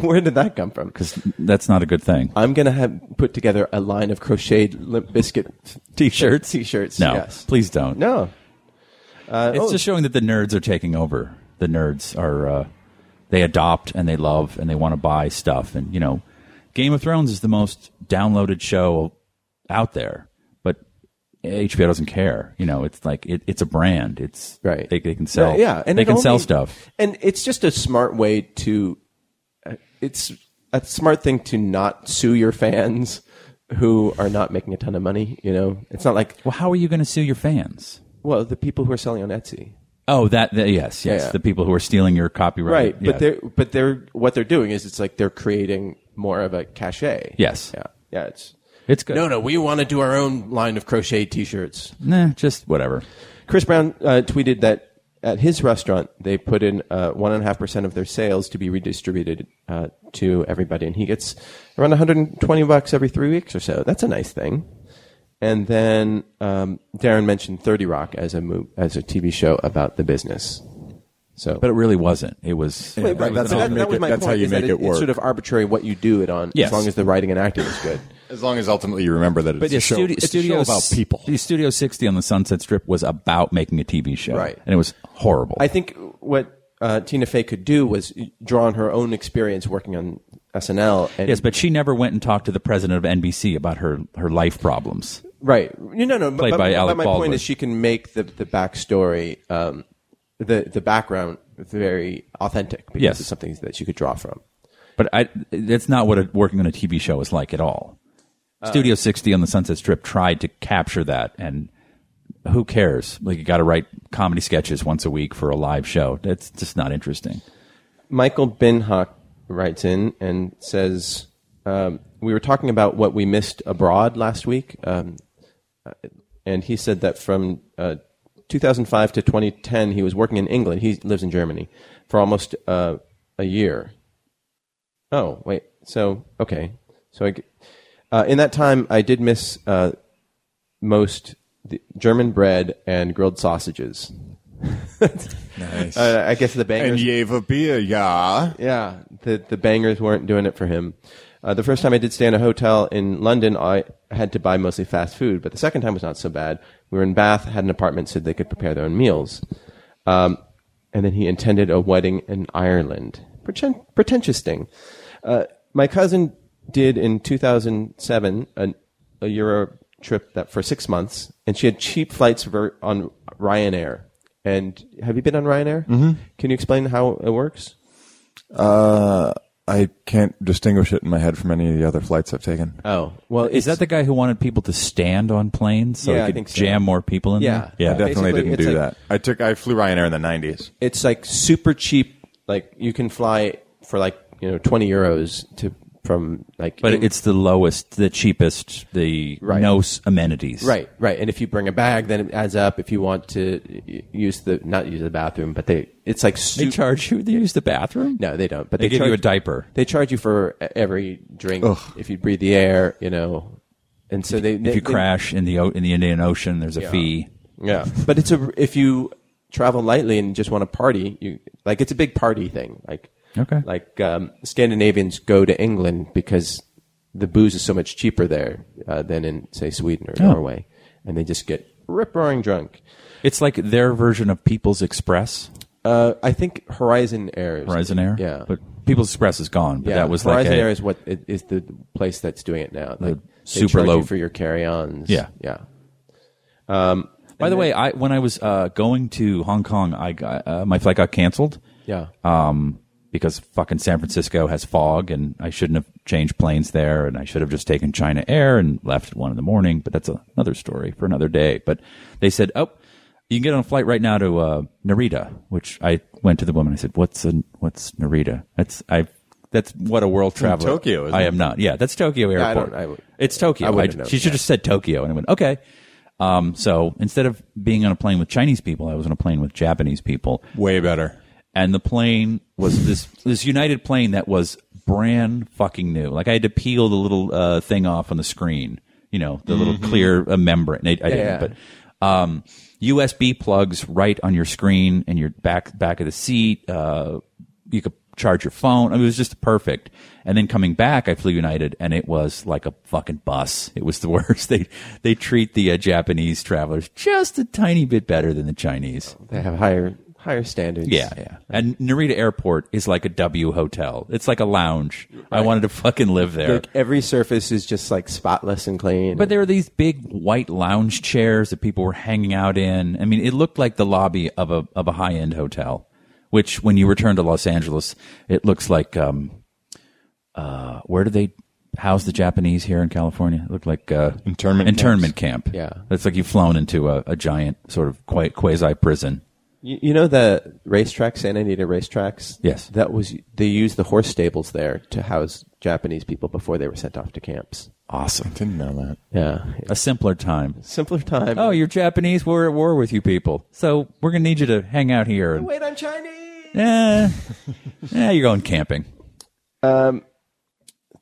Where did that come from?
because that's not a good thing.
I'm gonna have put together a line of crocheted Limp Biscuit
T-shirts?
T-shirts.
No,
yes.
please don't.
no. Uh,
it's
oh,
just showing that the nerds are taking over. The nerds are uh, they adopt and they love and they want to buy stuff. And you know, Game of Thrones is the most downloaded show out there, but HBO doesn't care. You know, it's like it, it's a brand. It's
right.
They, they can sell.
Yeah, yeah.
they
it
can sell
only-
stuff.
and it's just a smart way to. uh, It's a smart thing to not sue your fans who are not making a ton of money. You know, it's not like
Well, how are you going to sue your fans?
well the people who are selling on Etsy.
Oh, that, that yes, yes,
yeah.
the people who are stealing your copyright,
Right,
Yeah.
but they're but they're what they're doing is it's like they're creating more of a cachet.
Yes.
Yeah. Yeah. It's
it's good.
no, no. We want to do our own line of crochet T-shirts.
Nah, just whatever.
Chris Brown uh, tweeted that at his restaurant they put in uh, one and a half percent of their sales to be redistributed uh, to everybody, and he gets around 120 bucks every three weeks or so. That's a nice thing. And then um, Darren mentioned 30 Rock as a move, as a TV show about the business. So,
But it really wasn't. It was.
Right, but
that's how
that-
you
that
make
was
it-
my
that's how
point,
you
is that
make it
It's
work.
sort of arbitrary what you do it on,
Yes.
as long as the writing and acting is good.
As long as ultimately you remember that it's,
But yeah,
a, show,
Studio,
it's a
Studio
show about
S-
people.
Studio 60 on the Sunset Strip was about making a TV show.
Right.
And it was horrible.
I think what uh, Tina Fey could do was draw on her own experience working on SNL. And,
yes, but she never went and talked to the president of NBC about her, her life problems.
right. You know, no,
Played
but,
by
but
Alec
my
Baldwin.
point is she can make the, the backstory, um, the, the background very authentic because
Yes.
it's something that she could draw from.
But I, that's not what a, working on a TV show is like at all. Studio 60 on the Sunset Strip tried to capture that, and who cares? Like, you got to write comedy sketches once a week for a live show. That's just not interesting.
Michael Binhock writes in and says, um, "We were talking about what we missed abroad last week, um, uh, and he said that from uh, 2005 to 2010 he was working in England. He lives in Germany, for almost uh, a year. Oh wait, so okay, so I g uh, in that time I did miss uh, most the German bread and grilled sausages. nice. Uh, I guess the
And
bangers.
Yeva Beer, yeah.
yeah, the the bangers weren't doing it for him. Uh, the first time I did stay in a hotel in London, I had to buy mostly fast food. But the second time was not so bad. We were in Bath, had an apartment, so they could prepare their own meals. Um, and then he intended a wedding in Ireland. Pretent- pretentious thing. Uh, my cousin did in 2007 an, a Euro trip that for six months, and she had cheap flights ver- on Ryanair. And have you been on Ryanair? Mm-hmm. Can you explain how it works?
Uh, I can't distinguish it in my head from any of the other flights I've taken.
Oh, well,
Is that the guy who wanted people to stand on planes so
Yeah,
he
I
could
think so.
jam more people in
Yeah.
there?
I definitely
Basically,
didn't
it's
do
like-
that. I took I flew Ryanair in the nineties.
it's like super cheap. Like you can fly for like you know twenty euros to from like.
But
Eng-
it's the lowest, the cheapest, the
Right.
no s- amenities.
right, right. And if you bring a bag, then it adds up. If you want to y- use the not use the bathroom, but they it's like
They
su-
charge you to use the bathroom?
No, they don't. But
They
they,
give you
charge,
a diaper.
They charge you for e- every drink if you breathe the air. You know, and so they
If you crash in the o- in the Indian Ocean, there's a fee.
Yeah, but it's a if you travel lightly and just want to party, you like it's a big party thing. Like
Okay.
like um, Scandinavians go to England because the booze is so much cheaper there uh, than in say Sweden or
Oh.
Norway, and they just get rip roaring drunk.
It's like their version of People's Express,
Uh, I think Horizon Air. Is,
Horizon Air.
Yeah,
but People's Express is gone. But
yeah,
that was
Horizon
like a-
Air is what is the place that's doing it now. Like, they
super
charge
low-
you for your carry-ons.
Yeah.
yeah.
By the way, I when I was uh, going to Hong Kong, I got, uh, my flight got canceled.
Yeah.
Um, because fucking San Francisco has fog, and I shouldn't have changed planes there, and I should have just taken China Air and left at one in the morning. But that's another story for another day. But they said, "Oh, you can get on a flight right now to uh, Narita," which I went to the woman. I said, "What's a, what's Narita?" That's I. That's what a world traveler.
Tokyo, isn't
I
it?
am not. Yeah, that's Tokyo
I
Airport.
don't- I would-
it's Tokyo.
I
I
wouldn't know,
she should have just said Tokyo, and I went, okay. Um, so instead of being on a plane with Chinese people, I was on a plane with Japanese people,
Way better.
and the plane was this this United plane that was brand fucking new. Like I had to peel the little uh, thing off on the screen, you know, the little
Mm-hmm.
clear uh, membrane. I, I
yeah.
didn't, but um, USB plugs right on your screen and your back back of the seat. Uh, you could charge your phone. I mean, it was just perfect. And then coming back, I flew United, and it was like a fucking bus. It was the worst. They they treat the uh, Japanese travelers just a tiny bit better than the Chinese.
They have higher higher standards.
Yeah, yeah. And Narita Airport is like a W hotel. It's like a lounge. I wanted to fucking live there.
Like every surface is just like spotless and clean.
but there were these big white lounge chairs that people were hanging out in. I mean, it looked like the lobby of a of a high end hotel, which when you return to Los Angeles, it looks like um, uh, where do they house the Japanese here in California? It looked like uh,
Internment
internment camp.
Yeah.
it's like you've flown into a, a giant sort of quasi prison.
You, you know the racetrack, Santa Anita racetracks.
Yes.
that was they used the horse stables there to house Japanese people before they were sent off to camps.
Awesome,
Didn't know that.
Yeah,
a simpler time.
simpler time.
Oh, you're Japanese. We're at war with you people. So we're going to need you to hang out here. And,
wait, I'm Chinese.
eh, eh, you're going camping.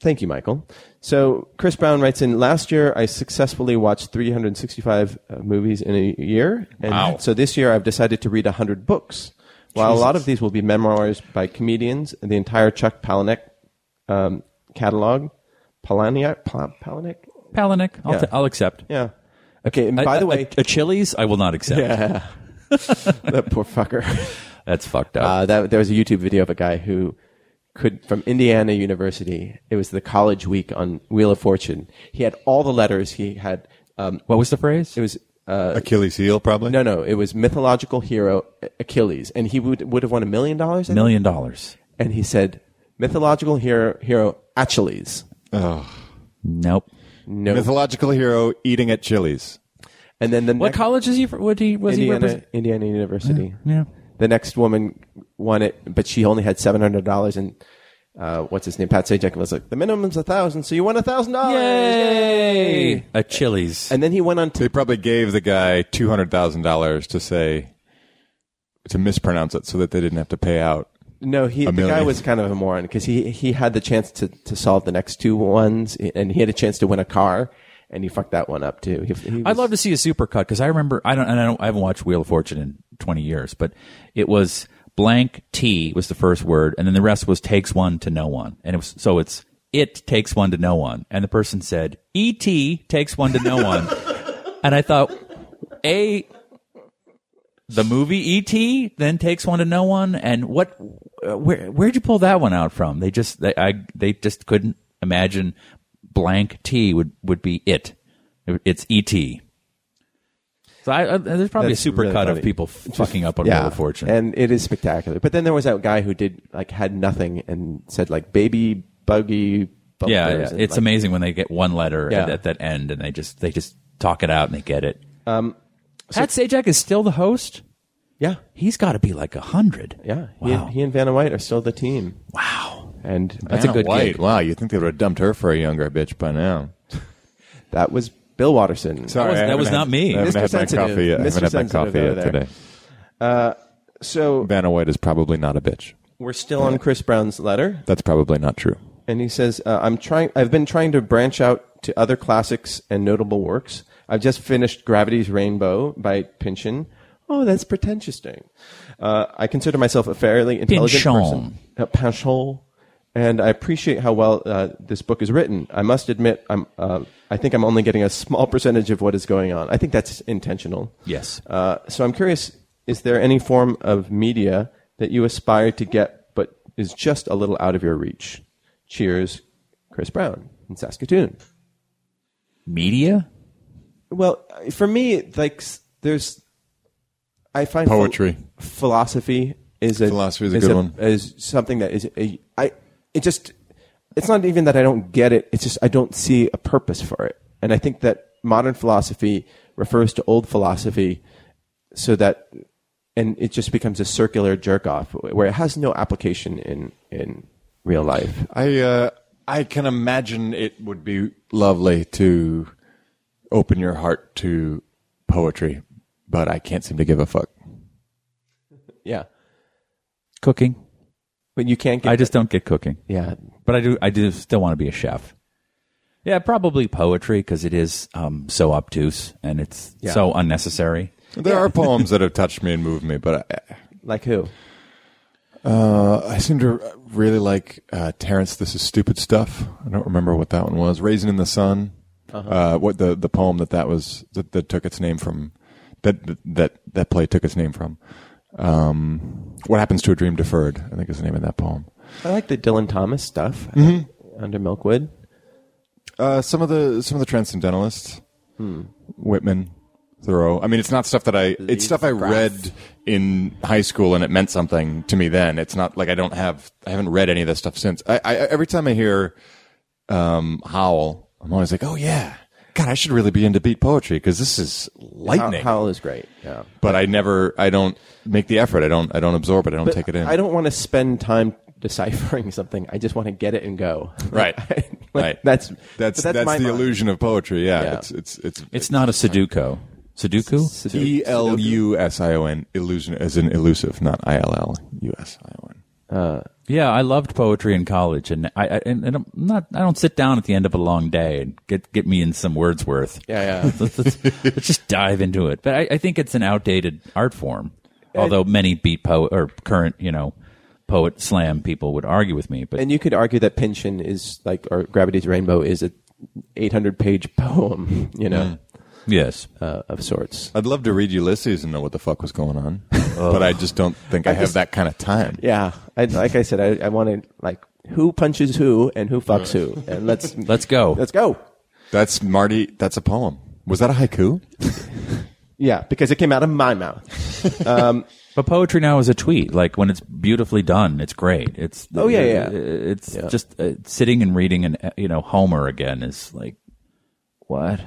Thank you, Michael. So Chris Brown writes in: Last year, I successfully watched 365 uh, movies in a year, and
Wow.
so this year I've decided to read 100 books. While a lot of these will be memoirs by comedians, the entire Chuck Palahniuk um, catalog, Palahniuk, Pal- Palahniuk,
Palahniuk, I'll,
Yeah.
t- I'll accept.
yeah. Okay, and
A-
by the
a-
way,
a, Chili's, I will not accept.
that poor fucker.
That's fucked up.
Uh, that, there was a YouTube video of a guy who could from Indiana University. It was the college week on Wheel of Fortune. He had all the letters. He had um,
what was the phrase?
it was uh,
Achilles heel, probably.
no no it was mythological hero Achilles, and he would would have won a million dollars. I think.
million dollars.
And he said mythological hero hero Achilles.
Nope.
No.
Mythological hero eating at Chili's.
and then the
What
next,
college is he? fr- What he was he?
Indiana
represent-
Indiana University.
Yeah.
The next woman won it, but she only had seven hundred dollars. And uh, what's his name? Pat Sajak was like, "The minimum's a thousand, so you won a thousand dollars."
Yay! A Chili's.
And then he went on to
They probably gave the guy two hundred thousand dollars to say to mispronounce it so that they didn't have to pay out.
No, he
A
the guy
million.
was kind of a moron because he he had the chance to, to solve the next two ones and he had a chance to win a car and he fucked that one up too. He, he was-
I'd love to see a supercut because I remember I don't and I don't I haven't watched Wheel of Fortune in twenty years, but it was blank T was the first word, and then the rest was takes one to no one, and it was so it's it takes one to no one, and the person said E T takes one to no one, and I thought a the movie E.T. then takes one to no one, and what? uh, Where where'd you pull that one out from? They just they I they just couldn't imagine blank T would would be it. It's E.T. So I, I, there's probably
That's
a supercut
really
of
funny.
people f- fucking up on Wheel of Fortune.
And it is spectacular. But then there was that guy who did like had nothing and said like baby buggy. bumpers
yeah, yeah.
and,
it's
like-
amazing when they get one letter
Yeah.
at, at that end, and they just they just talk it out and they get it. Um, Pat Sajak is still the host.
Yeah,
He's got to be like a hundred.
yeah.
Wow.
He, he and Vanna White are still the team.
wow.
And
That's a
Vanna
good
White.
gig.
Wow, you think they would have dumped her for a younger bitch by now?
that was Bill Watterson.
Sorry,
was-
I
that
haven't
was
had-
not me.
I haven't
Mr.
had my
Sensitive.
coffee yet. I
Mr.
haven't had my
Sensitive
coffee yet
over there.
today.
So
Vanna White is probably not a bitch.
we're still on Chris Brown's letter.
That's probably not true.
and he says, uh, "I'm trying. I've been trying to branch out to other classics and notable works. I've just finished Gravity's Rainbow by Pynchon. Oh, that's pretentious, thing. Uh, I consider myself a fairly intelligent
Pynchon.
person. Uh, Pynchon. And I appreciate how well uh, this book is written. I must admit, I'm. Uh, I think I'm only getting a small percentage of what is going on. I think that's intentional.
Yes.
Uh, so I'm curious: is there any form of media that you aspire to get, but is just a little out of your reach? Cheers, Chris Brown in Saskatoon.
Media.
Well, uh, for me, like s- there's, I find phil-
Poetry.
philosophy is a
Philosophy is a good one.
Is something that is a I. It just, it's not even that I don't get it. It's just I don't see a purpose for it, and I think that modern philosophy refers to old philosophy, so that, and it just becomes a circular jerk off where it has no application in in real life.
I uh, I can imagine it would be lovely to
Open your heart to poetry, but I can't seem to give a fuck.
Yeah,
Cooking.
but you can't get.
I just don't get cooking,
yeah.
but I do. I do still want to be a chef. Yeah, probably poetry because it is um, so obtuse and it's so unnecessary.
There are poems that have touched me and moved me, but I,
Like who?
I seem to really like uh, Terrence. This is stupid stuff. I don't remember what that one was. Raisin in the Sun. uh
Uh-huh.
what the the poem that that was that, that took its name from that that that play took its name from. Um, what happens to a dream deferred? I think is the name of that poem.
I like the Dylan Thomas stuff uh,
Mm-hmm.
under Milkwood.
Uh, some of the some of the transcendentalists,
Hmm.
Whitman, Thoreau. I mean, it's not stuff that I. It's stuff I read in high school, and it meant something to me then. It's not like I don't have. I haven't read any of this stuff since. I, I every time I hear um, Howell, I'm always like, oh yeah, God, I should really be into beat poetry because this is lightning.
Howell is great. Yeah.
but I never. I don't make the effort. I don't. I don't absorb it. I don't
But
take it in.
I don't want to spend time deciphering something. I just want to get it and go.
Right.
Like,
right.
That's
that's
but that's, my
the
mind.
illusion of poetry. Yeah.
Yeah.
It's it's it's
It's not a Sudoku. Sudoku.
E L U S I O N illusion as in elusive, not I L L U S I O N.
Yeah, I loved poetry in college, and I, I and, and I'm not. I don't sit down at the end of a long day and get get me in some Wordsworth.
Yeah, yeah.
let's, let's- let's just dive into it. But I, I think it's an outdated art form. Although many beat poet or current, you know, poet slam people would argue with me. But
And you could argue that Pynchon is like, or Gravity's Rainbow is a 800 page poem, you
Mm.
know,
yes,
uh, of sorts.
I'd love to read Ulysses and know what the fuck was going on, but I just don't think Oh. I, have that kind of time.
Yeah. I, like I said, I, I want to, like, who punches who and who fucks who. And let's,
let's go.
let's go.
That's Marty. That's a poem. Was that a haiku?
Yeah. Because it came out of my mouth.
But poetry now is a tweet. Like when it's beautifully done, it's great. It's
Oh, yeah, yeah.
It's just uh, sitting and reading and uh, you know Homer again is like, what?
Uh,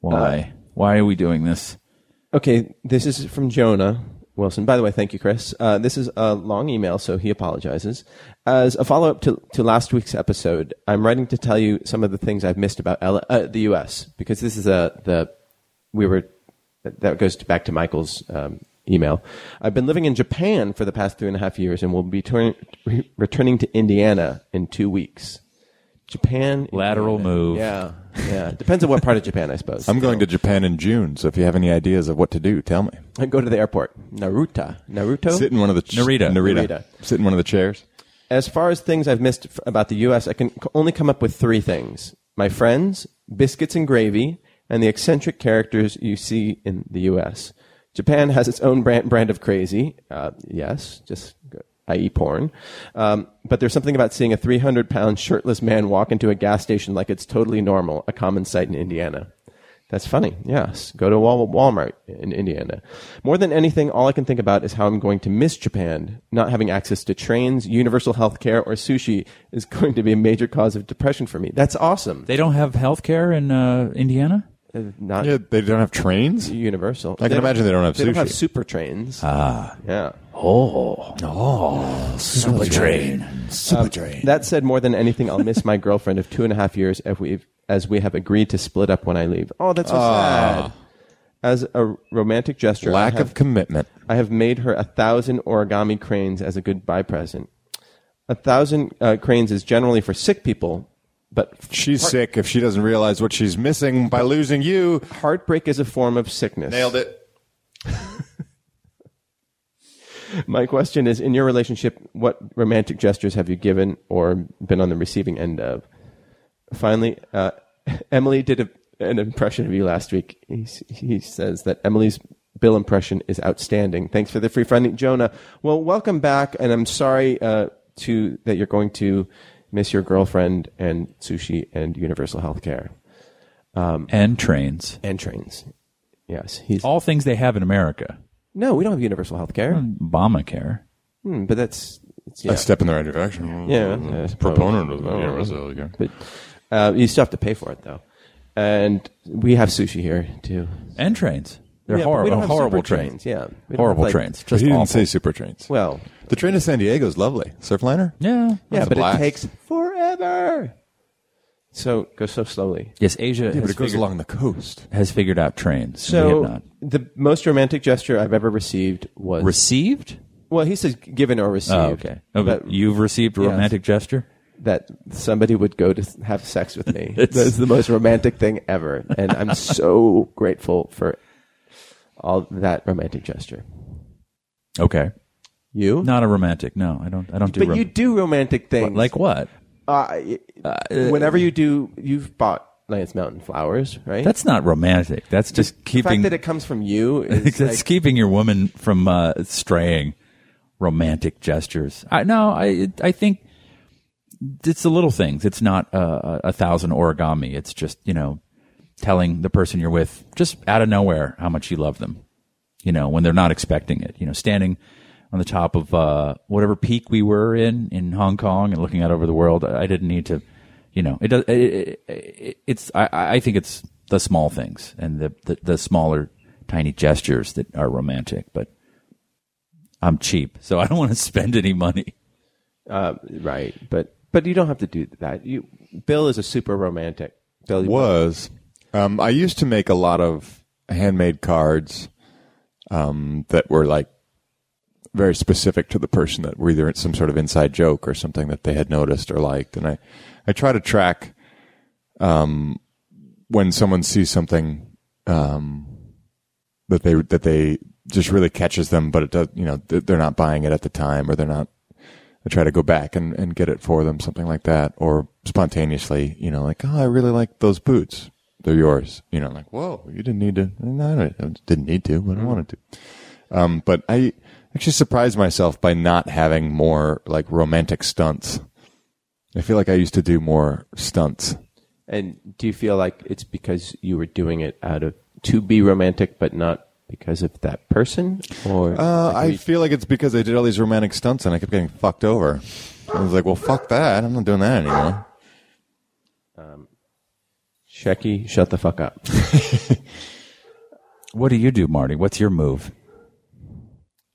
Why? Why are we doing this?
Okay, this is from Jonah Wilson. By the way, thank you, Chris. Uh, this is a long email, so he apologizes. As a follow up to, to last week's episode, I'm writing to tell you some of the things I've missed about L- uh, the U.S. because this is a the we were that goes back to Michael's um, email. I've been living in Japan for the past three and a half years and will be turn- re- returning to Indiana in two weeks. Japan.
Lateral
Indiana.
move.
Yeah. Yeah. Depends on what part of Japan, I suppose.
I'm going to Japan in June, so if you have any ideas of what to do, tell me.
I go to the airport. Naruto. Naruto?
Sit in one of the ch-
Narita.
Oh. Narita.
Narita.
Sit in one of the chairs.
as far as things I've missed f- about the U.S., I can c- only come up with three things: my friends, biscuits and gravy, and the eccentric characters you see in the U.S. Japan has its own brand, brand of crazy. Uh, yes, just go- i.e. porn. Um, but there's something about seeing a 300 pound shirtless man walk into a gas station like it's totally normal, a common sight in Indiana. That's funny. Yes. Go to Wal- Walmart in Indiana. More than anything, all I can think about is how I'm going to miss Japan. Not having access to trains, universal health care, or sushi is going to be a major cause of depression for me. That's awesome.
They don't have health care in uh, Indiana?
Uh, Not
Yeah, they don't have trains.
universal.
I can imagine they don't have
They don't have
sushi.
super trains. Ah. Yeah. Oh,
Super train.
That said, more than anything, I'll miss my girlfriend of two and a half years if we've, as we have agreed to split up when I leave. Oh, that's so sad. As a romantic gesture, I
Ah. Lack
have-
of commitment.
I have made her a thousand origami cranes as a goodbye present. A thousand uh, cranes is generally for sick people, but
She's sick if she doesn't realize what she's missing by losing you.
heartbreak is a form of sickness.
Nailed it.
My question is in your relationship, what romantic gestures have you given or been on the receiving end of? Finally, uh, Emily did a, an impression of you last week. He, s- he says that Emily's Bill impression is outstanding. Thanks for the free friendly Jonah. Well, welcome back, and I'm sorry uh, to that you're going to miss your girlfriend and sushi and universal health care
And trains.
and trains. Yes, he's.
All things they have in America.
No, we don't have universal health care,
Obamacare.
hmm, but that's. It's, yeah.
A step in the right direction.
Yeah, yeah, it's
Proponent
probably-
of the universal. yeah.
but uh, you still have to pay for it though. And we have sushi here too.
And trains. They're
Yeah, but
horrible.
we don't have
horrible
super trains,
trains.
yeah. We don't
Horrible
have, like-
trains.
But
Just
he didn't
awful.
say super trains.
Well,
the train to San Diego is lovely. Surfliner?
yeah.
yeah,
That's a
but it
blast.
takes forever. So go so slowly.
Yes, Asia
Yeah, but
has,
it goes
figured,
along the coast.
has figured out trains. we have
So
not.
the most romantic gesture I've ever received was
Received?
well, he says given or received.
Oh, okay. Oh, but
But
you've received a
Yes.
romantic gesture?
that somebody would go to s- have sex with me. That's the most romantic thing ever, and I'm so grateful for all that romantic gesture.
Okay.
You?
Not a romantic. No, I don't. I don't do.
but
rom-
you do romantic things.
like what?
uh, whenever you do, you've bought Lance Mountain flowers, right?
uh, That's not romantic. That's just
the fact
keeping.
that it comes from you. Is
that's
like,
keeping your woman from uh, straying. Romantic gestures. I no. I I think it's the little things. It's not uh, a thousand origami. It's just you know telling the person you're with just out of nowhere how much you love them. You know when they're not expecting it. You know standing on the top of uh, whatever peak we were in in Hong Kong and looking out over the world. I I didn't need to. You know it does. It, it, it, it's I I I think it's the small things and the, the the smaller tiny gestures that are romantic. But I'm cheap, so I don't want to spend any money.
uh, right, but but you don't have to do that. You, Bill is a super romantic. Bill you-
was um, I used to make a lot of handmade cards um, that were like very specific to the person that were either some sort of inside joke or something that they had noticed or liked, and I I try to track um, when someone sees something um, that they that they just really catches them, but it does you know th- they're not buying it at the time or they're not I try to go back and, and get it for them, something like that, or spontaneously, you know, like, oh, I really like those boots. They're yours. You know, I'm like, whoa, you didn't need to. No, I didn't need to, but I wanted to. Um, but I actually surprised myself by not having more like romantic stunts. I feel like I used to do more stunts.
And do you feel like it's because you were doing it out of to be romantic, but not because of that person? Or
Uh, I feel like it's because I did all these romantic stunts and I kept getting fucked over. I was like, well, fuck that. I'm not doing that anymore.
Shecky, shut the fuck up.
What do you do, Marty? What's your move?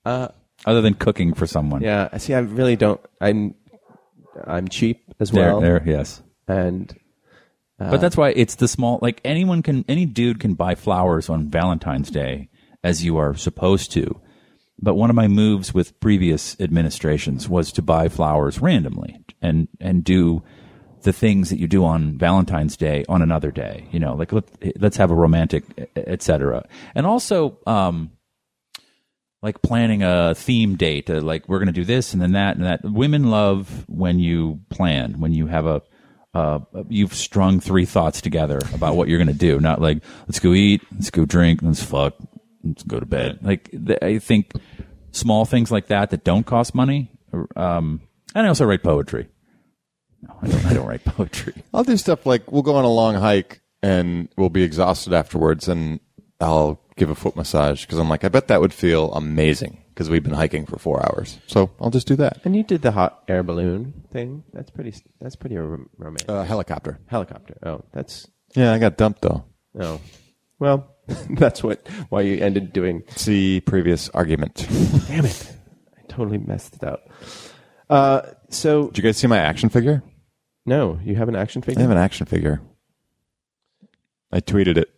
Uh, Other than cooking for someone.
yeah, I see. I really don't. I'm I'm cheap as
There,
well,
there, yes.
and
but that's why it's the small, like anyone can, any dude can buy flowers on Valentine's Day as you are supposed to. But one of my moves with previous administrations was to buy flowers randomly and and do the things that you do on Valentine's Day on another day. You know, like let, let's have a romantic, e, etc. And also, um, like planning a theme date. Uh, like we're going to do this and then that and that. Women love when you plan, when you have a, uh, you've strung three thoughts together about what you're going to do. Not like let's go eat, let's go drink, let's fuck, let's go to bed. Like th- I think small things like that that don't cost money. Um, and I also write poetry. No, I don't, I don't write poetry.
I'll do stuff like we'll go on a long hike and we'll be exhausted afterwards, and I'll give a foot massage because I'm like, I bet that would feel amazing because we've been hiking for four hours. So I'll just do that.
And you did the hot air balloon thing. That's pretty. That's pretty rom- romantic.
Uh, helicopter.
Helicopter. Oh, that's
Yeah, I got dumped though.
oh, well, that's what why you ended doing.
See previous argument. Did
Damn it! I totally messed it up. Uh, so
you guys see my action figure?
no, you have an action
I
figure.
have an action figure. I tweeted it.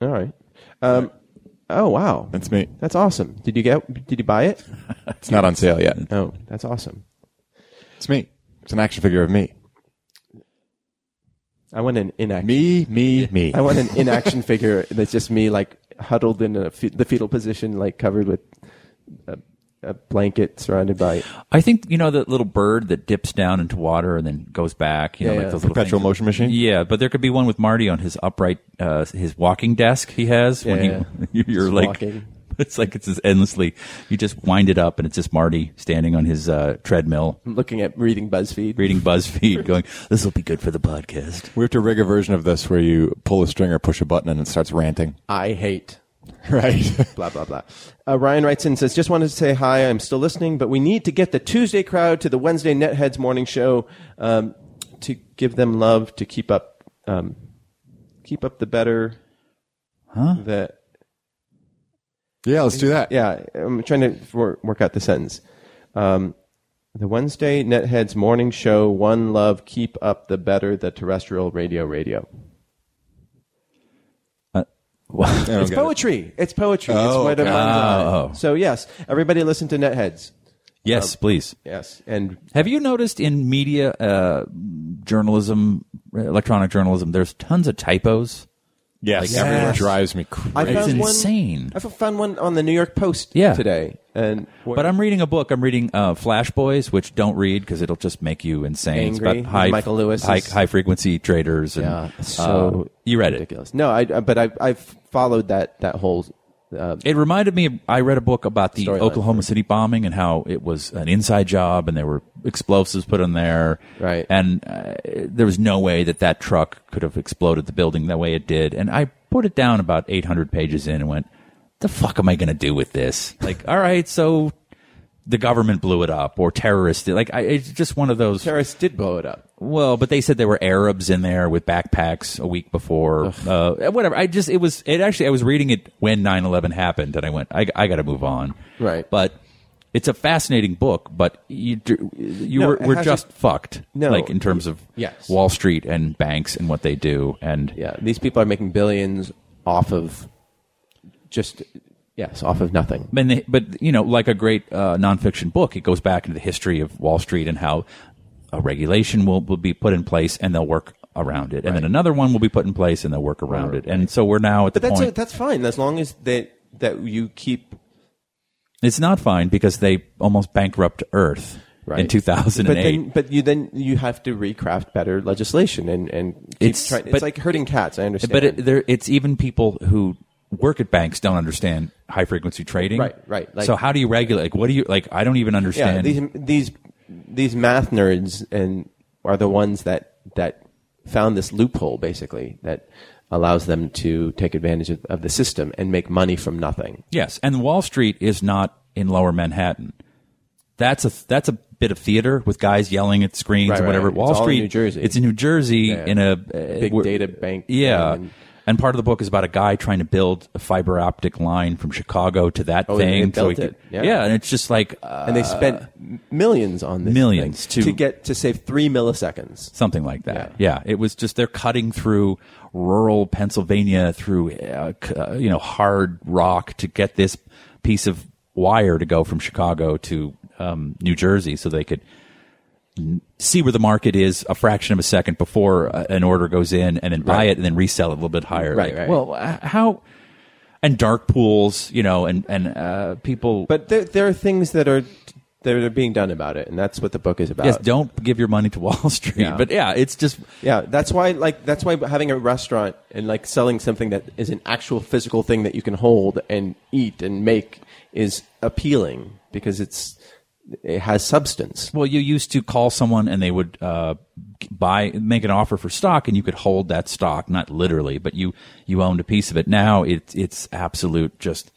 All right. Um, oh wow,
That's me.
that's awesome. Did you get? Did you buy it?
It's not on sale yet.
No, that's awesome.
It's me. It's an action figure of me.
I want an inaction.
Me, me, me.
I want an inaction figure that's just me, like huddled in a fe- the fetal position, like covered with uh, a, a blanket, surrounded by.
I think you know that little bird that dips down into water and then goes back. You know,
Yeah,
like
yeah.
those little
Perpetual
things.
motion machine?
Yeah, but there could be one with Marty on his upright, uh, his walking desk he has.
Yeah.
when he, you're
Just
like,
walking.
it's like it's just endlessly. You just wind it up, and it's just Marty standing on his uh, treadmill,
I'm looking at reading BuzzFeed.
reading BuzzFeed, going, "This will be good for the podcast."
We have to rig a version of this where you pull a string or push a button and it starts ranting.
I hate.
Right.
Blah blah blah. Uh, Ryan writes in and says, "Just wanted to say hi. I'm still listening, but we need to get the Tuesday crowd to the Wednesday Netheads morning show um, to give them love to keep up, um, keep up the better." Huh? The
yeah, let's do that.
yeah, I'm trying to wor- work out the sentence. Um, the Wednesday Netheads morning show, One Love, Keep Up the Better, the Terrestrial Radio Radio.
Uh,
I don't
It's
get it.
poetry. It's poetry.
Oh,
it's what
okay.
I'm on.
Oh.
So, yes, everybody listen to Netheads. Uh,
Yes, please.
Yes. And
Have you noticed in media, uh, journalism, electronic journalism, there's tons of typos?
Yes.
Like everyone
Everyone drives me crazy.
I found
insane.
One, I found one on the New York Post
Yeah.
today. And
But I'm reading a book. I'm reading uh, Flash Boys, which don't read because it'll just make you insane. It's
Angry.
about high,
Michael Lewis
high,
is-
high frequency traders. And,
Yeah, so
uh, you read it.
ridiculous. No, I, I- but I, I've followed that, that whole. Uh,
It reminded me. of- I read a book about the
Storyline.
Oklahoma City bombing and how it was an inside job, and there were explosives put in there.
Right.
And uh, there was no way that that truck could have exploded the building the way it did. And I put it down about 800 pages in and went, "The fuck am I going to do with this? Like, all right, so." The government blew it up, or terrorists. did- Like I, it's just one of those.
terrorists did blow it up.
Well, but they said there were Arabs in there with backpacks a week before. Uh, whatever. I just, it was, it actually, I was reading it when 9 11 happened and I went, I, I got to move on.
Right.
But it's a fascinating book, but you, do- you
No,
were,
it
we're
has
just
a-
fucked.
No.
Like in terms of
Yes.
Wall Street and banks and what they do. And
Yeah, these people are making billions off of just yes, off of nothing.
And they, but you know, like a great uh, nonfiction book, it goes back into the history of Wall Street and how a regulation will, will be put in place and they'll work around it, and then another one will be put in place and they'll work around it. And so we're now at
But
the
that's
point.
that's fine as long as that that you keep.
it's not fine because they almost bankrupt Earth in
Right.
two thousand
But
and eight.
then, but you then you have to recraft better legislation and and keep
It's-
it's trying, it's
but-
like hurting cats. I understand,
But it, there, it's even people who work at banks don't understand high frequency trading.
Right, right, like-
so how do you regulate? Like, what do you like? I don't even
yeah,
understand.
these these these math nerds and are the ones that that found this loophole basically that allows them to take advantage of, of the system and make money from nothing.
Yes, and Wall Street is not in Lower Manhattan. That's a that's a bit of theater with guys yelling at screens
Right,
or whatever.
right.
Wall
It's all in
Street,
New Jersey.
It's in New Jersey in a uh,
Big
where-
data bank
Yeah,
thing and-
and part of the book is about a guy trying to build a fiber optic line from Chicago to that
Oh, and
thing.
they built
he
it. Yeah.
and it's just like uh,
and they spent m- millions on this
millions
thing
to-
get to save three milliseconds.
something like that. Yeah. it was just they're cutting through rural Pennsylvania through uh, c- uh, you know hard rock to get this piece of wire to go from Chicago to um, New Jersey so they could n- see where the market is a fraction of a second before uh, an order goes in and then buy it and then resell it a little bit higher.
Right,
Like,
right.
Well, h- how and dark pools, you know, and and uh, people.
But there, there are things that are that are being done about it, and that's what the book is about.
yes, don't give your money to Wall Street.
uh, Yeah.
But yeah, it's just
Yeah, that's why like that's why having a restaurant and like selling something that is an actual physical thing that you can hold and eat and make is appealing because it's it has substance.
Well, you used to call someone and they would uh, buy, make an offer for stock, and you could hold that stock, not literally, but you you owned a piece of it. Now it's it's absolute just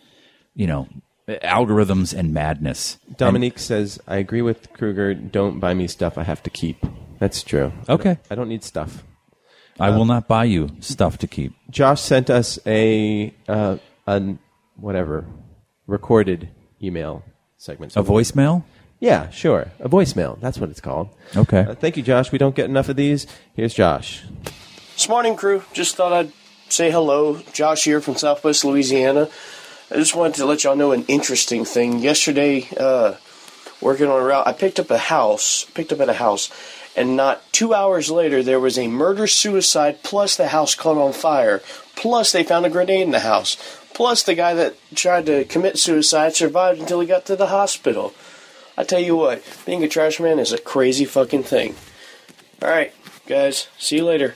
you know algorithms and madness.
Dominique says, "I agree with Kruger. Don't buy me stuff I have to keep." That's true.
Okay.
I don't need stuff.
I will not buy you stuff to keep.
Josh sent us a uh, an whatever recorded email segment.
A voicemail.
Yeah, sure. A voicemail. That's what it's called.
Okay.
Uh, thank you, Josh. We don't get enough of these. Here's Josh.
This morning, crew. Just thought I'd say hello. Josh here from Southwest Louisiana. I just wanted to let y'all know an interesting thing. Yesterday, uh, working on a route, I picked up a house, picked up at a house, and not two hours later, there was a murder suicide, plus the house caught on fire, plus they found a grenade in the house, plus the guy that tried to commit suicide survived until he got to the hospital. I tell you what, being a trash man is a crazy fucking thing. All right, guys, see you later.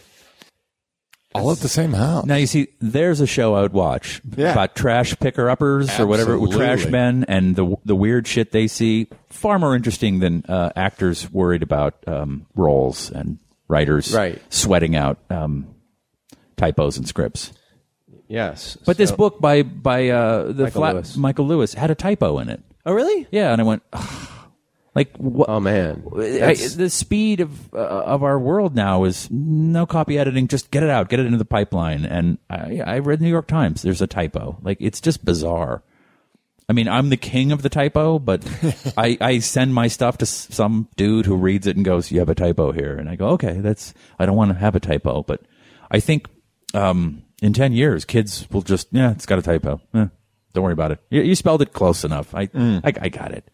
All at the same house.
Now you see, there's a show I would watch
Yeah.
about trash picker uppers or whatever,
Absolutely.
trash men, and the the weird shit they see. Far more interesting than uh, actors worried about um, roles and writers
Right.
sweating out um, typos and scripts.
Yes.
But this
so-
book by by uh, the
Michael
flat,
Lewis.
Michael Lewis had a typo in it.
Oh, really?
Yeah, and I went, "Ugh." like, what?
Oh man.
I,
That's-
the speed of uh, of our world now is no copy editing. Just get it out, get it into the pipeline. And I, I read New York Times. There's a typo. Like it's just bizarre. I mean, I'm the king of the typo, but I, I send my stuff to s- some dude who reads it and goes, "You have a typo here," and I go, "Okay, that's I don't want to have a typo." But I think um, in ten years, kids will just yeah, it's got a typo. Eh, don't worry about it. You, you spelled it close enough. I,
Mm.
I I got it.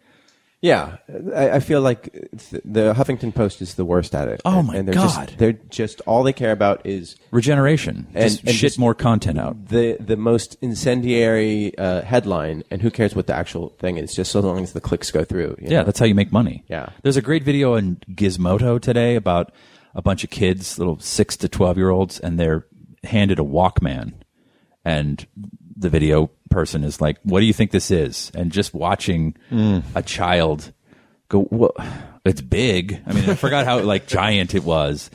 yeah, I, I feel like th- the Huffington Post is the worst at it.
Oh,
And-
my
and they're
God.
Just, they're just all they care about is
Regeneration.
And-
just
and
shit
just-
more content out.
the the most incendiary uh, headline, and who cares what the actual thing is? Just so long as the clicks go through. you
Yeah,
know?
that's how you make money.
Yeah.
There's a great video on Gizmodo today about a bunch of kids, little six to 12 year olds, and they're handed a Walkman. And the video person is like, What do you think this is? And just watching
Mm.
a child go, What? It's big. I mean, I forgot how like giant it was.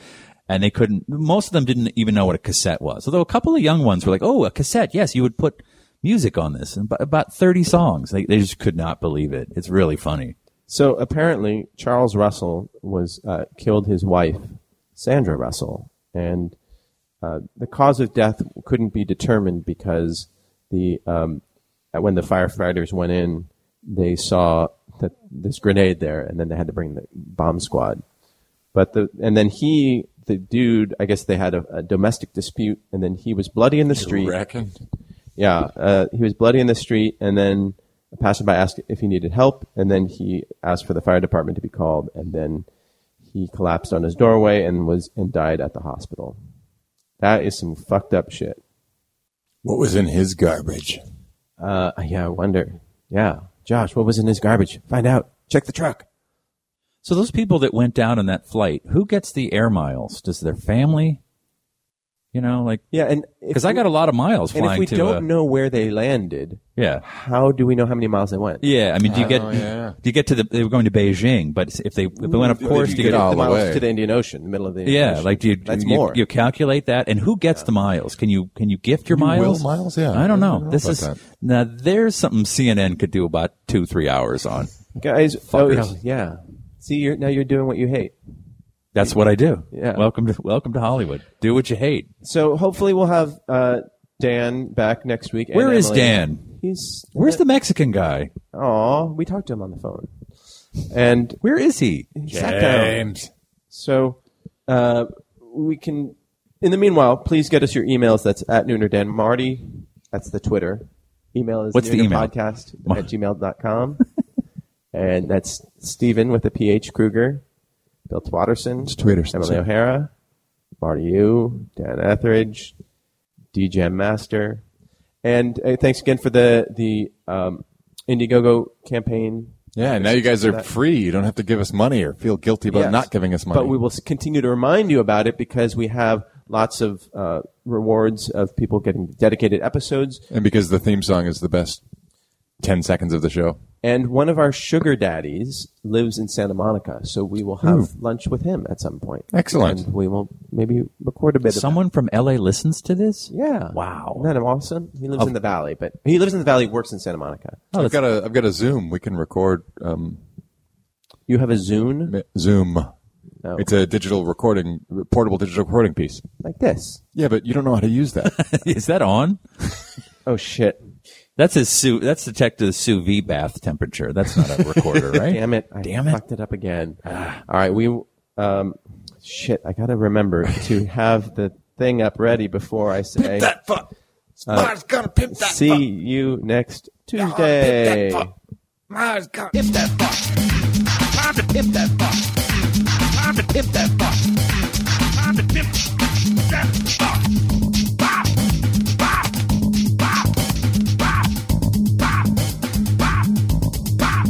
And they couldn't, most of them didn't even know what a cassette was. Although a couple of young ones were like, Oh, a cassette. Yes, you would put music on this. And ab- about 30 songs. They, they just could not believe it. It's really funny.
So apparently, Charles Russell was uh, killed his wife, Sandra Russell, and uh, the cause of death couldn't be determined because the um, when the firefighters went in, they saw that this grenade there, and then they had to bring the bomb squad. But the and then he, the dude, I guess they had a, a domestic dispute, and then he was bloody in the street. Yeah, uh, he was bloody in the street, and then a passerby asked if he needed help, and then he asked for the fire department to be called, and then he collapsed on his doorway and was and died at the hospital. That is some fucked up shit.
What was in his garbage?
Uh, yeah, I wonder. Yeah, Josh, what was in his garbage? Find out. Check the truck.
So those people that went down in that flight, who gets the air miles? Does their family? You know, like
Yeah, and if
because I
we-
got a lot of miles
and
flying
if we
to.
don't
uh,
know where they landed,
yeah,
how do we know how many miles they went?
yeah. I mean, do you get
know, yeah.
do you get to the? They were going to Beijing, but if they if they went up
If
course,
you
do you
get
get
all
the
the
miles
way.
to the Indian Ocean, the middle of the Indian
Yeah,
Ocean.
like do you
That's
you,
more.
you calculate that, and who gets the miles? Can you can you gift your
You will
miles?
miles? Yeah.
I don't
I
know.
don't know
this
about
is
that.
now there's something CNN could do about two three hours on.
guys. Oh,
Fuckers.
yeah. See, you're, now you're doing what you hate.
That's what I do.
Yeah.
Welcome to welcome to Hollywood. Do what you hate.
So hopefully we'll have uh, Dan back next week. and
Where is
Emily.
Dan?
He's
Where's the Mexican guy?
Aw, we talked to him on the phone, and
Where is he?
he sat down. So uh, we can. In the meanwhile, please get us your emails. That's at Nooner Dan Marty. That's the Twitter. Email is
What's the
Nigger
email?
podcast
Mo-
at gmail.com. and that's Stephen with a PH Kruger, Bill Twatterson,
Twitterson,
Emily
sorry.
O'Hara, Marty U, Dan Etheridge, DJ Master. And uh, thanks again for the, the um, Indiegogo campaign.
Yeah, now you guys are free. You don't have to give us money or feel guilty about
Yes.
not giving us money.
But we will s- continue to remind you about it because we have lots of uh, rewards of people getting dedicated episodes.
and because the theme song is the best 10 seconds of the show.
And one of our sugar daddies lives in Santa Monica, so we will have lunch with him at some point.
Hmm. Excellent.
And we will maybe record a bit
Someone from LA listens to this?
of that. Yeah.
Wow.
Isn't that awesome? He lives in the valley, but he lives in the valley, works in Santa Monica.
I've got a I've got a Zoom. We can record um,
You have a Zune
mi- Zoom.
Oh.
It's a digital recording, portable digital recording piece.
like this.
Yeah, but you don't know how to use that.
Is that on?
Oh, shit.
That's a sous. That's detected as sous vide bath temperature. That's not a recorder, right?
Damn it. I
Damn it.
fucked it up again. All right. We, um, shit, I got to remember to have the thing up ready before I say. uh,
fuck. Smart's gonna pimp that
See you next Tuesday.
Mars gonna pimp that fuck. Time to pimp that fuck. Time to pimp that fuck. Time to pimp that fuck. Bop, bop, bop, bop, bop, bop, bop,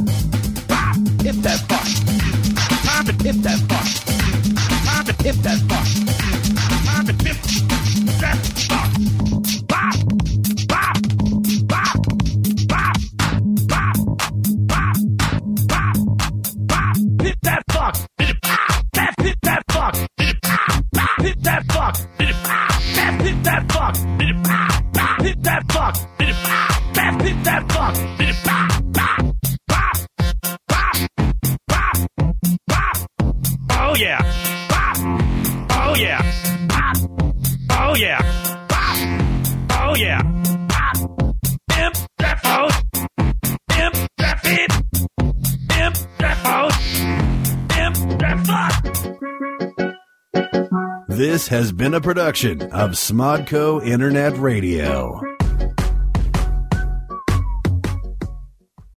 bop. Pimp that fuck. Time to pimp that fuck. Time to pimp that fuck. Time to pimp that fuck. Bop, bop, bop, bop, bop bop, bop, bop. Hit that fuck. Hit it, bop. That hit that fuck. Hit it, bop, bop. Hit that fuck. Hit it, bop. That hit that fuck. Hit it, bop, bop. Hit that fuck. Hit it, bop. That hit that fuck. Hit it, bop, bop, bop, bop, bop, bop. Oh yeah. Bop. Oh yeah. Bop. Oh yeah. Bop. Oh yeah. Bop. Imp that fuck. Imp that fit. Imp that fuck. Imp that fuck.
This has been a production of Smodco Internet Radio.